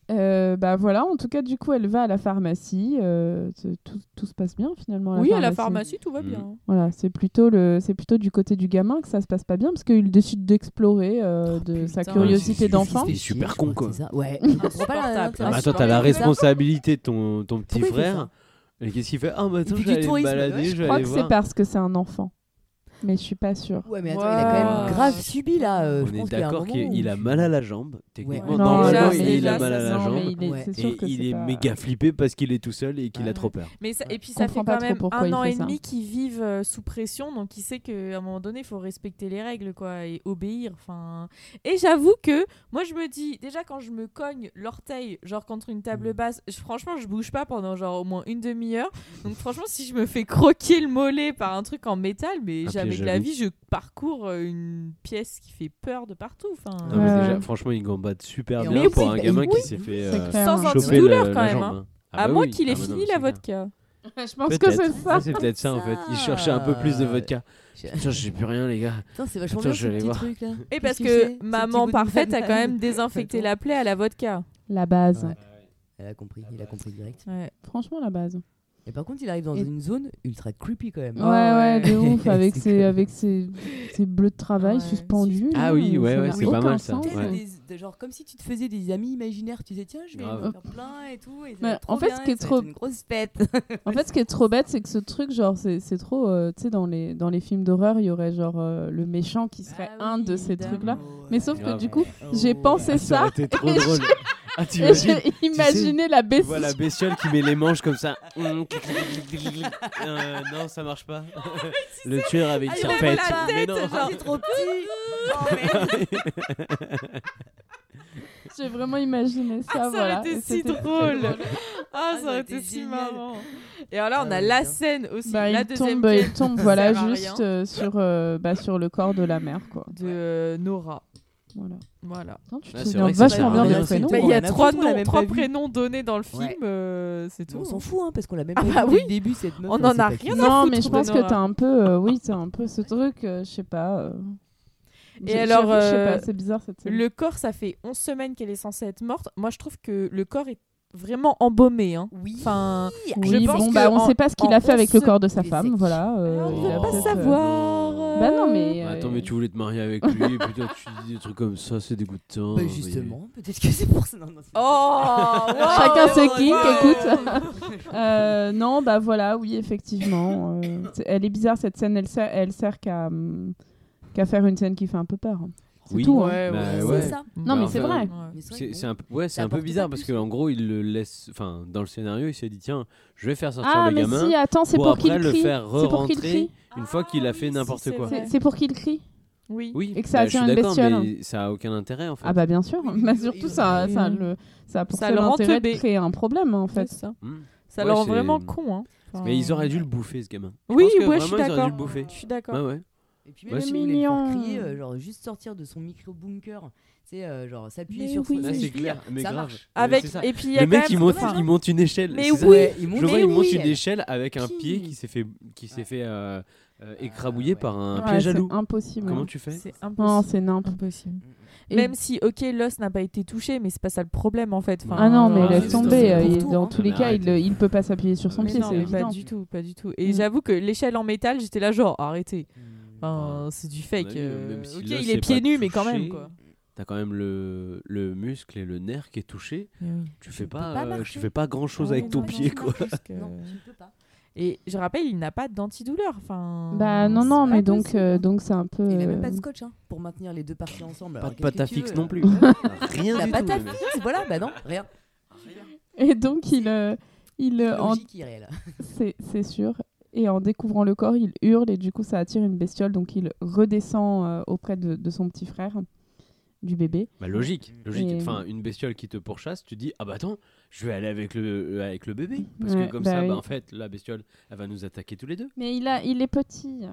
A: Euh, bah voilà, en tout cas, du coup, elle va à la pharmacie. euh, c'est- tout, tout se passe bien finalement.
G: Oui, à la pharmacie, tout va
H: Mm.
G: bien.
A: Voilà, c'est plutôt, le, c'est plutôt du côté du gamin que ça se passe pas bien parce qu'il décide d'explorer euh,
G: Oh,
A: de sa
G: putain.
A: curiosité
H: Ouais, c'est-
A: d'enfant.
H: Il est super con, quoi.
I: C'est ça. Ouais. Je comprends pas la-
G: Insupportable.
H: Ah, mais
I: l'intérêt.
H: attends, t'as la
G: Pourquoi il fait ça
H: responsabilité de ton, ton
I: Pourquoi
H: petit
I: il fait
H: frère.
I: ça
H: Et qu'est-ce qu'il fait Ah, bah
I: fait
H: attends, je
I: du
H: vais aller me
I: tourisme, ouais,
H: balader, je
A: Je
H: vais
A: crois
H: aller
A: que c'est
H: voir.
A: parce que c'est un enfant, mais je suis pas sûre.
I: Ouais, mais attends, il a quand même
H: Wow.
I: grave subi là. euh,
H: On
I: je
H: est
I: pense qu'il y a un
H: d'accord
I: moment où-
H: qu'il a mal à la jambe. Techniquement,
I: Ouais.
G: Non,
H: normalement,
G: déjà,
H: il
G: déjà,
H: a mal à
G: ça
H: la
G: sent,
H: jambe.
A: mais il est,
I: Ouais.
A: c'est sûr
H: Et
A: que
H: il
A: c'est
H: est
A: pas-
H: méga flippé parce qu'il est tout seul et qu'il
G: Ouais.
H: a trop peur.
G: Mais ça-
I: Ouais.
G: et puis ça fait
A: comprends pas
G: quand
A: trop
G: même
A: pourquoi
G: un
A: il
G: an
A: fait
G: et
A: ça.
G: demi qu'ils vivent euh, sous pression, donc il sait qu'à un moment donné, il faut respecter les règles quoi, et obéir. Enfin, Et j'avoue que moi, je me dis, déjà quand je me cogne l'orteil, genre contre une
H: Mm.
G: table basse, je- franchement, je bouge pas pendant genre au moins une demi-heure. Donc franchement, si je me fais croquer le mollet par un truc en métal, mais
H: Un
G: jamais
H: piège
G: de
H: à
G: la
H: loup.
G: vie, je parcours euh, une pièce qui fait peur de partout. Enfin,
H: Non, mais
A: Ouais.
H: déjà, franchement, il gambade super
I: Et
H: bien
G: oui,
H: pour
I: bah,
H: un gamin
I: oui,
H: qui s'est fait
A: c'est
H: euh,
A: clair.
G: Sans
H: choper la,
G: antidouleur
H: la
G: quand même.
H: jambe.
G: hein.
H: hein. Ah
G: à
H: bah
G: moins
H: oui.
G: qu'il ait
H: Ah bah non,
G: fini
H: mais
G: la
H: c'est clair.
G: vodka.
A: Je pense que
H: Peut-être.
A: c'est ça.
H: Ah, C'est peut-être ça en fait. Il cherchait un peu plus de vodka. Putain, j'ai plus rien, les gars.
I: Putain, c'est vachement
H: Attends,
I: bien
H: je
I: ce
H: vais aller
I: petit
H: voir.
I: truc là.
G: Et
I: Qu'est-ce
G: parce
I: qu'il
G: que
I: fait, ce petit goût
G: maman
I: de Ah,
G: parfaite a quand
I: banane
G: même désinfecté
I: Attends.
G: la plaie à la vodka.
A: La base.
I: Ouais. Elle a compris, il a compris direct.
A: Franchement, la base.
I: Et par contre, il arrive dans
A: Et-
I: une zone ultra creepy quand même.
A: Ouais,
G: Oh,
A: ouais, de
I: ouais.
A: ouf, avec,
I: C'est
A: ses,
I: cool.
A: avec ses, ses bleus de travail
G: Ouais.
A: suspendus.
H: Ah
A: là,
H: oui,
A: ça
H: ouais,
A: n'a
H: ouais, c'est
A: aucun
H: pas mal, ça.
G: Hein,
A: sens.
I: Tu sais,
H: Ouais.
I: des- des- genre comme si tu te faisais des amis imaginaires, tu disais tiens, je vais
H: Grave.
I: en faire plein et tout. Et ça
A: Mais
I: va être
A: en
I: trop
A: fait, ce
I: bien,
A: qui
I: et
A: est
I: ça va
A: trop-
I: être une grosse fête.
A: En fait, ce qui est trop bête, c'est que ce truc, genre, c'est c'est trop. euh, tu sais, dans les, dans les films d'horreur, il y aurait, genre, euh, le méchant qui serait
G: Ah
A: un de ces trucs-là.
I: Oh,
A: Mais sauf que,
H: Grave. Ah,
A: du
G: Oh.
A: coup, j'ai pensé ça.
H: aurait été trop drôle. Ah,
A: Et
H: t'imagines
A: j'ai imaginé la
H: Tu
A: baisse.
H: vois la bestiole qui met les manches comme ça. Euh, non, ça marche pas. Le tueur avait une
I: Ah, il
H: serpette.
I: lève la
H: Mais
I: tête,
H: non.
I: genre, c'est trop petit.
G: Ah,
A: J'ai vraiment imaginé ça.
G: Ah, ça
A: voilà.
G: aurait
A: Et
G: été si
A: c'était-
G: drôle. Ah,
I: Ah,
G: ça aurait été si
I: génial.
G: marrant. Et
I: Ah
G: alors, on a
I: ouais,
G: la
I: putain.
G: scène aussi,
A: Bah,
G: la
A: il
G: deuxième
A: tombe, il
G: quête
A: tombe voilà,
G: sert à
A: juste
G: rien.
A: euh, sur, euh, bah, sur le corps de la mère, quoi.
G: de euh, Nora.
A: Voilà.
G: Voilà.
A: Putain, tu te
H: Ah, c'est
A: souviens
H: vrai que ça sert
A: vachement
H: à
A: bien
H: rien,
A: des
H: c'est
A: prénoms.
I: tout.
G: Bah,
I: on
G: il y
I: en
G: a
I: a même
G: trois
I: pas vu, on l'a
G: noms,
I: même
G: trois
I: pas vu.
G: prénoms donnés dans le film,
I: Ouais.
G: euh, c'est
I: On
G: tout.
I: s'en fout hein, parce qu'on l'a même
G: Ah
I: pas vu
G: bah
I: depuis
G: oui.
I: le début cette meuf.
G: On
I: hein,
G: en
I: c'est
G: a
I: pas qui.
G: rien à
A: Non,
G: foutre
A: mais je
G: de
A: pense que
G: Nora.
A: t'as un peu, euh, oui, t'as un peu ce truc, euh, je sais pas. euh,
G: Et
A: j'ai-
G: alors,
A: j'avoue, je sais
G: euh,
A: pas, c'est bizarre cette scène.
G: Le corps, ça fait 11 semaines qu'elle est censée être morte. Moi, je trouve que le corps est vraiment embaumé. Hein.
I: Oui.
G: Enfin,
A: Oui,
G: je pense
A: bon,
G: que
A: bah, on
G: en-
A: sait pas ce qu'il
G: en
A: a fait avec
G: onze
A: le corps de sa
I: semaines,
A: femme,
I: c'est-
A: voilà.
H: Oh.
A: euh,
G: Ah, on ne
A: il a
G: veut pas
A: peut-être, euh,
G: savoir. euh,
A: Bah non, mais. euh,
H: Attends, mais tu voulais te marier avec lui, et putain, tu dis des trucs comme ça, c'est dégoûtant.
I: Bah justement, peut-être que c'est pour ça. Non, non, c'est-
G: Oh
A: Chacun
G: wow,
A: ses kinks,
G: wow.
A: écoute. Euh, non, bah voilà, oui, effectivement. euh, c'est- elle est bizarre cette scène, elle sert, elle sert qu'à hum, qu'à faire une scène qui fait un peu peur. C'est
H: Oui.
A: tout. hein.
G: Ouais,
H: Bah,
I: C'est
G: euh, ouais.
H: ouais.
I: ça.
A: Non,
H: Bah,
A: mais c'est
H: enfin,
A: vrai.
G: Ouais.
I: Mais c'est vrai
H: C'est
I: que
H: c'est un, peu- ouais, c'est
I: ça
H: un peu
I: apporte
H: bizarre
I: pas
H: parce
I: plus.
H: qu'en gros, il le laisse. Enfin, dans le scénario, il s'est dit tiens, je vais faire sortir
A: Ah,
H: le
A: mais
H: gamin
A: si, attends, c'est
H: pour
A: pour qu'il
H: après le
A: crie.
H: faire
A: C'est pour qu'il
H: re-rentrer
A: crie.
H: une fois qu'il a
G: Ah
H: fait
G: oui,
H: n'importe
G: si, c'est
H: quoi.
G: vrai.
A: C'est- C'est pour qu'il crie.
G: Oui.
H: Oui,
A: Et que ça
H: bah, je suis
A: attire une
H: d'accord,
A: bestiole.
H: mais ça a aucun intérêt en fait.
A: Ah bah bien sûr,
I: Oui,
A: mais
I: oui,
A: surtout
I: oui,
A: ça,
G: oui.
A: ça, le, ça a pour
G: Ça
A: seul
G: le rend
A: intérêt de
G: teubé.
A: créer un problème en fait.
G: C'est ça.
H: Hmm.
G: Ça
H: Ouais,
G: leur rend
H: c'est-
G: vraiment con. Hein. Enfin,
H: Mais ils auraient dû le bouffer ce gamin.
G: Oui,
H: pense que
G: ouais, je suis
H: vraiment, ils auraient dû le
G: d'accord.
H: bouffer.
G: Je suis d'accord.
H: Ouais, ouais.
I: Et puis même
H: Ouais,
I: si
A: c'est
I: vous voulez le faire
A: mignon.
I: crier, euh, genre juste sortir de son micro-bunker, c'est genre s'appuyer
G: Mais
I: sur son
G: oui.
H: Là,
G: Là,
H: c'est
I: échelle,
H: clair, mais
I: ça
H: grave.
I: marche.
G: Avec
H: C'est ça.
G: et puis il y a
H: Le mec,
G: quand
H: il
G: même-
H: monte,
G: enfin,
H: il monte une échelle.
G: Mais
H: c'est ça.
G: oui.
I: Ouais, il monte
H: Je le vois,
G: Mais
H: il monte
G: oui.
H: une échelle avec un
I: Qui-
H: pied qui s'est fait, qui s'est
I: Ouais.
H: fait euh, euh,
I: Ah,
H: écrabouiller
I: ouais.
H: par un
A: Ouais,
H: piège à
A: c'est
H: loup.
A: impossible.
H: Comment tu fais
G: c'est
A: Non,
G: impossible.
A: Oh, c'est nimp.
G: impossible.
I: Mm,
A: Et-
G: Même si, ok, l'os n'a pas été touché, mais c'est pas ça le problème en fait. Enfin,
A: Ah non, mais
H: Ah,
G: genre,
A: laisse
H: c'est
A: tomber.
H: dans-
A: euh, il-
I: pour tout,
A: dans
I: hein.
A: tous les
H: Mais
A: cas,
H: arrête.
A: il, il peut pas s'appuyer sur son
H: Mais
A: pied,
G: non,
A: c'est
G: mais pas
A: évident.
G: du tout, pas du tout. Et
A: Mm.
G: j'avoue que l'échelle en métal, j'étais là genre arrêtez.
I: Mm.
G: Enfin, c'est du fake.
H: Ouais,
G: euh,
H: même si
G: ok,
H: l'os
G: il est
H: est
G: pieds
H: pas
G: nus, mais quand
H: touché.
G: même quoi.
H: T'as quand même le, le muscle et le nerf qui est touché. Tu fais
I: peux
H: pas,
I: pas
H: euh,
I: marcher.
H: tu fais pas grand chose
G: Ah
H: avec
G: oui,
H: ton
G: non,
H: pied
G: non,
H: quoi.
G: c'est juste que-
I: Non, tu ne peux pas.
G: Et je rappelle, il n'a pas d'antidouleur. Enfin.
A: Bah non,
G: c'est
A: non,
G: pas
A: mais donc
G: possible.
A: euh, donc c'est un peu.
I: Et Il a même pas de
A: euh,
I: scotch hein, pour maintenir les deux parties ensemble.
H: Pas
I: alors
H: de
I: qu'est-ce que
H: pâte à
I: tu
H: fixe
I: veux,
H: non
I: euh,
H: plus. Rien
I: La
H: du
I: pâte
H: tout.
I: à
H: le mec.
I: fixe, voilà, bah non, rien.
A: Et donc il euh, il euh, en-
I: Logique irréelle.
A: c'est c'est sûr. Et en découvrant le corps, il hurle et du coup ça attire une bestiole. Donc il redescend euh, auprès de, de son petit frère. du bébé.
H: Bah, logique, logique.
A: Et-
H: Enfin, une bestiole qui te pourchasse, tu dis ah bah attends, je vais aller avec le euh, avec le bébé parce
A: Ouais,
H: que comme
A: bah
H: ça, bah,
A: oui.
H: en fait, la bestiole, elle va nous attaquer tous les deux.
A: Mais il, a, il est petit.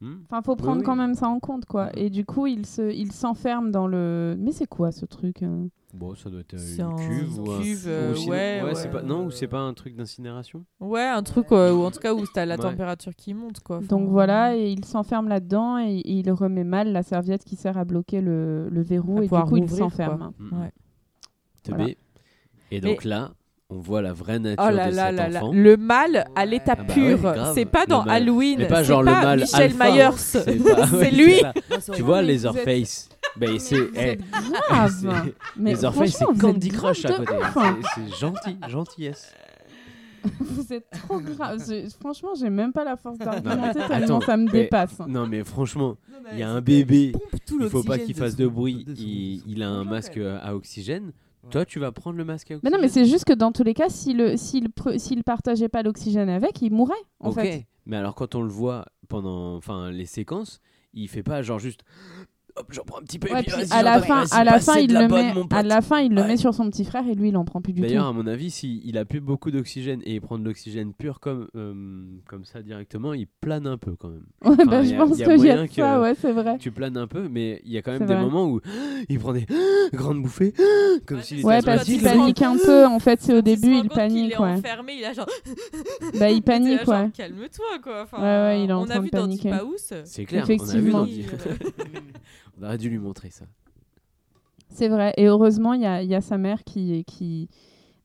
H: Hmm.
A: Enfin, faut prendre
H: oui.
A: quand même ça en compte, quoi. Et du coup, il se, il s'enferme dans le. Mais c'est quoi ce truc hein
H: Bon, ça doit être euh,
G: C'est
H: une
G: un-
H: cuve ou un-
G: cuve, euh,
H: ou sinon-
G: ouais, ouais.
H: c'est pas non ou c'est pas un truc d'incinération.
G: Ouais, un truc euh, ou en tout cas où t'as la
H: Ouais.
G: température qui monte quoi. Enfin,
A: Donc voilà, et il s'enferme là-dedans et, et il remet mal la serviette qui sert à bloquer le, le verrou
G: À
A: et du
G: pouvoir
A: coup, il
G: rouvrir, quoi.
A: s'enferme.
H: Mm.
G: Ouais.
H: Teubé.
A: Voilà.
H: Et donc là, on voit la vraie nature
G: Oh là
H: de
G: là
H: cet
G: là là,
H: enfant.
G: le mal à l'état
H: Ah bah
G: pur.
H: ouais, grave.
G: c'est pas
H: Le
G: dans
H: mal.
G: Halloween.
H: Mais pas
G: c'est
H: genre le mal
G: Michel
H: alpha.
G: Myers.
H: C'est pas-
G: C'est
H: ouais,
G: lui.
H: ça.
I: Ça aurait
H: Tu vois
I: été-
H: les Orface Ben c'est
A: Vous
H: eh,
A: êtes grave.
H: c'est-
A: Mais
H: les Orface c'est
A: franchement, vous êtes
H: Candy
A: grave
H: Crush à
A: de
H: côté.
A: ouf, hein.
H: C'est- C'est gentil, gentillesse.
A: Vous êtes trop grave. Je- Franchement, j'ai même pas la force
H: Non, mais
A: d'argumenter tellement
H: attends,
A: ça me
H: mais-
A: dépasse.
H: Non mais franchement,
I: Non, mais
H: il y a
I: c'est-
H: un bébé.
I: pompe tout
H: Il faut pas
I: l'oxygène
H: qu'il fasse
I: son-
H: de bruit.
I: de son-
H: Il,
I: son-
H: il a un
I: Ouais.
H: masque euh, à oxygène.
I: Ouais.
H: Toi, tu vas prendre le masque à
A: Mais
H: oxygène.
A: non, mais c'est juste que dans tous les cas, s'il s'il pre- s'il partageait pas l'oxygène avec, il mourrait en
H: Ok.
A: fait.
H: Mais alors quand on le voit pendant, enfin les séquences, il fait pas genre juste. Hop, j'en prends un petit peu. et
A: Ouais,
H: puis
A: puis
H: vas-y,
A: à
H: j'en
A: la
H: passe-
A: fin,
H: vas-y,
A: à la
H: passe,
A: fin,
H: c'est de
A: il
H: la
A: le
H: bonne,
A: met,
H: mon
A: à
H: pote.
A: la fin, il le
H: Ouais.
A: met sur son petit frère et lui, il en prend plus du
H: D'ailleurs,
A: tout.
H: à mon avis, s'il il a plus beaucoup d'oxygène et il prend de l'oxygène pur comme, euh, comme ça directement, il plane un peu quand même.
A: Ouais, bah,
H: enfin,
A: je
H: y a-
A: pense
H: y a
A: que y a
H: moyen
A: de ça,
H: que-
A: ouais, c'est vrai.
H: Tu planes un peu, mais il y a quand
A: C'est
H: même des
A: vrai.
H: moments où il prend des grandes bouffées, comme
G: Ouais,
H: s'il était
G: c'est
A: Ouais,
G: ça,
A: parce
G: tu
A: qu'il
G: te rends
A: panique un peu, en fait, c'est au début, il panique, ouais.
G: enfermé, il a genre.
A: Bah, il panique, ouais.
G: Calme-toi quoi.
A: Ouais, ouais, il est en on a train de vu dans paniquer. Deep
H: C'est clair,
A: Effectivement.
H: on a vu dans- on aurait dû lui montrer ça.
A: C'est vrai. Et heureusement, il y a, il y a sa mère qui, qui,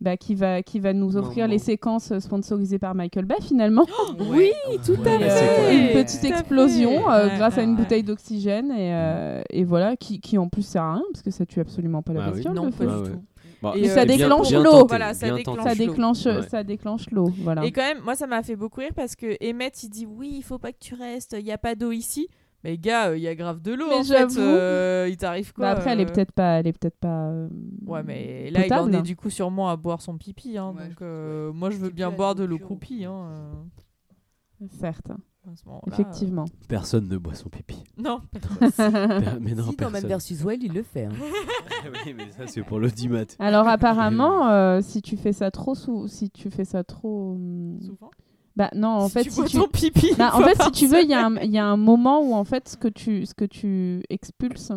A: bah, qui, va, qui va nous offrir
H: Maman.
A: les séquences sponsorisées par Michael Bay, finalement.
G: Oui, Oh, tout à
A: Et,
H: bah, c'est
A: euh,
H: clair.
A: une petite
G: Tout à fait.
A: explosion euh,
G: Ouais,
A: grâce à
G: ouais,
A: une
G: ouais.
A: bouteille d'oxygène. Et, euh, et voilà, qui, qui en plus sert à rien, parce que ça tue absolument pas la
H: Mm. Bah oui.
A: bestiole.
G: Non,
A: le
G: pas
A: feu.
H: Ouais,
G: du
H: ouais.
G: tout.
H: Bon,
G: Et,
H: c'est
A: ça
H: bien-
A: déclenche
H: bien
A: l'eau.
H: tenté,
G: Voilà, ça
H: bien
G: déclenche
H: tenté.
A: ça,
G: l'eau.
A: déclenche,
H: Ouais.
A: ça déclenche l'eau. Voilà.
G: Et quand même, moi ça m'a fait beaucoup rire parce que Emmett il dit oui, il faut pas que tu restes, il y a pas d'eau ici. Mais gars, euh, il y a grave de l'eau
A: Mais
G: en fait.
A: j'avoue.
G: euh, il t'arrive quoi
A: Bah, après, elle est
G: euh,
A: peut-être hein. pas. Elle est peut-être pas euh,
G: Ouais, mais là,
A: potable.
G: il en est du coup sûrement à boire son pipi. Hein,
I: Ouais, je
G: donc,
I: pense,
G: euh, moi, je veux
I: Pipi
G: bien
I: à
G: boire
I: l'eau
G: de l'eau
I: pure.
G: croupie. Hein, euh,
A: Certes,
G: à ce moment-là, euh,
A: effectivement.
H: Personne ne boit son pipi.
G: Non.
A: Ah.
H: mais non,
I: Si dans Man
H: personne.
I: vs Wild, il le fait. hein.
H: oui, mais ça, c'est pour l'audimat.
A: Alors apparemment, euh, si tu fais ça trop, sou- si tu fais ça trop, hum,
G: Souvent.
A: bah non, en
G: si
A: fait,
G: tu
A: si
G: bois
A: tu,
G: ton pipi.
A: Bah, en fait,
G: une fois
A: si
G: par
A: tu veux, il y, a un- il y a un moment où en fait, ce que tu, ce que tu expulses,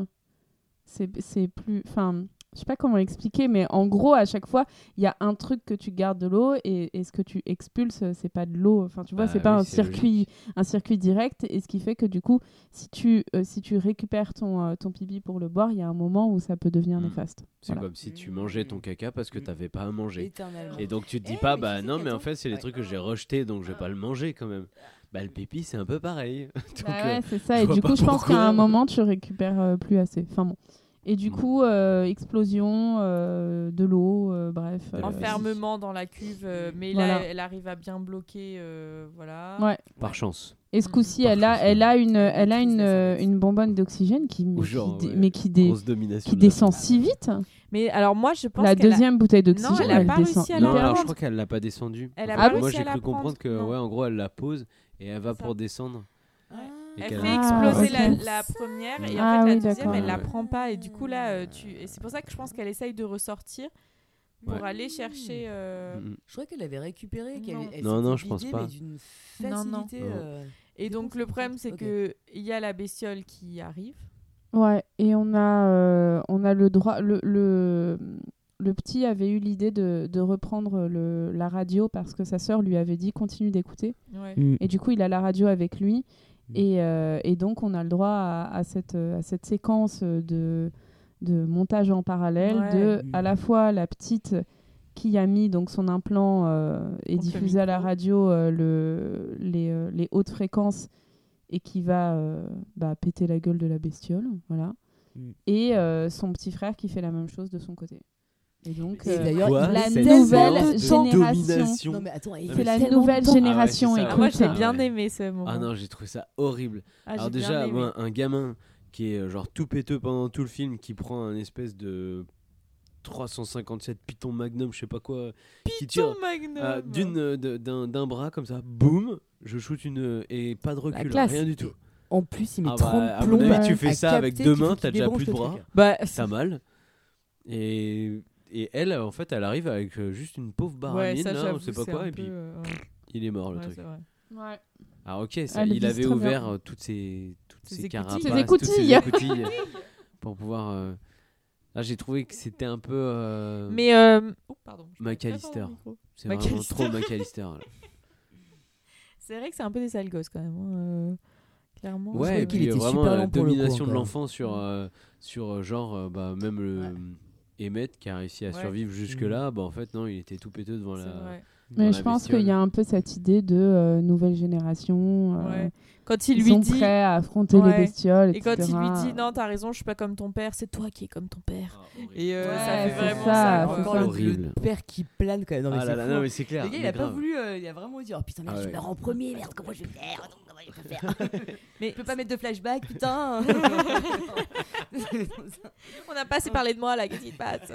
A: c'est c'est plus, enfin, je sais pas comment expliquer, mais en gros, à chaque fois, il y a un truc que tu gardes de l'eau et, et ce que tu expulses, c'est pas de l'eau. Enfin, tu vois,
H: Bah
A: c'est pas
H: oui,
A: un
H: c'est
A: circuit, un circuit direct, et ce qui fait que du coup, si tu, euh, si tu récupères ton, euh, ton pipi pour le boire, il y a un moment où ça peut devenir
H: Mm.
A: néfaste.
H: C'est
A: Voilà.
H: comme si tu mangeais ton caca parce que
I: Mm.
H: t'avais pas à manger.
I: Éternellement.
H: Et donc tu te dis
I: Eh,
H: pas,
I: mais
H: bah
I: tu sais
H: non,
I: qu'à
H: mais en
I: ton-
H: fait, c'est des
I: Ouais.
H: trucs que j'ai rejetés, donc je vais pas le manger quand même. Bah le pipi, c'est un peu pareil. Donc,
A: Bah
H: euh,
A: ouais, c'est ça.
H: je
A: Et
H: vois
A: du
H: pas
A: coup, je pense
H: pourquoi.
A: qu'à un moment, tu récupères euh, plus assez. Enfin bon. Et du
H: Mm.
A: coup, euh, explosion, euh, de l'eau, euh, bref. euh,
G: Enfermement dans la cuve, euh, mais là,
A: Voilà.
G: elle arrive à bien bloquer. euh, voilà.
A: Ouais.
H: Par chance.
A: Et ce coup-ci,
H: Par
A: elle a,
H: chance,
A: elle a une,
I: Elle
A: elle a
I: maîtrise
A: une,
I: la
A: euh,
I: serviette.
A: une bonbonne d'oxygène qui,
H: Ou
A: qui
H: genre,
A: dé-
H: ouais,
A: mais qui, dé-
H: Grosse domination.
A: qui
H: de la
A: descend
H: femme.
A: si vite.
G: Mais alors, moi, je pense
A: La
G: qu'elle a-
A: deuxième bouteille d'oxygène,
G: elle
A: elle,
G: a pas réussi
A: descend.
G: à la
H: Non, alors je
G: prendre.
H: crois qu'elle l'a pas descendu.
G: Elle a
H: Parce que
G: pas
H: moi
G: réussi
H: j'ai
G: à
H: cru
G: la prendre,
H: comprendre que
G: non.
H: ouais en gros elle la pose et elle va
G: C'est
H: pour
G: ça.
H: descendre. Et
G: Elle
H: qu'elle
G: fait
H: a-
A: Ah,
G: exploser la-
A: ok.
G: la, première et en
A: Ah
G: fait
A: oui,
G: la deuxième
A: d'accord.
G: elle la
H: Ouais.
G: prend pas et du coup là euh, tu et c'est pour ça que je pense qu'elle essaye de ressortir pour
H: Ouais.
G: aller chercher euh,
H: Mm, mm.
I: Je crois qu'elle avait récupéré. qu'elle-
G: Non.
I: elle
H: Non,
I: s'était
H: non, je pense
I: vidée,
H: pas.
I: mais d'une
G: Non, non.
I: facilité,
H: Non.
I: euh,
G: et donc le problème c'est
I: Ok.
G: que il y a la bestiole qui arrive
A: Ouais. Et on a, euh, on a le droit. Le, le, le petit avait eu l'idée de, de reprendre le, la radio parce que sa sœur lui avait dit continue d'écouter.
G: ouais.
H: Mm.
A: Et du coup, il a la radio avec lui. Et, euh, et donc, on a le droit à, à cette, à cette séquence de, de montage en parallèle
G: Ouais.
H: Mm.
A: de à la fois la petite qui a mis donc son implant euh, et
G: Contre le
A: diffusé à la
G: micro.
A: radio euh, le, les, euh, les hautes fréquences et qui va euh, bah, péter la gueule de la bestiole. Voilà.
I: Mm.
A: Et euh, son petit frère qui fait la même chose de son côté. Et donc,
I: Et
A: euh,
I: d'ailleurs,
H: Quoi,
I: il a
H: cette
I: tellement
A: nouvelle
I: de
H: sorte de
A: génération.
H: domination
I: Non, mais attends, il
H: C'est
I: fait
A: c'est la
I: tellement
A: nouvelle
I: de temps.
A: génération.
H: Ah ouais, c'est ça.
A: écoute.
G: Ah, moi j'ai
H: Ah
G: bien
H: ouais.
G: aimé ce moment
H: Ah non, j'ai trouvé ça horrible.
G: Ah, j'ai
H: Alors
G: bien
H: déjà,
G: aimé.
H: moi, un gamin qui est euh, genre tout péteux pendant tout le film, qui prend un espèce de 357 Python Magnum, je sais pas quoi, qui tire
G: Python Magnum
H: euh, d'une euh, de- d'un d'un bras comme ça, boum, je shoot une euh, et pas de recul,
A: classe.
H: rien du tout.
I: en plus, il met
H: Ah bah,
I: 30
H: à mon
I: plombes.
H: avis,
I: à-
H: tu fais
I: à
H: ça avec
I: capter
H: deux
I: qu'il faut
H: mains,
I: qu'il
H: t'as déjà
I: débranche
H: plus de
I: le
H: bras.
I: truc.
G: Bah,
H: T'as mal. Et, et elle, en fait, elle arrive avec euh, juste une pauvre
G: ouais,
H: baramine,
G: ça,
H: là,
G: j'avoue,
H: on sait pas
G: c'est
H: quoi,
G: un
H: et puis
G: peu, euh,
H: il est mort le
G: ouais,
H: truc.
G: c'est vrai.
A: Ouais.
H: Ah ok, ça,
A: Ah, le
H: il avait
A: bistrot vert.
H: ouvert euh, toutes ces toutes
G: Ses
H: ces
G: écoutilles.
H: carapaces,
A: Ses
H: toutes ces
A: écoutilles.
H: écoutilles pour pouvoir. euh, Là, j'ai trouvé que c'était un peu. euh,
G: Mais. euh, Oh, pardon. je parle très fort
H: McAllister.
G: au micro.
H: C'est vraiment
G: McAllister.
H: trop McAllister. là.
G: C'est vrai que c'est un peu des sales gosses quand même. hein, euh, Clairement.
I: trouvait
H: Ouais,
G: c'est-
I: qu'il
H: qu'il
I: était
H: vraiment
I: super
H: la
I: lent pour le coup,
H: domination de
I: encore.
H: l'enfant sur euh, sur euh, genre euh, bah même le Emmett qui a réussi à
G: Ouais.
H: survivre jusque là, bah en fait non, il était tout péteux devant
G: c'est
H: la.
G: vrai.
H: dans
A: Mais
H: la
A: je pense
H: bestiole.
A: qu'il y a un peu cette idée de euh, nouvelle génération. euh,
G: Ouais. Quand
A: Ils
G: il lui
A: sont
G: dit.
A: prêts à affronter
G: Ouais.
A: les bestioles,
G: Et quand il lui
A: etc..
G: dit non, t'as raison, je suis pas comme ton père, c'est toi qui es comme ton père.
H: Ah, horrible.
G: Et euh,
I: Ouais,
G: ça fait
I: c'est
G: vraiment
A: ça,
G: ça.
A: c'est
I: Encore
A: ça.
I: le-
H: Horrible.
I: Le père qui plane quand même. Non, mais
H: Ah là
I: c'est
H: là,
I: fou,
H: non
I: hein.
H: mais c'est clair.
I: Le gars, il
H: mais
I: a pas
H: grave.
I: voulu. euh, il a vraiment dit Oh putain, merde,
H: Ah
I: je
H: ouais.
I: meurs en premier, merde, comment je vais faire Comment je vais faire
G: Mais-
I: Je peux pas mettre de flashback, putain
G: On n'a pas assez parlé de moi là, qu'est-ce qui se passe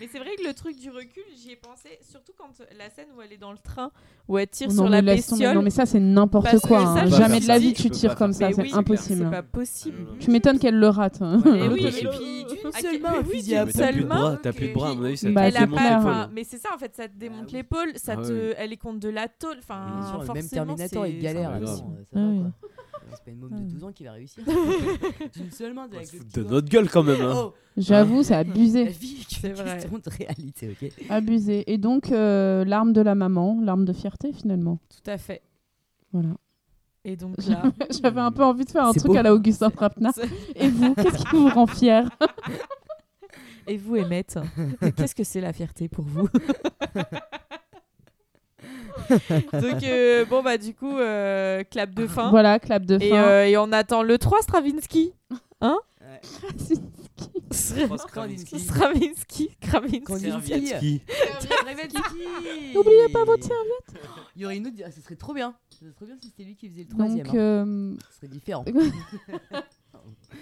G: Mais c'est vrai que le truc du recul, j'y ai pensé, surtout quand la scène où elle est dans le train, où elle tire
A: Non,
G: sur
A: mais
G: la
A: laisse tomber.
G: bestiole.
A: Non, mais ça, c'est n'importe
G: Parce
A: quoi.
G: que ça,
A: hein.
G: je
A: Jamais
G: me
A: de la
G: suis
A: vie,
G: dit,
A: tu
H: tu peux
A: tires
H: pas
A: comme
G: faire
A: ça.
G: ça. Mais
A: C'est
G: oui,
A: impossible.
G: C'est pas possible.
A: Tu m'étonnes qu'elle le rate. hein.
G: Et oui, et
H: Impossible.
G: puis
I: D'une
G: à
I: seule
G: quel-
I: main,
G: mais
I: un
G: oui,
I: fusil
G: d'une
I: à
H: Mais
I: pompe.
H: T'as
G: seule
H: plus de
G: main.
H: bras, t'as plus de bras, à mon avis, ça te
A: Bah,
G: elle a
A: c'est
H: démonte
G: pas,
A: clair.
H: l'épaule.
G: enfin, mais c'est ça en fait, ça te démonte
I: oui.
G: l'épaule, ça
H: Ah
G: te,
H: oui.
G: elle est contre de la tôle,
I: Bien
G: enfin
I: sûr, le même
G: forcément.
I: Terminator, il
G: c'est-
I: galère.
H: c'est
I: mais
H: grave.
I: bon, ça
A: Ah
I: va,
A: oui.
I: quoi. C'est pas une môme de
G: Ah.
I: 12 ans qui va réussir. D'une seule main,
H: On va
I: avec
H: se
I: le
H: foutre
I: petit
H: de
I: doigt.
H: notre gueule quand même. hein.
I: Oh,
A: J'avoue, c'est
I: la
A: abusé.
I: vie,
G: C'est
I: c'est
G: vrai.
I: question de réalité, ok
A: Abusé. Et donc, euh, l'arme de la maman, l'arme de fierté, finalement.
G: Tout à fait.
A: Voilà.
G: Et donc là,
A: J'avais un peu envie de faire un
I: C'est
A: truc
I: beau.
A: à la Augustin Rapna.
G: c'est-
A: Et vous, qu'est-ce qui vous rend fier
G: et vous Emmett, qu'est-ce que c'est la fierté pour vous Donc euh, bon bah du coup euh, clap de fin.
A: Voilà, clap de
G: Et,
A: fin.
G: euh, et on attend le 3 Stravinsky.
I: Stravinsky.
G: Stravinsky. Stravinsky.
H: Qui
I: N'oubliez pas votre serviette. Oh, Il y aurait une autre. Ah, ce serait trop bien. Ce serait trop bien si c'était lui qui faisait le troisième.
A: Donc,
I: hein.
A: euh,
I: Ce serait différent.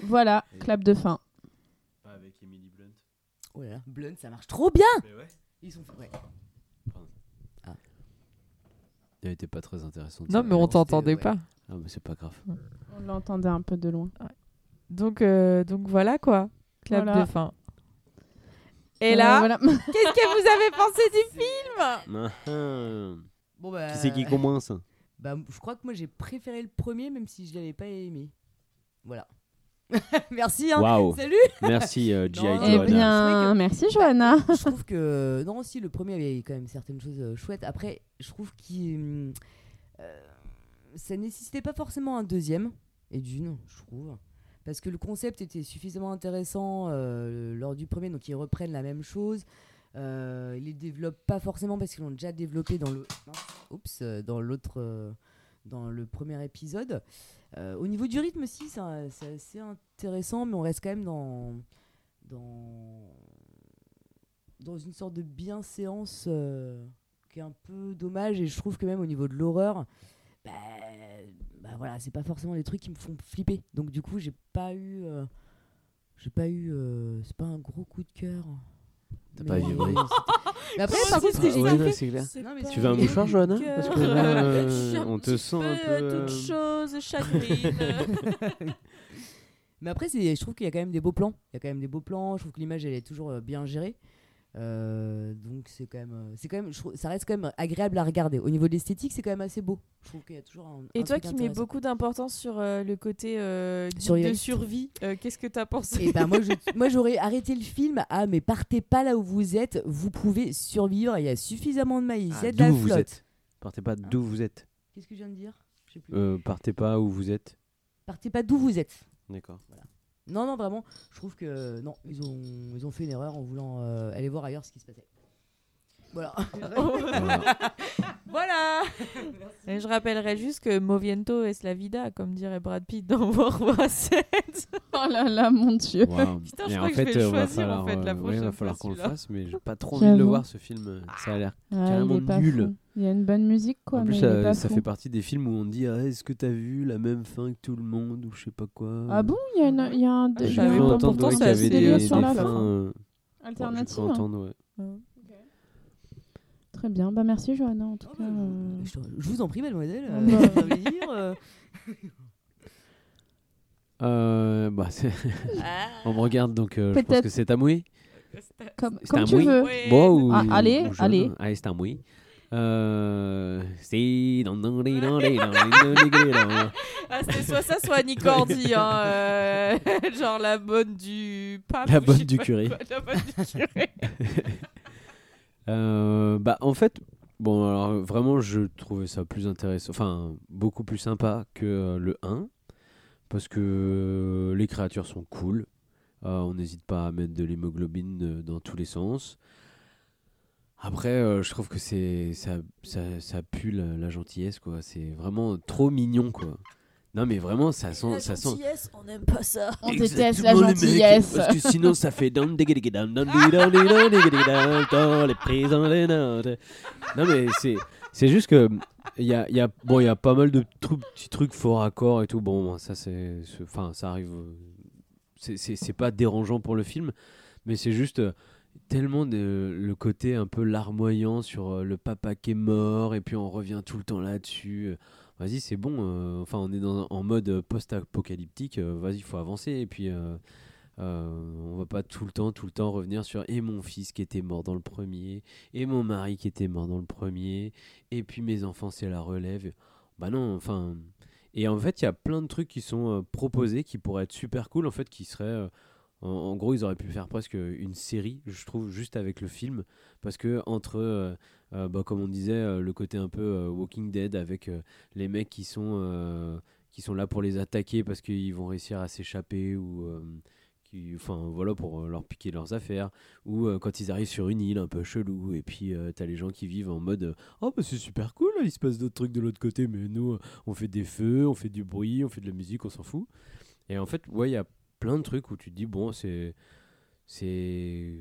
A: voilà, clap de fin.
H: Pas avec Emily Blunt.
I: Oh là là. Blunt, ça marche trop bien.
H: Mais ouais.
I: Ils sont. Ouais.
H: Ah. Elle était pas très intéressante.
G: Non
H: ça.
G: mais on t'entendait
I: t'entendait
G: pas.
I: pas.
H: Ah, mais c'est pas grave.
A: On l'entendait un peu de loin.
G: Donc euh, donc voilà quoi. Clap
A: Voilà.
G: de fin. Et
A: Euh,
G: là,
A: voilà.
G: qu'est-ce que vous avez pensé du film
H: Ah.
I: Bon bah.
H: Qui c'est qui commence
I: Bah, je crois que moi j'ai préféré le premier, même si je l'avais pas aimé. Voilà. Merci. Hein.
H: Waouh.
I: Salut.
H: Merci euh, G.I.
I: Non,
A: Eh
H: Johanna.
I: C'est vrai
A: bien,
I: que-
A: merci Johanna.
I: Bah, je trouve que euh, non si le premier avait quand même certaines choses euh, chouettes après je trouve qu'il hum, euh, ça nécessitait pas forcément un deuxième et d'une je trouve parce que le concept était suffisamment intéressant euh, lors du premier donc ils reprennent la même chose Euh, ils les développent pas forcément parce qu'ils l'ont déjà développé dans le mince, oups euh, dans l'autre euh, dans le premier épisode Euh, au niveau du rythme si c'est un- c'est assez intéressant mais on reste quand même dans dans dans une sorte de bienséance euh, qui est un peu dommage et je trouve que même au niveau de l'horreur bah, bah voilà c'est pas forcément des trucs qui me font flipper donc du coup j'ai pas eu euh, j'ai pas eu euh, c'est pas un gros coup de cœur
H: T'as
I: Mais-
H: pas eu, oui.
I: c'était- mais après
G: Comment
I: par
G: c'est
I: contre ce que
G: possible
I: j'ai
H: Ah Ouais, non,
I: kiffé-
H: c'est clair.
I: Non, mais
H: Tu veux un
I: c'est-
H: mouchoir, Johanna
G: cœur.
H: Parce que là, euh,
G: Je suis un
H: on te
G: petit
H: sent
G: peu,
H: un
G: euh,
H: peu.
G: toute
H: euh,
G: chose, chagrine.
I: Mais après, c'est- je trouve qu'il y a quand même des beaux plans. Il y a quand même des beaux plans. Je trouve que l'image, elle est toujours euh, bien gérée. Euh, donc c'est quand même, euh, c'est quand même, je trouve- ça reste quand même agréable à regarder. Au niveau de l'esthétique, c'est quand même assez beau. Je trouve qu'il y a toujours un.
G: Et
I: un
G: toi
I: truc
G: qui mets
I: intéressant.
G: beaucoup d'importance sur euh, le côté euh, guide de
I: Surréaliste.
G: survie, euh, qu'est-ce que t'as pensé
I: Et ben moi, je- moi j'aurais arrêté le film. Ah mais partez pas là où vous êtes. Vous pouvez survivre. Il y a suffisamment de maïs. Il y
H: ah,
I: a de la
H: D'où vous
I: flotte.
H: êtes Partez pas d'où vous êtes.
I: Qu'est-ce que je viens de dire Je sais plus.
H: Euh, partez pas où vous êtes.
I: Partez pas d'où vous êtes.
H: D'accord.
I: Non non vraiment. Je trouve que non ils ont ils ont fait une erreur en voulant euh, aller voir ailleurs ce qui se passait. Voilà.
A: Ah,
H: Voilà.
G: Voilà Et Oh. je rappellerai juste que Moviento es la vida, comme dirait Brad Pitt dans World War 7.
A: Oh là là, mon Dieu.
H: Waouh.
G: Putain, je
H: Et
G: crois
H: en
G: que je
H: fait,
G: vais
H: euh, va
G: choisir, en
H: falloir,
G: fait, la
H: euh, ouais,
G: prochaine fois,
H: va falloir qu'on le
G: celui-là.
H: fasse, mais j'ai pas trop envie de le
A: J'avoue.
H: voir ce film. Ça a l'air
A: Ah,
H: Carrément
A: il est pas
H: nul.
A: fou. Il y a une bonne musique, quoi.
H: en plus,
A: mais il est
H: ça,
A: pas
H: ça
A: fou.
H: fait partie des films où on dit ah, Est-ce que t'as vu la même fin que tout le monde Ou je sais pas quoi.
A: Ah bon, il y a, une, il y a un.
G: je
A: il y
H: J'ai
A: a
G: savais
H: cru
A: un-
G: pas,
H: entendre
G: pourtant,
H: ouais, qu'il
G: ça
H: y
G: a des
H: avait des,
G: liens
H: des hein.
G: sur la
H: fins.
A: fin.
H: euh, bon, j'ai cru
A: Alternative.
H: entendre, ouais.
A: Très bien. Bah, merci, Johanna, en tout
I: Oh,
A: cas.
I: bah,
A: euh.
I: Je, je vous en prie, mademoiselle.
A: Ah
I: euh,
A: bah.
I: ça veut dire, euh,
H: Euh, bah, c'est-
G: Ah.
H: on me regarde donc euh, je pense
A: Peut-être.
H: que c'est Tamoui.
A: Comme,
H: C'est
A: comme
H: un
A: tu
H: oui.
A: veux.
G: Ouais.
H: Bon, ou-
A: Ah, allez,
H: ou jeune.
A: allez.
H: Allez, c'est un oui. Euh, c'est dans- dans- dans- dans- dans- dans- dans-
G: Ah, c'était soit ça, soit Annie Cordy. hein, euh, genre la bonne du pape.
H: La
G: ou je
H: bonne
G: sais
H: du
G: pas
H: curé.
G: quoi, La bonne du curé.
H: Euh, bah en fait bon alors euh, vraiment je trouvais ça plus intéressant enfin beaucoup plus sympa que euh, le 1 parce que euh, les créatures sont cool Euh, on n'hésite pas à mettre de l'hémoglobine euh, dans tous les sens après euh, je trouve que c'est ça, ça, ça pue la, la gentillesse quoi c'est vraiment trop mignon quoi non mais vraiment ça sent ça sent
J: on n'aime pas ça.
A: On déteste la
H: Exactement, les mecs,
A: gentillesse.
H: Parce que sinon, ça fait dun, digga, digga, dun, dun, digga, dun, digga, dun, digga, dun, dans les prisons, les notes. Non, mais c'est, c'est juste que. Il y a, il y, a, bon, il y a pas mal de trou- petits trucs faux raccords et tout. Bon, ça, c'est, c'est- enfin, ça arrive. euh, C'est, c'est, c'est pas dérangeant pour le film, mais c'est juste euh, tellement de- le côté un peu larmoyant sur euh, le papa qui est mort, et puis on revient tout le temps là-dessus. Vas-y, c'est bon. euh, enfin, on est dans, en mode euh, post-apocalyptique. euh, Vas-y, il faut avancer. Et puis, euh, euh, on va pas tout le temps, tout le temps revenir sur et mon fils qui était mort dans le premier, et mon mari qui était mort dans le premier, et puis mes enfants, c'est la relève. Bah non, enfin. Et en fait, il y a plein de trucs qui sont euh, proposés qui pourraient être super cool. En fait, qui seraient. euh, en, en gros, ils auraient pu faire presque une série, je trouve, juste avec le film. Parce que, entre, euh, euh, bah, comme on disait, euh, le côté un peu euh, Walking Dead avec. euh, les mecs qui sont, euh, qui sont là pour les attaquer parce qu'ils vont réussir à s'échapper ou euh, qui, enfin, voilà, pour euh, leur piquer leurs affaires. Ou euh, quand ils arrivent sur une île un peu chelou et puis euh, t'as les gens qui vivent en mode euh, Oh, bah c'est super cool, il se passe d'autres trucs de l'autre côté, mais nous euh, on fait des feux, on fait du bruit, on fait de la musique, on s'en fout. Et en fait, ouais, il y a plein de trucs où tu te dis Bon, c'est. C'est.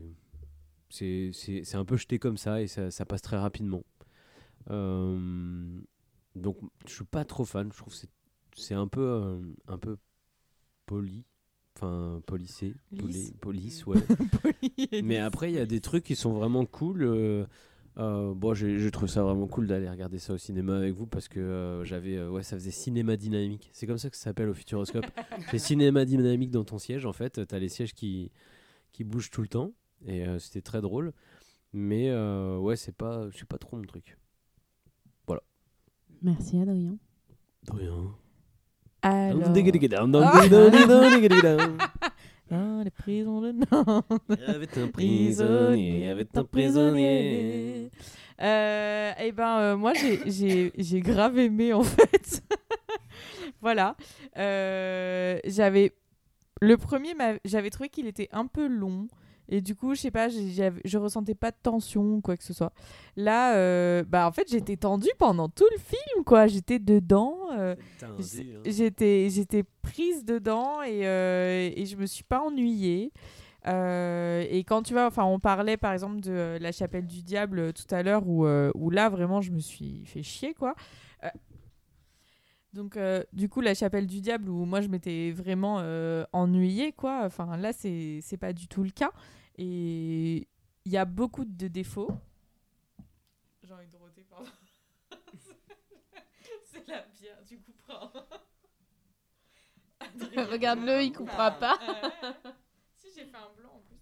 H: C'est c'est- c'est un peu jeté comme ça et ça, ça passe très rapidement. Euh, donc je suis pas trop fan, je trouve que c'est c'est un peu euh, un peu poli enfin policé,
G: Lisse.
H: poli- police ouais. Mais après il y a des trucs qui sont vraiment cool euh, euh, bon, j'ai j'ai trouvé ça vraiment cool d'aller regarder ça au cinéma avec vous parce que euh, j'avais euh, ouais, ça faisait cinéma dynamique. C'est comme ça que ça s'appelle au Futuroscope. C'est cinéma dynamique dans ton siège en fait, tu as les sièges qui qui bougent tout le temps et euh, c'était très drôle. Mais euh, ouais, c'est pas c'est pas trop mon truc.
K: Merci Adrien.
H: De rien.
G: Alors... Ah, les prisons de Nantes.
H: Il y avait un
G: prisonnier, il y avait un prisonnier.
H: prisonnier.
G: Euh, eh ben, euh, moi, j'ai- j'ai j'ai grave aimé, en fait. voilà. Euh, j'avais... Le premier, m'a- j'avais trouvé qu'il était un peu long. Et du coup, je sais pas, j'ai- j'avais- je ressentais pas de tension ou quoi que ce soit. Là, euh, bah, en fait, j'étais tendue pendant tout le film, quoi. J'étais dedans. euh, J-
H: hein.
G: J'étais, j'étais prise dedans et, euh, et je me suis pas ennuyée. Euh, et quand tu vois, enfin, on parlait par exemple de euh, la chapelle du diable euh, tout à l'heure où, euh, où là vraiment je me suis fait chier quoi. Euh, donc euh, du coup la chapelle du diable où moi je m'étais vraiment euh, ennuyée quoi. Enfin là c'est c'est pas du tout le cas et il y a beaucoup de défauts. J'ai envie de roter, pardon. C'est la bière, tu couperas.
K: Regarde-le, il coupera pas.
G: Ah, si, j'ai fait un blanc en plus.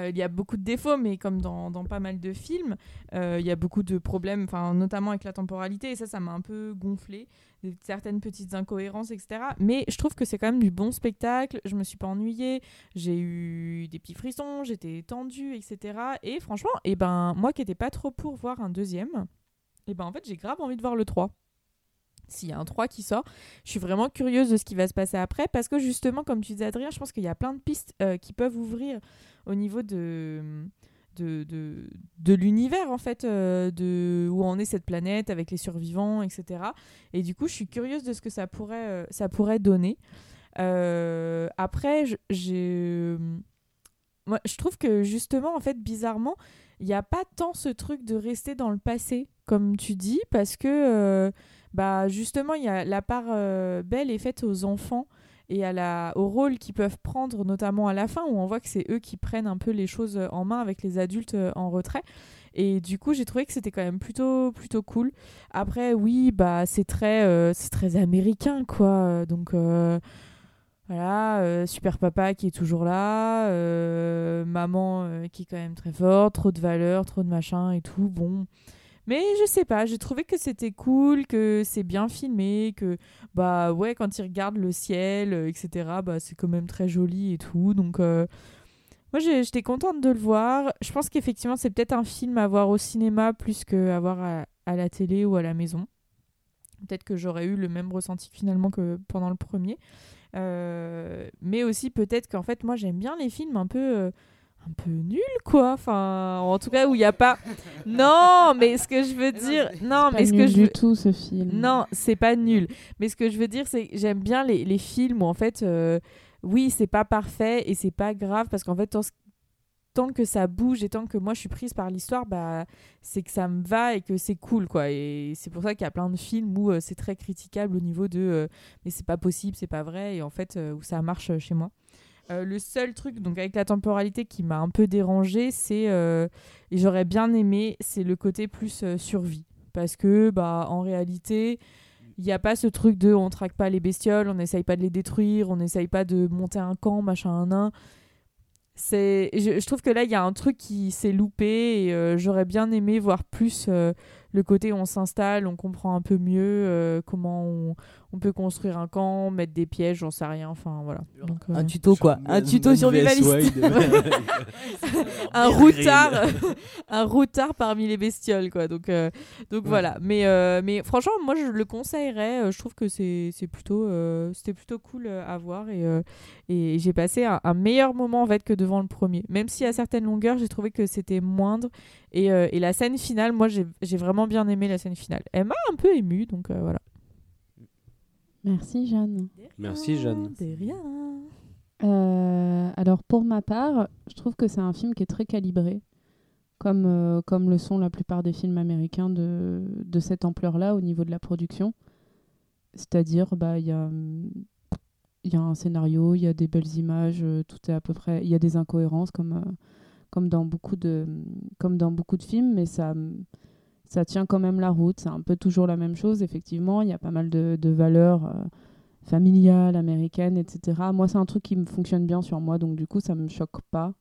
G: Euh, Il y a beaucoup de défauts, mais comme dans, dans pas mal de films, euh, il y a beaucoup de problèmes, enfin, notamment avec la temporalité, et ça, ça m'a un peu gonflé, des- certaines petites incohérences, etc. Mais je trouve que c'est quand même du bon spectacle, je me suis pas ennuyée, j'ai eu des petits frissons, j'étais tendue, etc. Et franchement, eh ben, moi qui n'étais pas trop pour voir un deuxième, eh ben, en fait, j'ai grave envie de voir le 3. S'il y a un 3 qui sort, je suis vraiment curieuse de ce qui va se passer après parce que justement, comme tu disais Adrien, je pense qu'il y a plein de pistes euh, qui peuvent ouvrir au niveau de de, de, de l'univers en fait euh, de où en est cette planète avec les survivants etc et du coup je suis curieuse de ce que ça pourrait euh, ça pourrait donner Euh, après je- j'ai euh, moi je trouve que justement en fait bizarrement il n'y a pas tant ce truc de rester dans le passé comme tu dis parce que euh, bah justement il y a la part euh, belle est faite aux enfants et à la, au rôle qu'ils peuvent prendre, notamment à la fin, où on voit que c'est eux qui prennent un peu les choses euh, en main avec les adultes euh, en retrait. Et du coup, j'ai trouvé que c'était quand même plutôt, plutôt cool. Après, oui, bah, c'est très, euh, c'est très américain, quoi. Euh, Donc, euh, voilà, euh, super papa qui est toujours là, euh, maman euh, qui est quand même très forte, trop de valeur, trop de machin et tout. Bon. Mais je sais pas, j'ai trouvé que c'était cool, que c'est bien filmé, que bah ouais, quand il regarde le ciel, euh, etc., bah c'est quand même très joli et tout. Donc euh, moi j'ai- j'étais contente de le voir. Je pense qu'effectivement c'est peut-être un film à voir au cinéma plus qu'à voir à, à la télé ou à la maison. Peut-être que j'aurais eu le même ressenti finalement que pendant le premier. Euh, mais aussi peut-être qu'en fait moi j'aime bien les films un peu... euh, un peu nuls quoi enfin en tout cas où il n'y a pas non mais ce que je veux dire non
A: Ah
G: mais
A: Pas
G: ce que
A: nul
G: je
A: du
G: veux-
A: tout ce film.
G: non, c'est pas nul. Mais ce que je veux dire, c'est que j'aime bien les, les films où, en fait, euh, oui, c'est pas parfait et c'est pas grave parce qu'en fait, tant, tant que ça bouge et tant que moi je suis prise par l'histoire, bah, c'est que ça me va et que c'est cool, quoi. Et c'est pour ça qu'il y a plein de films où euh, c'est très critiquable au niveau de euh, mais c'est pas possible, c'est pas vrai, et en fait, euh, où ça marche euh, chez moi. Euh, le seul truc, donc avec la temporalité qui m'a un peu dérangé, c'est euh, et j'aurais bien aimé, c'est le côté plus euh, survie, parce que bah en réalité, il n'y a pas ce truc de on traque pas les bestioles, on n'essaye pas de les détruire, on n'essaye pas de monter un camp, machin, un nain. C'est, je, je trouve que là il y a un truc qui s'est loupé et euh, j'aurais bien aimé voir plus euh, le côté où on s'installe, on comprend un peu mieux euh, comment on, on peut construire un camp, mettre des pièges, j'en sais rien, enfin voilà. Donc, euh,
I: Un tuto quoi, un tuto survivaliste.
G: un
I: Bear
G: routard un routard parmi les bestioles quoi donc euh, donc voilà mais euh, mais franchement moi je le conseillerais Euh, je trouve que c'est c'est plutôt euh, c'était plutôt cool euh, à voir et euh, et j'ai passé un, un meilleur moment en fait que devant le premier même si à certaines longueurs j'ai trouvé que c'était moindre et, euh, et la scène finale moi j'ai j'ai vraiment bien aimé la scène finale elle m'a un peu émue donc euh, voilà
A: Merci Jeanne.
H: Merci, Jeanne.
G: de rien
A: Euh, alors pour ma part, je trouve que c'est un film qui est très calibré, comme, euh, comme le sont la plupart des films américains de, de cette ampleur-là au niveau de la production. C'est-à-dire, bah, il y a, hum, il y a un scénario, il y a des belles images, euh, tout est à peu près... Il y a des incohérences comme, euh, comme, dans beaucoup de, comme dans beaucoup de films, mais ça... hum, Ça tient quand même la route, c'est un peu toujours la même chose, effectivement. Il y a pas mal de, de valeurs euh, familiale, américaine, etc. Moi, c'est un truc qui me fonctionne bien sur moi, donc du coup, ça me choque pas.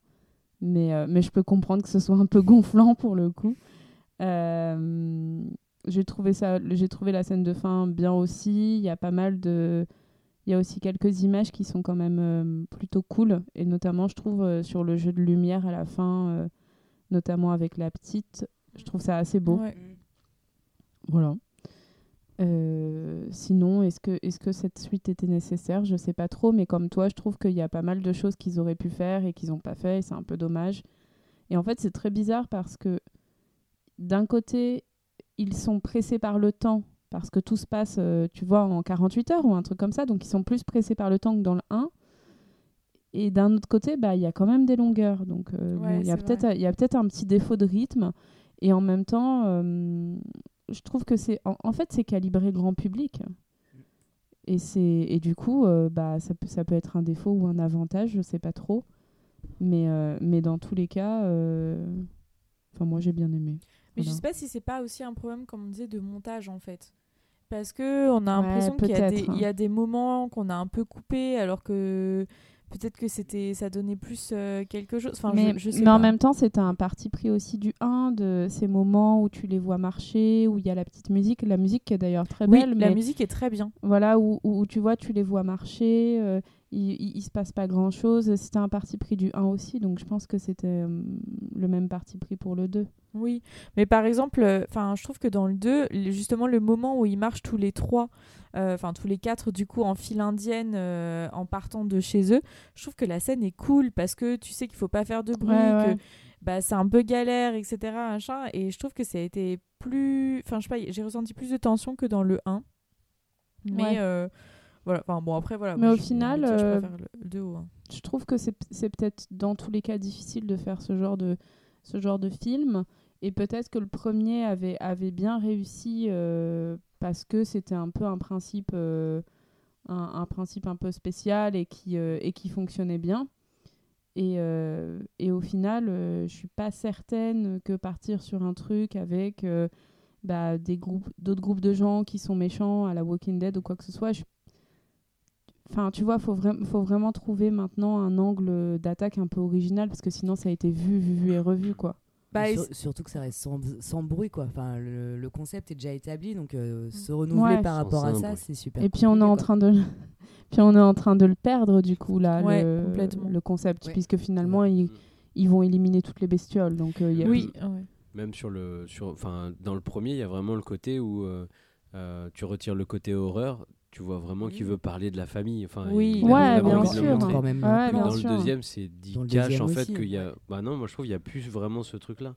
A: Mais, euh, mais je peux comprendre que ce soit un peu gonflant pour le coup. Euh, j'ai trouvé ça, j'ai trouvé la scène de fin bien aussi. Il y a pas mal de, il y a aussi quelques images qui sont quand même euh, plutôt cool, et notamment, je trouve euh, sur le jeu de lumière à la fin, euh, notamment avec la petite, je trouve ça assez beau.
G: Ouais.
A: Voilà. Euh, sinon, est-ce que, est que cette suite était nécessaire Je sais pas trop, mais comme toi, je trouve qu'il y a pas mal de choses qu'ils auraient pu faire et qu'ils n'ont pas fait, et c'est un peu dommage. Et en fait, c'est très bizarre parce que d'un côté, ils sont pressés par le temps, parce que tout se passe, euh, tu vois, en 48 heures ou un truc comme ça, donc ils sont plus pressés par le temps que dans le 1. Et d'un autre côté, bah, il y a quand même des longueurs, donc euh, bon, il
G: Ouais,
A: y a
G: c'est
A: peut-être il y a peut-être un petit défaut de rythme. Et en même temps, euh, je trouve que c'est. En, en fait, c'est calibré grand public. Et, c'est, et du coup, euh, bah, ça, peut, ça peut être un défaut ou un avantage, je sais pas trop. Mais, euh, mais dans tous les cas, euh, enfin, moi j'ai bien aimé.
G: Mais je
A: Voilà.
G: sais pas si c'est pas aussi un problème, comme on disait, de montage en fait. Parce que on a
A: Ouais,
G: l'impression qu'il y, a des-
A: peut-être, hein.
G: il y a des moments qu'on a un peu coupés, alors que peut-être que c'était ça donnait plus euh, quelque chose. Enfin,
A: mais
G: je, je sais
A: mais
G: pas.
A: en même temps, c'est un parti pris aussi du 1, de ces moments où tu les vois marcher, où il y a la petite musique, la musique qui est d'ailleurs très
G: oui,
A: belle,
G: la
A: mais
G: musique est très bien.
A: voilà, où, où- où tu vois, tu les vois marcher, euh, il, il, il se passe pas grand chose. C'était un parti pris du 1 aussi, donc je pense que c'était euh, le même parti pris pour le 2.
G: Oui, mais par exemple, euh, enfin, je trouve que dans le 2, le- justement, le moment où ils marchent tous les trois, euh, enfin tous les quatre, du coup, en file indienne, euh, en partant de chez eux, je trouve que la scène est cool parce que tu sais qu'il faut pas faire de bruit,
A: Ouais, ouais.
G: que bah, c'est un peu galère, etc. Machin, et je trouve que ça a été plus, enfin, je sais pas, j'ai ressenti plus de tension que dans le 1. Mais
A: Ouais.
G: euh, voilà, enfin bon, après voilà.
A: Mais
G: moi,
A: au
G: je suis-
A: final,
G: tu vois, je
A: euh,
G: préfère le- le 2 au 1.
A: je trouve que c'est c'est peut-être dans tous les cas difficile de faire ce genre de, ce genre de film. Et peut-être que le premier avait, avait bien réussi euh, parce que c'était un peu un principe. euh, un, un principe un peu spécial et qui, euh, et qui fonctionnait bien. Et, euh, et au final, euh, je suis pas certaine que partir sur un truc avec euh, bah, des groupes, d'autres groupes de gens qui sont méchants à la Walking Dead ou quoi que ce soit. je- Enfin, tu vois, faut, vraim- faut vraiment trouver maintenant un angle d'attaque un peu original parce que sinon, ça a été vu, vu, vu et revu, quoi.
G: Bah,
I: Mais Bah, sur- surtout que ça reste sans, sans bruit, quoi. Enfin, le, le concept est déjà établi, donc euh, se renouveler
A: Mm. Ouais.
I: par
A: Sans
I: rapport à
A: un
I: ça,
A: bruit.
I: c'est super.
A: Et puis on est en train de, le- puis on est en train de le perdre du coup là,
G: Ouais,
A: le,
G: complètement.
A: le concept,
G: Ouais.
A: puisque finalement ils, ils vont éliminer toutes les bestioles, donc euh, il y a
G: Oui, Ah
H: Même sur le, sur, enfin, dans le premier, il y a vraiment le côté où euh, euh, tu retires le côté horreur. Tu vois vraiment qu'il veut parler de la famille. Enfin,
A: Oui.
H: il a
A: Ouais,
H: vraiment
A: bien
H: envie de le
A: sûr.
H: montrer.
A: Quand même, Ouais,
I: hein.
A: un peu.
H: Mais
A: bien
H: dans
A: sûr.
H: le deuxième, c'est dit
A: Dans le
H: cash
A: deuxième
H: en fait
A: aussi,
H: qu'il y a. Bah non, moi je trouve qu'il y a plus vraiment ce truc-là.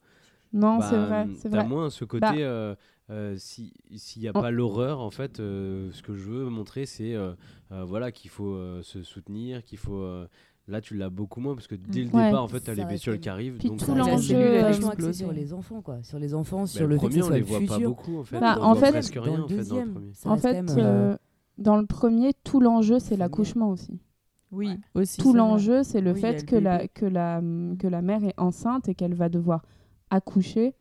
A: Non,
H: Bah,
A: c'est vrai, c'est
H: T'as
A: vrai.
H: moins ce côté.
A: Bah.
H: euh, euh, si s'il n'y a
A: On-
H: pas l'horreur, en fait, euh, ce que je veux montrer, c'est euh, euh, voilà qu'il faut euh, se soutenir, qu'il faut. euh, Là, tu l'as beaucoup moins parce que dès le
A: Mmh. Ouais.
H: départ, en fait, t'as
A: Ça
H: les
A: reste
H: bestioles
A: comme-
H: qui arrivent.
A: Puis
H: donc,
A: tout
H: euh,
A: l'enjeu,
I: J'ai lu, elle est
A: euh,
I: vachement axée
A: explosé.
I: sur les enfants, quoi. Sur les enfants,
H: Bah,
I: sur
H: le
I: le, fait que
H: premier,
I: ce
H: on
I: soit
H: les
I: le
H: voit pas
I: futur.
H: beaucoup, en fait.
A: Bah,
H: On
A: en
H: voit
A: fait-
H: presque
I: Dans
H: rien,
I: le
H: en fait, dans le
I: deuxième,
H: premier.
I: ça
A: En
I: reste
A: fait,
I: quand même,
A: euh,
I: euh,
A: dans le premier, tout l'enjeu c'est l'accouchement aussi.
G: Oui, aussi.
A: tout
G: c'est vrai.
A: l'enjeu, c'est le
G: Oui, il y a
A: fait que,
G: bébé.
A: la, que, la, mm, que la mère est enceinte et qu'elle va devoir accoucher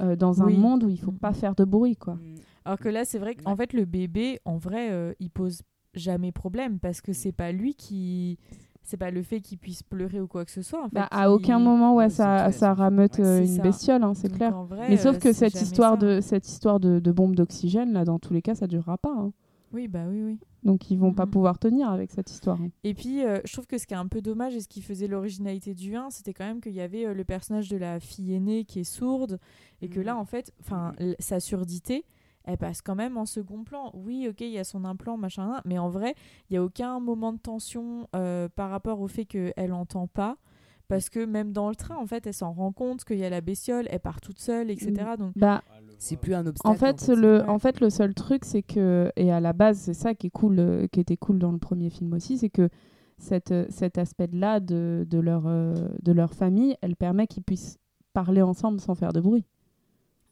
A: euh, dans un
G: Oui. Mm.
A: monde où il faut pas faire de bruit, quoi.
G: Alors que là, c'est vrai qu'en fait, le bébé, en vrai, euh, il pose jamais problème parce que c'est pas lui qui. C'est pas le fait qu'il puisse pleurer ou quoi que ce soit. En fait,
A: Bah, à aucun
G: qui-
A: moment, ouais, ça, ça rameute
G: Ouais,
A: euh,
G: c'est
A: une
G: ça.
A: bestiole, hein, c'est
G: Donc,
A: clair.
G: en vrai,
A: Mais sauf
G: euh,
A: que
G: c'est
A: cette
G: jamais
A: histoire,
G: ça.
A: de, cette histoire de, de bombe d'oxygène, là, dans tous les cas, ça durera pas. hein.
G: Oui, bah oui, oui.
A: Donc ils vont pas pouvoir tenir avec cette histoire. hein.
G: Et puis, euh, je trouve que ce qui est un peu dommage et ce qui faisait l'originalité du 1, c'était quand même qu'il y avait euh, le personnage de la fille aînée qui est sourde et que là, en fait, enfin, l- sa surdité, elle passe quand même en second plan. Oui, ok, il y a son implant, machin, nan, mais en vrai, il y a aucun moment de tension euh, par rapport au fait qu'elle entend pas. Parce que même dans le train, en fait, elle s'en rend compte qu'il y a la bestiole, elle part toute seule, etc. Donc,
A: Bah,
I: c'est plus un obstacle.
A: En fait, le, en fait, le seul truc, c'est que, et à la base, c'est ça qui est cool, euh, qui était cool dans le premier film aussi, c'est que cette, euh, cet aspect-là de, de, leur, euh, de leur famille, elle permet qu'ils puissent parler ensemble sans faire de bruit,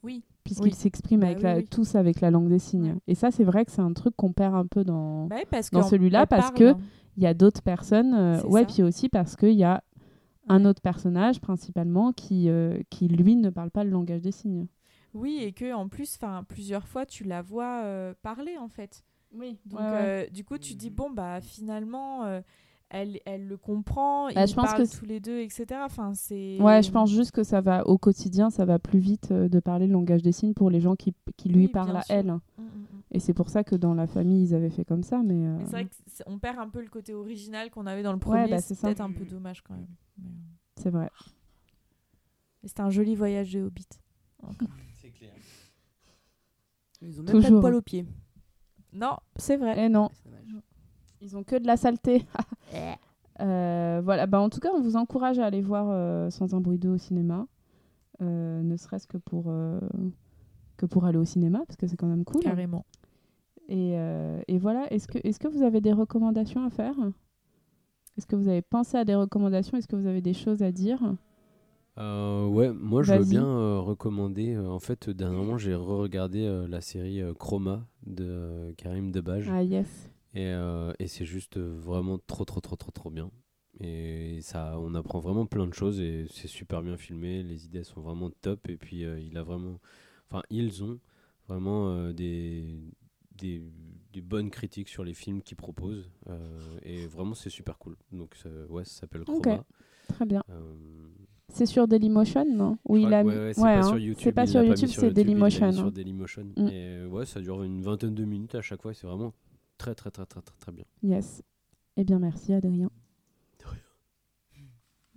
G: oui.
A: puisqu'ils s'expriment
G: Bah
A: avec
G: oui,
A: la,
G: oui.
A: tous avec la langue des signes. Et ça, c'est vrai que c'est un truc qu'on perd un peu dans,
G: Bah oui, parce
A: dans
G: qu'on-
A: celui-là,
G: elle
A: parce que
G: parle.
A: il y a d'autres personnes, euh,
G: C'est
A: ouais,
G: ça.
A: puis aussi parce qu'il y a un autre personnage principalement qui, euh, qui, lui, ne parle pas le langage des signes.
G: Oui, et que en plus, enfin, plusieurs fois, tu la vois euh, parler en fait.
A: Oui.
G: Donc,
A: ouais, ouais.
G: euh, du coup, tu dis bon bah finalement, euh, elle, elle le comprend.
A: Bah,
G: ils
A: je pense
G: parlent
A: que
G: tous les deux, etc. Enfin, c'est.
A: Ouais, je pense juste que ça va au quotidien, ça va plus vite euh, de parler le langage des signes pour les gens qui, qui lui
G: Oui,
A: parlent
G: bien
A: à
G: sûr.
A: elle.
G: Mm, mm, mm.
A: Et c'est pour ça que dans la famille, ils avaient fait comme ça. Mais, euh,
G: Mais c'est vrai que c'est- on perd un peu le côté original qu'on avait dans le
A: Ouais,
G: premier.
A: bah, c'est
G: c'est
A: ça.
G: peut-être un peu dommage quand même.
A: c'est vrai.
G: Mais C'était un joli voyage de Hobbit. Encore.
I: Ils ont même pas de
A: Toujours.
I: poil aux pieds.
G: non, c'est vrai.
A: Eh non. Ils ont que de la saleté. Euh, voilà, bah en tout cas, on vous encourage à aller voir euh, Sans un bruit 2 au cinéma. Euh, ne serait-ce que pour euh, que pour aller au cinéma parce que c'est quand même cool.
G: Carrément.
A: Et, euh, et voilà, est-ce que est-ce que vous avez des recommandations à faire Est-ce que vous avez pensé à des recommandations Est-ce que vous avez des choses à dire
H: Euh, ouais, moi je veux
A: Vas-y.
H: bien euh, recommander. euh, en fait, dernièrement, j'ai re-regardé euh, la série euh, Chroma de euh, Karim Debage.
A: Ah yes.
H: Et, euh, et c'est juste euh, vraiment trop, trop, trop, trop, trop bien. Et ça, on apprend vraiment plein de choses et c'est super bien filmé. Les idées sont vraiment top. Et puis, euh, il a vraiment. Enfin, ils ont vraiment euh, des, des, des bonnes critiques sur les films qu'ils proposent. euh, et vraiment, c'est super cool. Donc, ça- ouais, ça s'appelle Chroma.
A: Ok. Très bien.
H: Euh,
A: C'est sur Dailymotion, non Ou
H: je
A: il
H: crois
A: a
H: que-
A: mis-
H: ouais, ouais, c'est pas
A: hein.
H: sur YouTube.
A: C'est pas
H: il
A: sur
H: l'a mis
A: YouTube, c'est
H: il l'a mis
A: Dailymotion. hein.
H: Sur Dailymotion.
A: Mm.
H: Et euh, ouais, ça dure une vingtaine de minutes à chaque fois. et C'est vraiment très, très, très, très, très, très bien.
A: Yes. Eh bien, merci Adrien.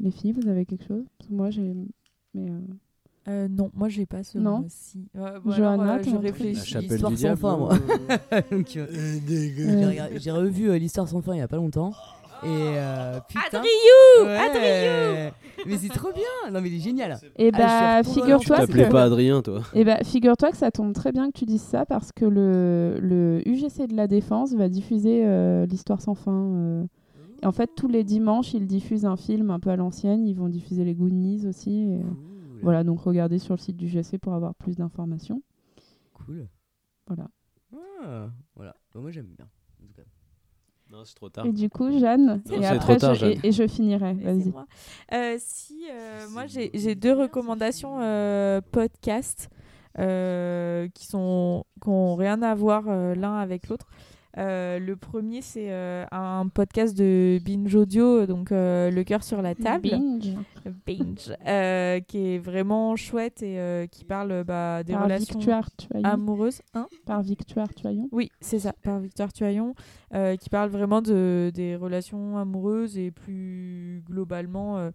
A: Les filles, vous avez quelque chose Parce que Moi, j'ai. Mais euh,
G: Euh, non, moi j'ai pas ce
A: Non.
G: mot-ci. Euh, bon,
A: Johanna,
G: alors, euh,
A: t'as
G: je
A: un truc
G: réfléchis.
H: La chapelle
I: Histoire
H: du
I: sans
H: diable.
I: fin,
H: non
I: moi. Donc, euh, j'ai regardé- J'ai revu euh, l'histoire sans fin il y a pas longtemps. Et euh, putain.
G: Adriou
I: Ouais.
G: Adriou
I: Mais c'est trop bien Non mais il est génial
A: Eh
I: Ah,
A: bah,
I: je suis retournée en
A: figure-toi
I: Suisse.
A: que.
H: euh, t'appelais pas Adrien, toi
A: Eh bah, figure-toi que ça tombe très bien que tu dises ça parce que le, le UGC de la Défense va diffuser euh, l'histoire sans fin. euh. Et En fait, tous les dimanches, ils diffusent un film un peu à l'ancienne. Ils vont diffuser les Goonies aussi. et, euh, Voilà, donc regardez sur le site du UGC pour avoir plus d'informations.
I: Cool.
A: Voilà.
I: Ah, voilà. Bah, moi j'aime bien. En tout cas.
H: Non, c'est trop tard.
A: Et du coup, Jeanne,
H: Non,
A: et
H: c'est
A: après,
H: trop tard,
A: je, et-
H: Jeanne.
A: et, je finirai. Vas-y.
G: Laissez-moi. Euh, si, euh, moi, j'ai j'ai deux recommandations euh, podcast euh, qui sont qui ont rien à voir euh, l'un avec l'autre. Euh, le premier, c'est euh, un podcast de Binge Audio, donc euh, Le cœur sur la table.
A: Binge.
G: Binge. Euh, qui est vraiment chouette et euh, qui parle bah, des
A: Par
G: relations
A: Victoire Tuaillon.
G: amoureuses. Hein
A: Par Victoire Tuaillon.
G: oui, c'est ça, par Victor Tuaillon, euh, qui parle vraiment de, des relations amoureuses et plus globalement euh,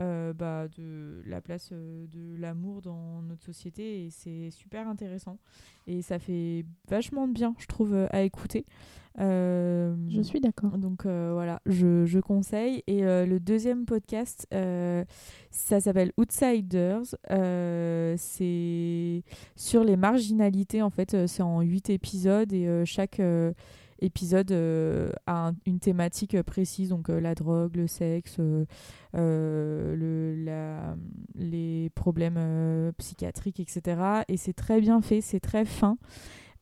G: euh, bah, de la place euh, de l'amour dans notre société. Et c'est super intéressant. Et ça fait vachement de bien, je trouve, euh, à écouter. Euh,
A: Je suis d'accord.
G: donc euh, voilà, je, je conseille. Et euh, le deuxième podcast, euh, ça s'appelle Outsiders. Euh, c'est sur les marginalités, en fait. euh, C'est en huit épisodes et euh, chaque euh, épisode euh, a un- une thématique euh, précise, donc euh, la drogue, le sexe, euh, euh, le, la- les problèmes euh, psychiatriques, etc. Et c'est très bien fait, c'est très fin.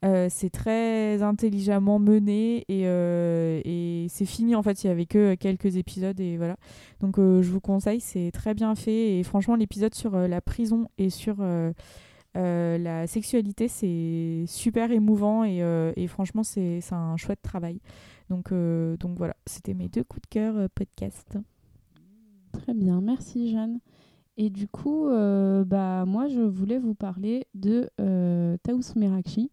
G: Euh, c'est très intelligemment mené et, euh, et c'est fini en fait. Il y avait que quelques épisodes et voilà. Donc euh, je vous conseille, c'est très bien fait et franchement l'épisode sur euh, la prison et sur euh, euh, la sexualité c'est super émouvant et, euh, et franchement c'est c'est un chouette travail. Donc euh, donc voilà, c'était mes deux coups de cœur euh, podcast. Mm.
A: Très bien, merci Jeanne. Et du coup, euh, bah, moi, je voulais vous parler de euh, Taous Merakchi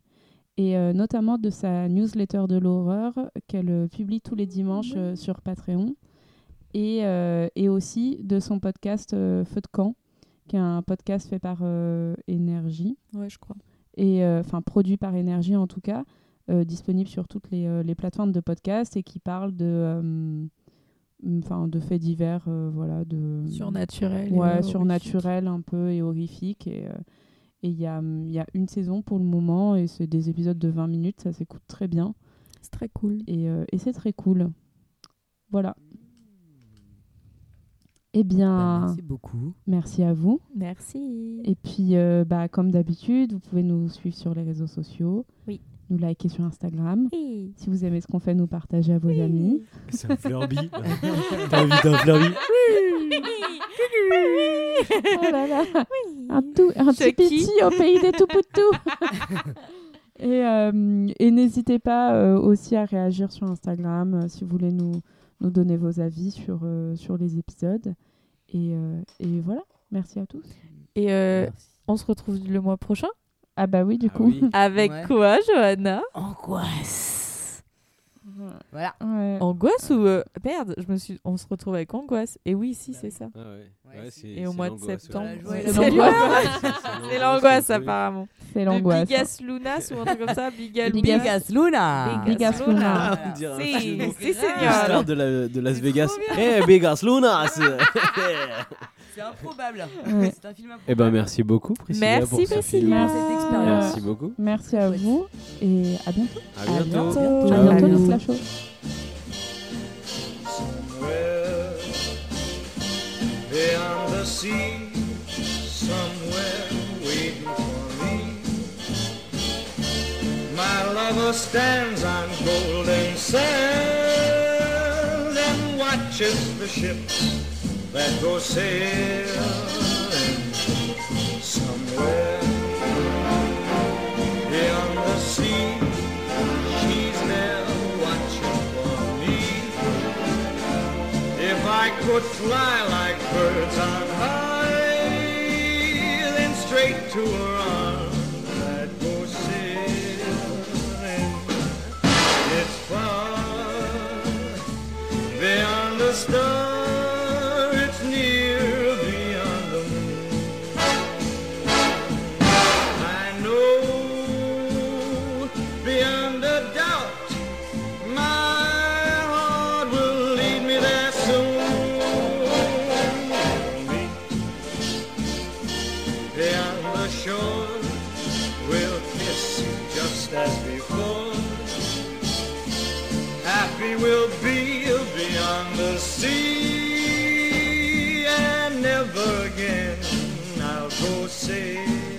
A: et euh, notamment de sa newsletter de l'horreur qu'elle euh, publie tous les dimanches euh, sur Patreon et, euh, et aussi de son podcast euh, Feu de camp, qui est un podcast fait par euh, Énergie
G: Ouais je crois.
A: et euh, enfin produit par Énergie en tout cas, euh, disponible sur toutes les, euh, les plateformes de podcast et qui parle de euh, enfin de faits divers, euh, voilà, de
G: Surnaturel et
A: ouais,
G: horrifique.
A: surnaturel un peu et horrifique et euh, et il y a, hum, il y a une saison pour le moment et c'est des épisodes de 20 minutes, ça s'écoute très bien
G: C'est très cool.
A: et, euh, et c'est très cool. Voilà. Eh bien,
I: Bah,
G: Bah,
I: merci beaucoup.
A: Merci à vous.
G: Merci.
A: Et puis, euh, bah, comme d'habitude, vous pouvez nous suivre sur les réseaux sociaux.
G: Oui.
A: Nous liker sur Instagram.
G: Oui.
A: Si vous aimez ce qu'on fait, nous partagez à vos amis.
H: C'est un fleurbi. T'as envie d'un fleurbi
A: Oh là là. Un, tout, un petit petit au pays des Toupoutou. et euh, et n'hésitez pas euh, aussi à réagir sur Instagram euh, si vous voulez nous, nous donner vos avis sur, euh, sur les épisodes. Et, euh, et voilà. Merci à tous.
G: Et euh, on se retrouve le mois prochain
A: Ah bah oui, du
H: Ah
A: coup.
H: oui.
G: Avec
I: Ouais.
G: quoi, Johanna
I: Angoisse. Voilà.
A: Ouais.
H: Oh,
G: Angoisse ou euh, merde Je me suis. On se retrouve avec angoisse. Et oui, si c'est ça.
H: Ah ouais.
I: Ouais,
H: Ouais,
I: c'est-
H: c'est-
G: Et au
H: c'est
G: mois de
H: l'angoisse,
G: septembre.
I: la
H: ouais.
I: joie et
G: C'est
A: la
G: l'angoisse.
H: C'est
G: C'est l'angoisse
H: le truc.
G: apparemment.
A: C'est
G: De
A: l'angoisse.
G: Bigas Lunas ou un truc comme ça. Bigal
A: Bigas-
I: Bigas
G: Lunas.
I: Luna.
A: Bigas Luna.
G: Luna.
H: Ah, on dirait un jeu de
G: Si,
H: mots.
G: si,
H: Une
G: Seigneur.
H: star de, la- de Las
G: C'est
H: Vegas.
G: trop
H: Eh, Vegas Lunas
I: C'est improbable.
A: Ouais.
I: C'est un film improbable.
H: Eh ben, merci beaucoup, Priscilla.
G: Merci,
H: pour ce film.
G: Priscilla.
I: Cette expérience.
H: Merci beaucoup.
A: Merci à vous et à bientôt.
H: À
A: À
H: bientôt.
A: bientôt. À
H: Ciao.
A: bientôt les flashos.
F: Somewhere beyond the sea, somewhere waiting for me. My lover stands on golden sands and watches the ships that go sailing somewhere beyond the sea. She's there watching for me. If I could fly like birds on high, then straight to her arms I'd go sailing. It's far beyond the star, it's near beyond the moon. I know beyond a doubt my heart will lead me there soon. Meet Beyond the shore, we'll kiss just as before. Happy we'll be beyond the sea, and never again I'll go sailing.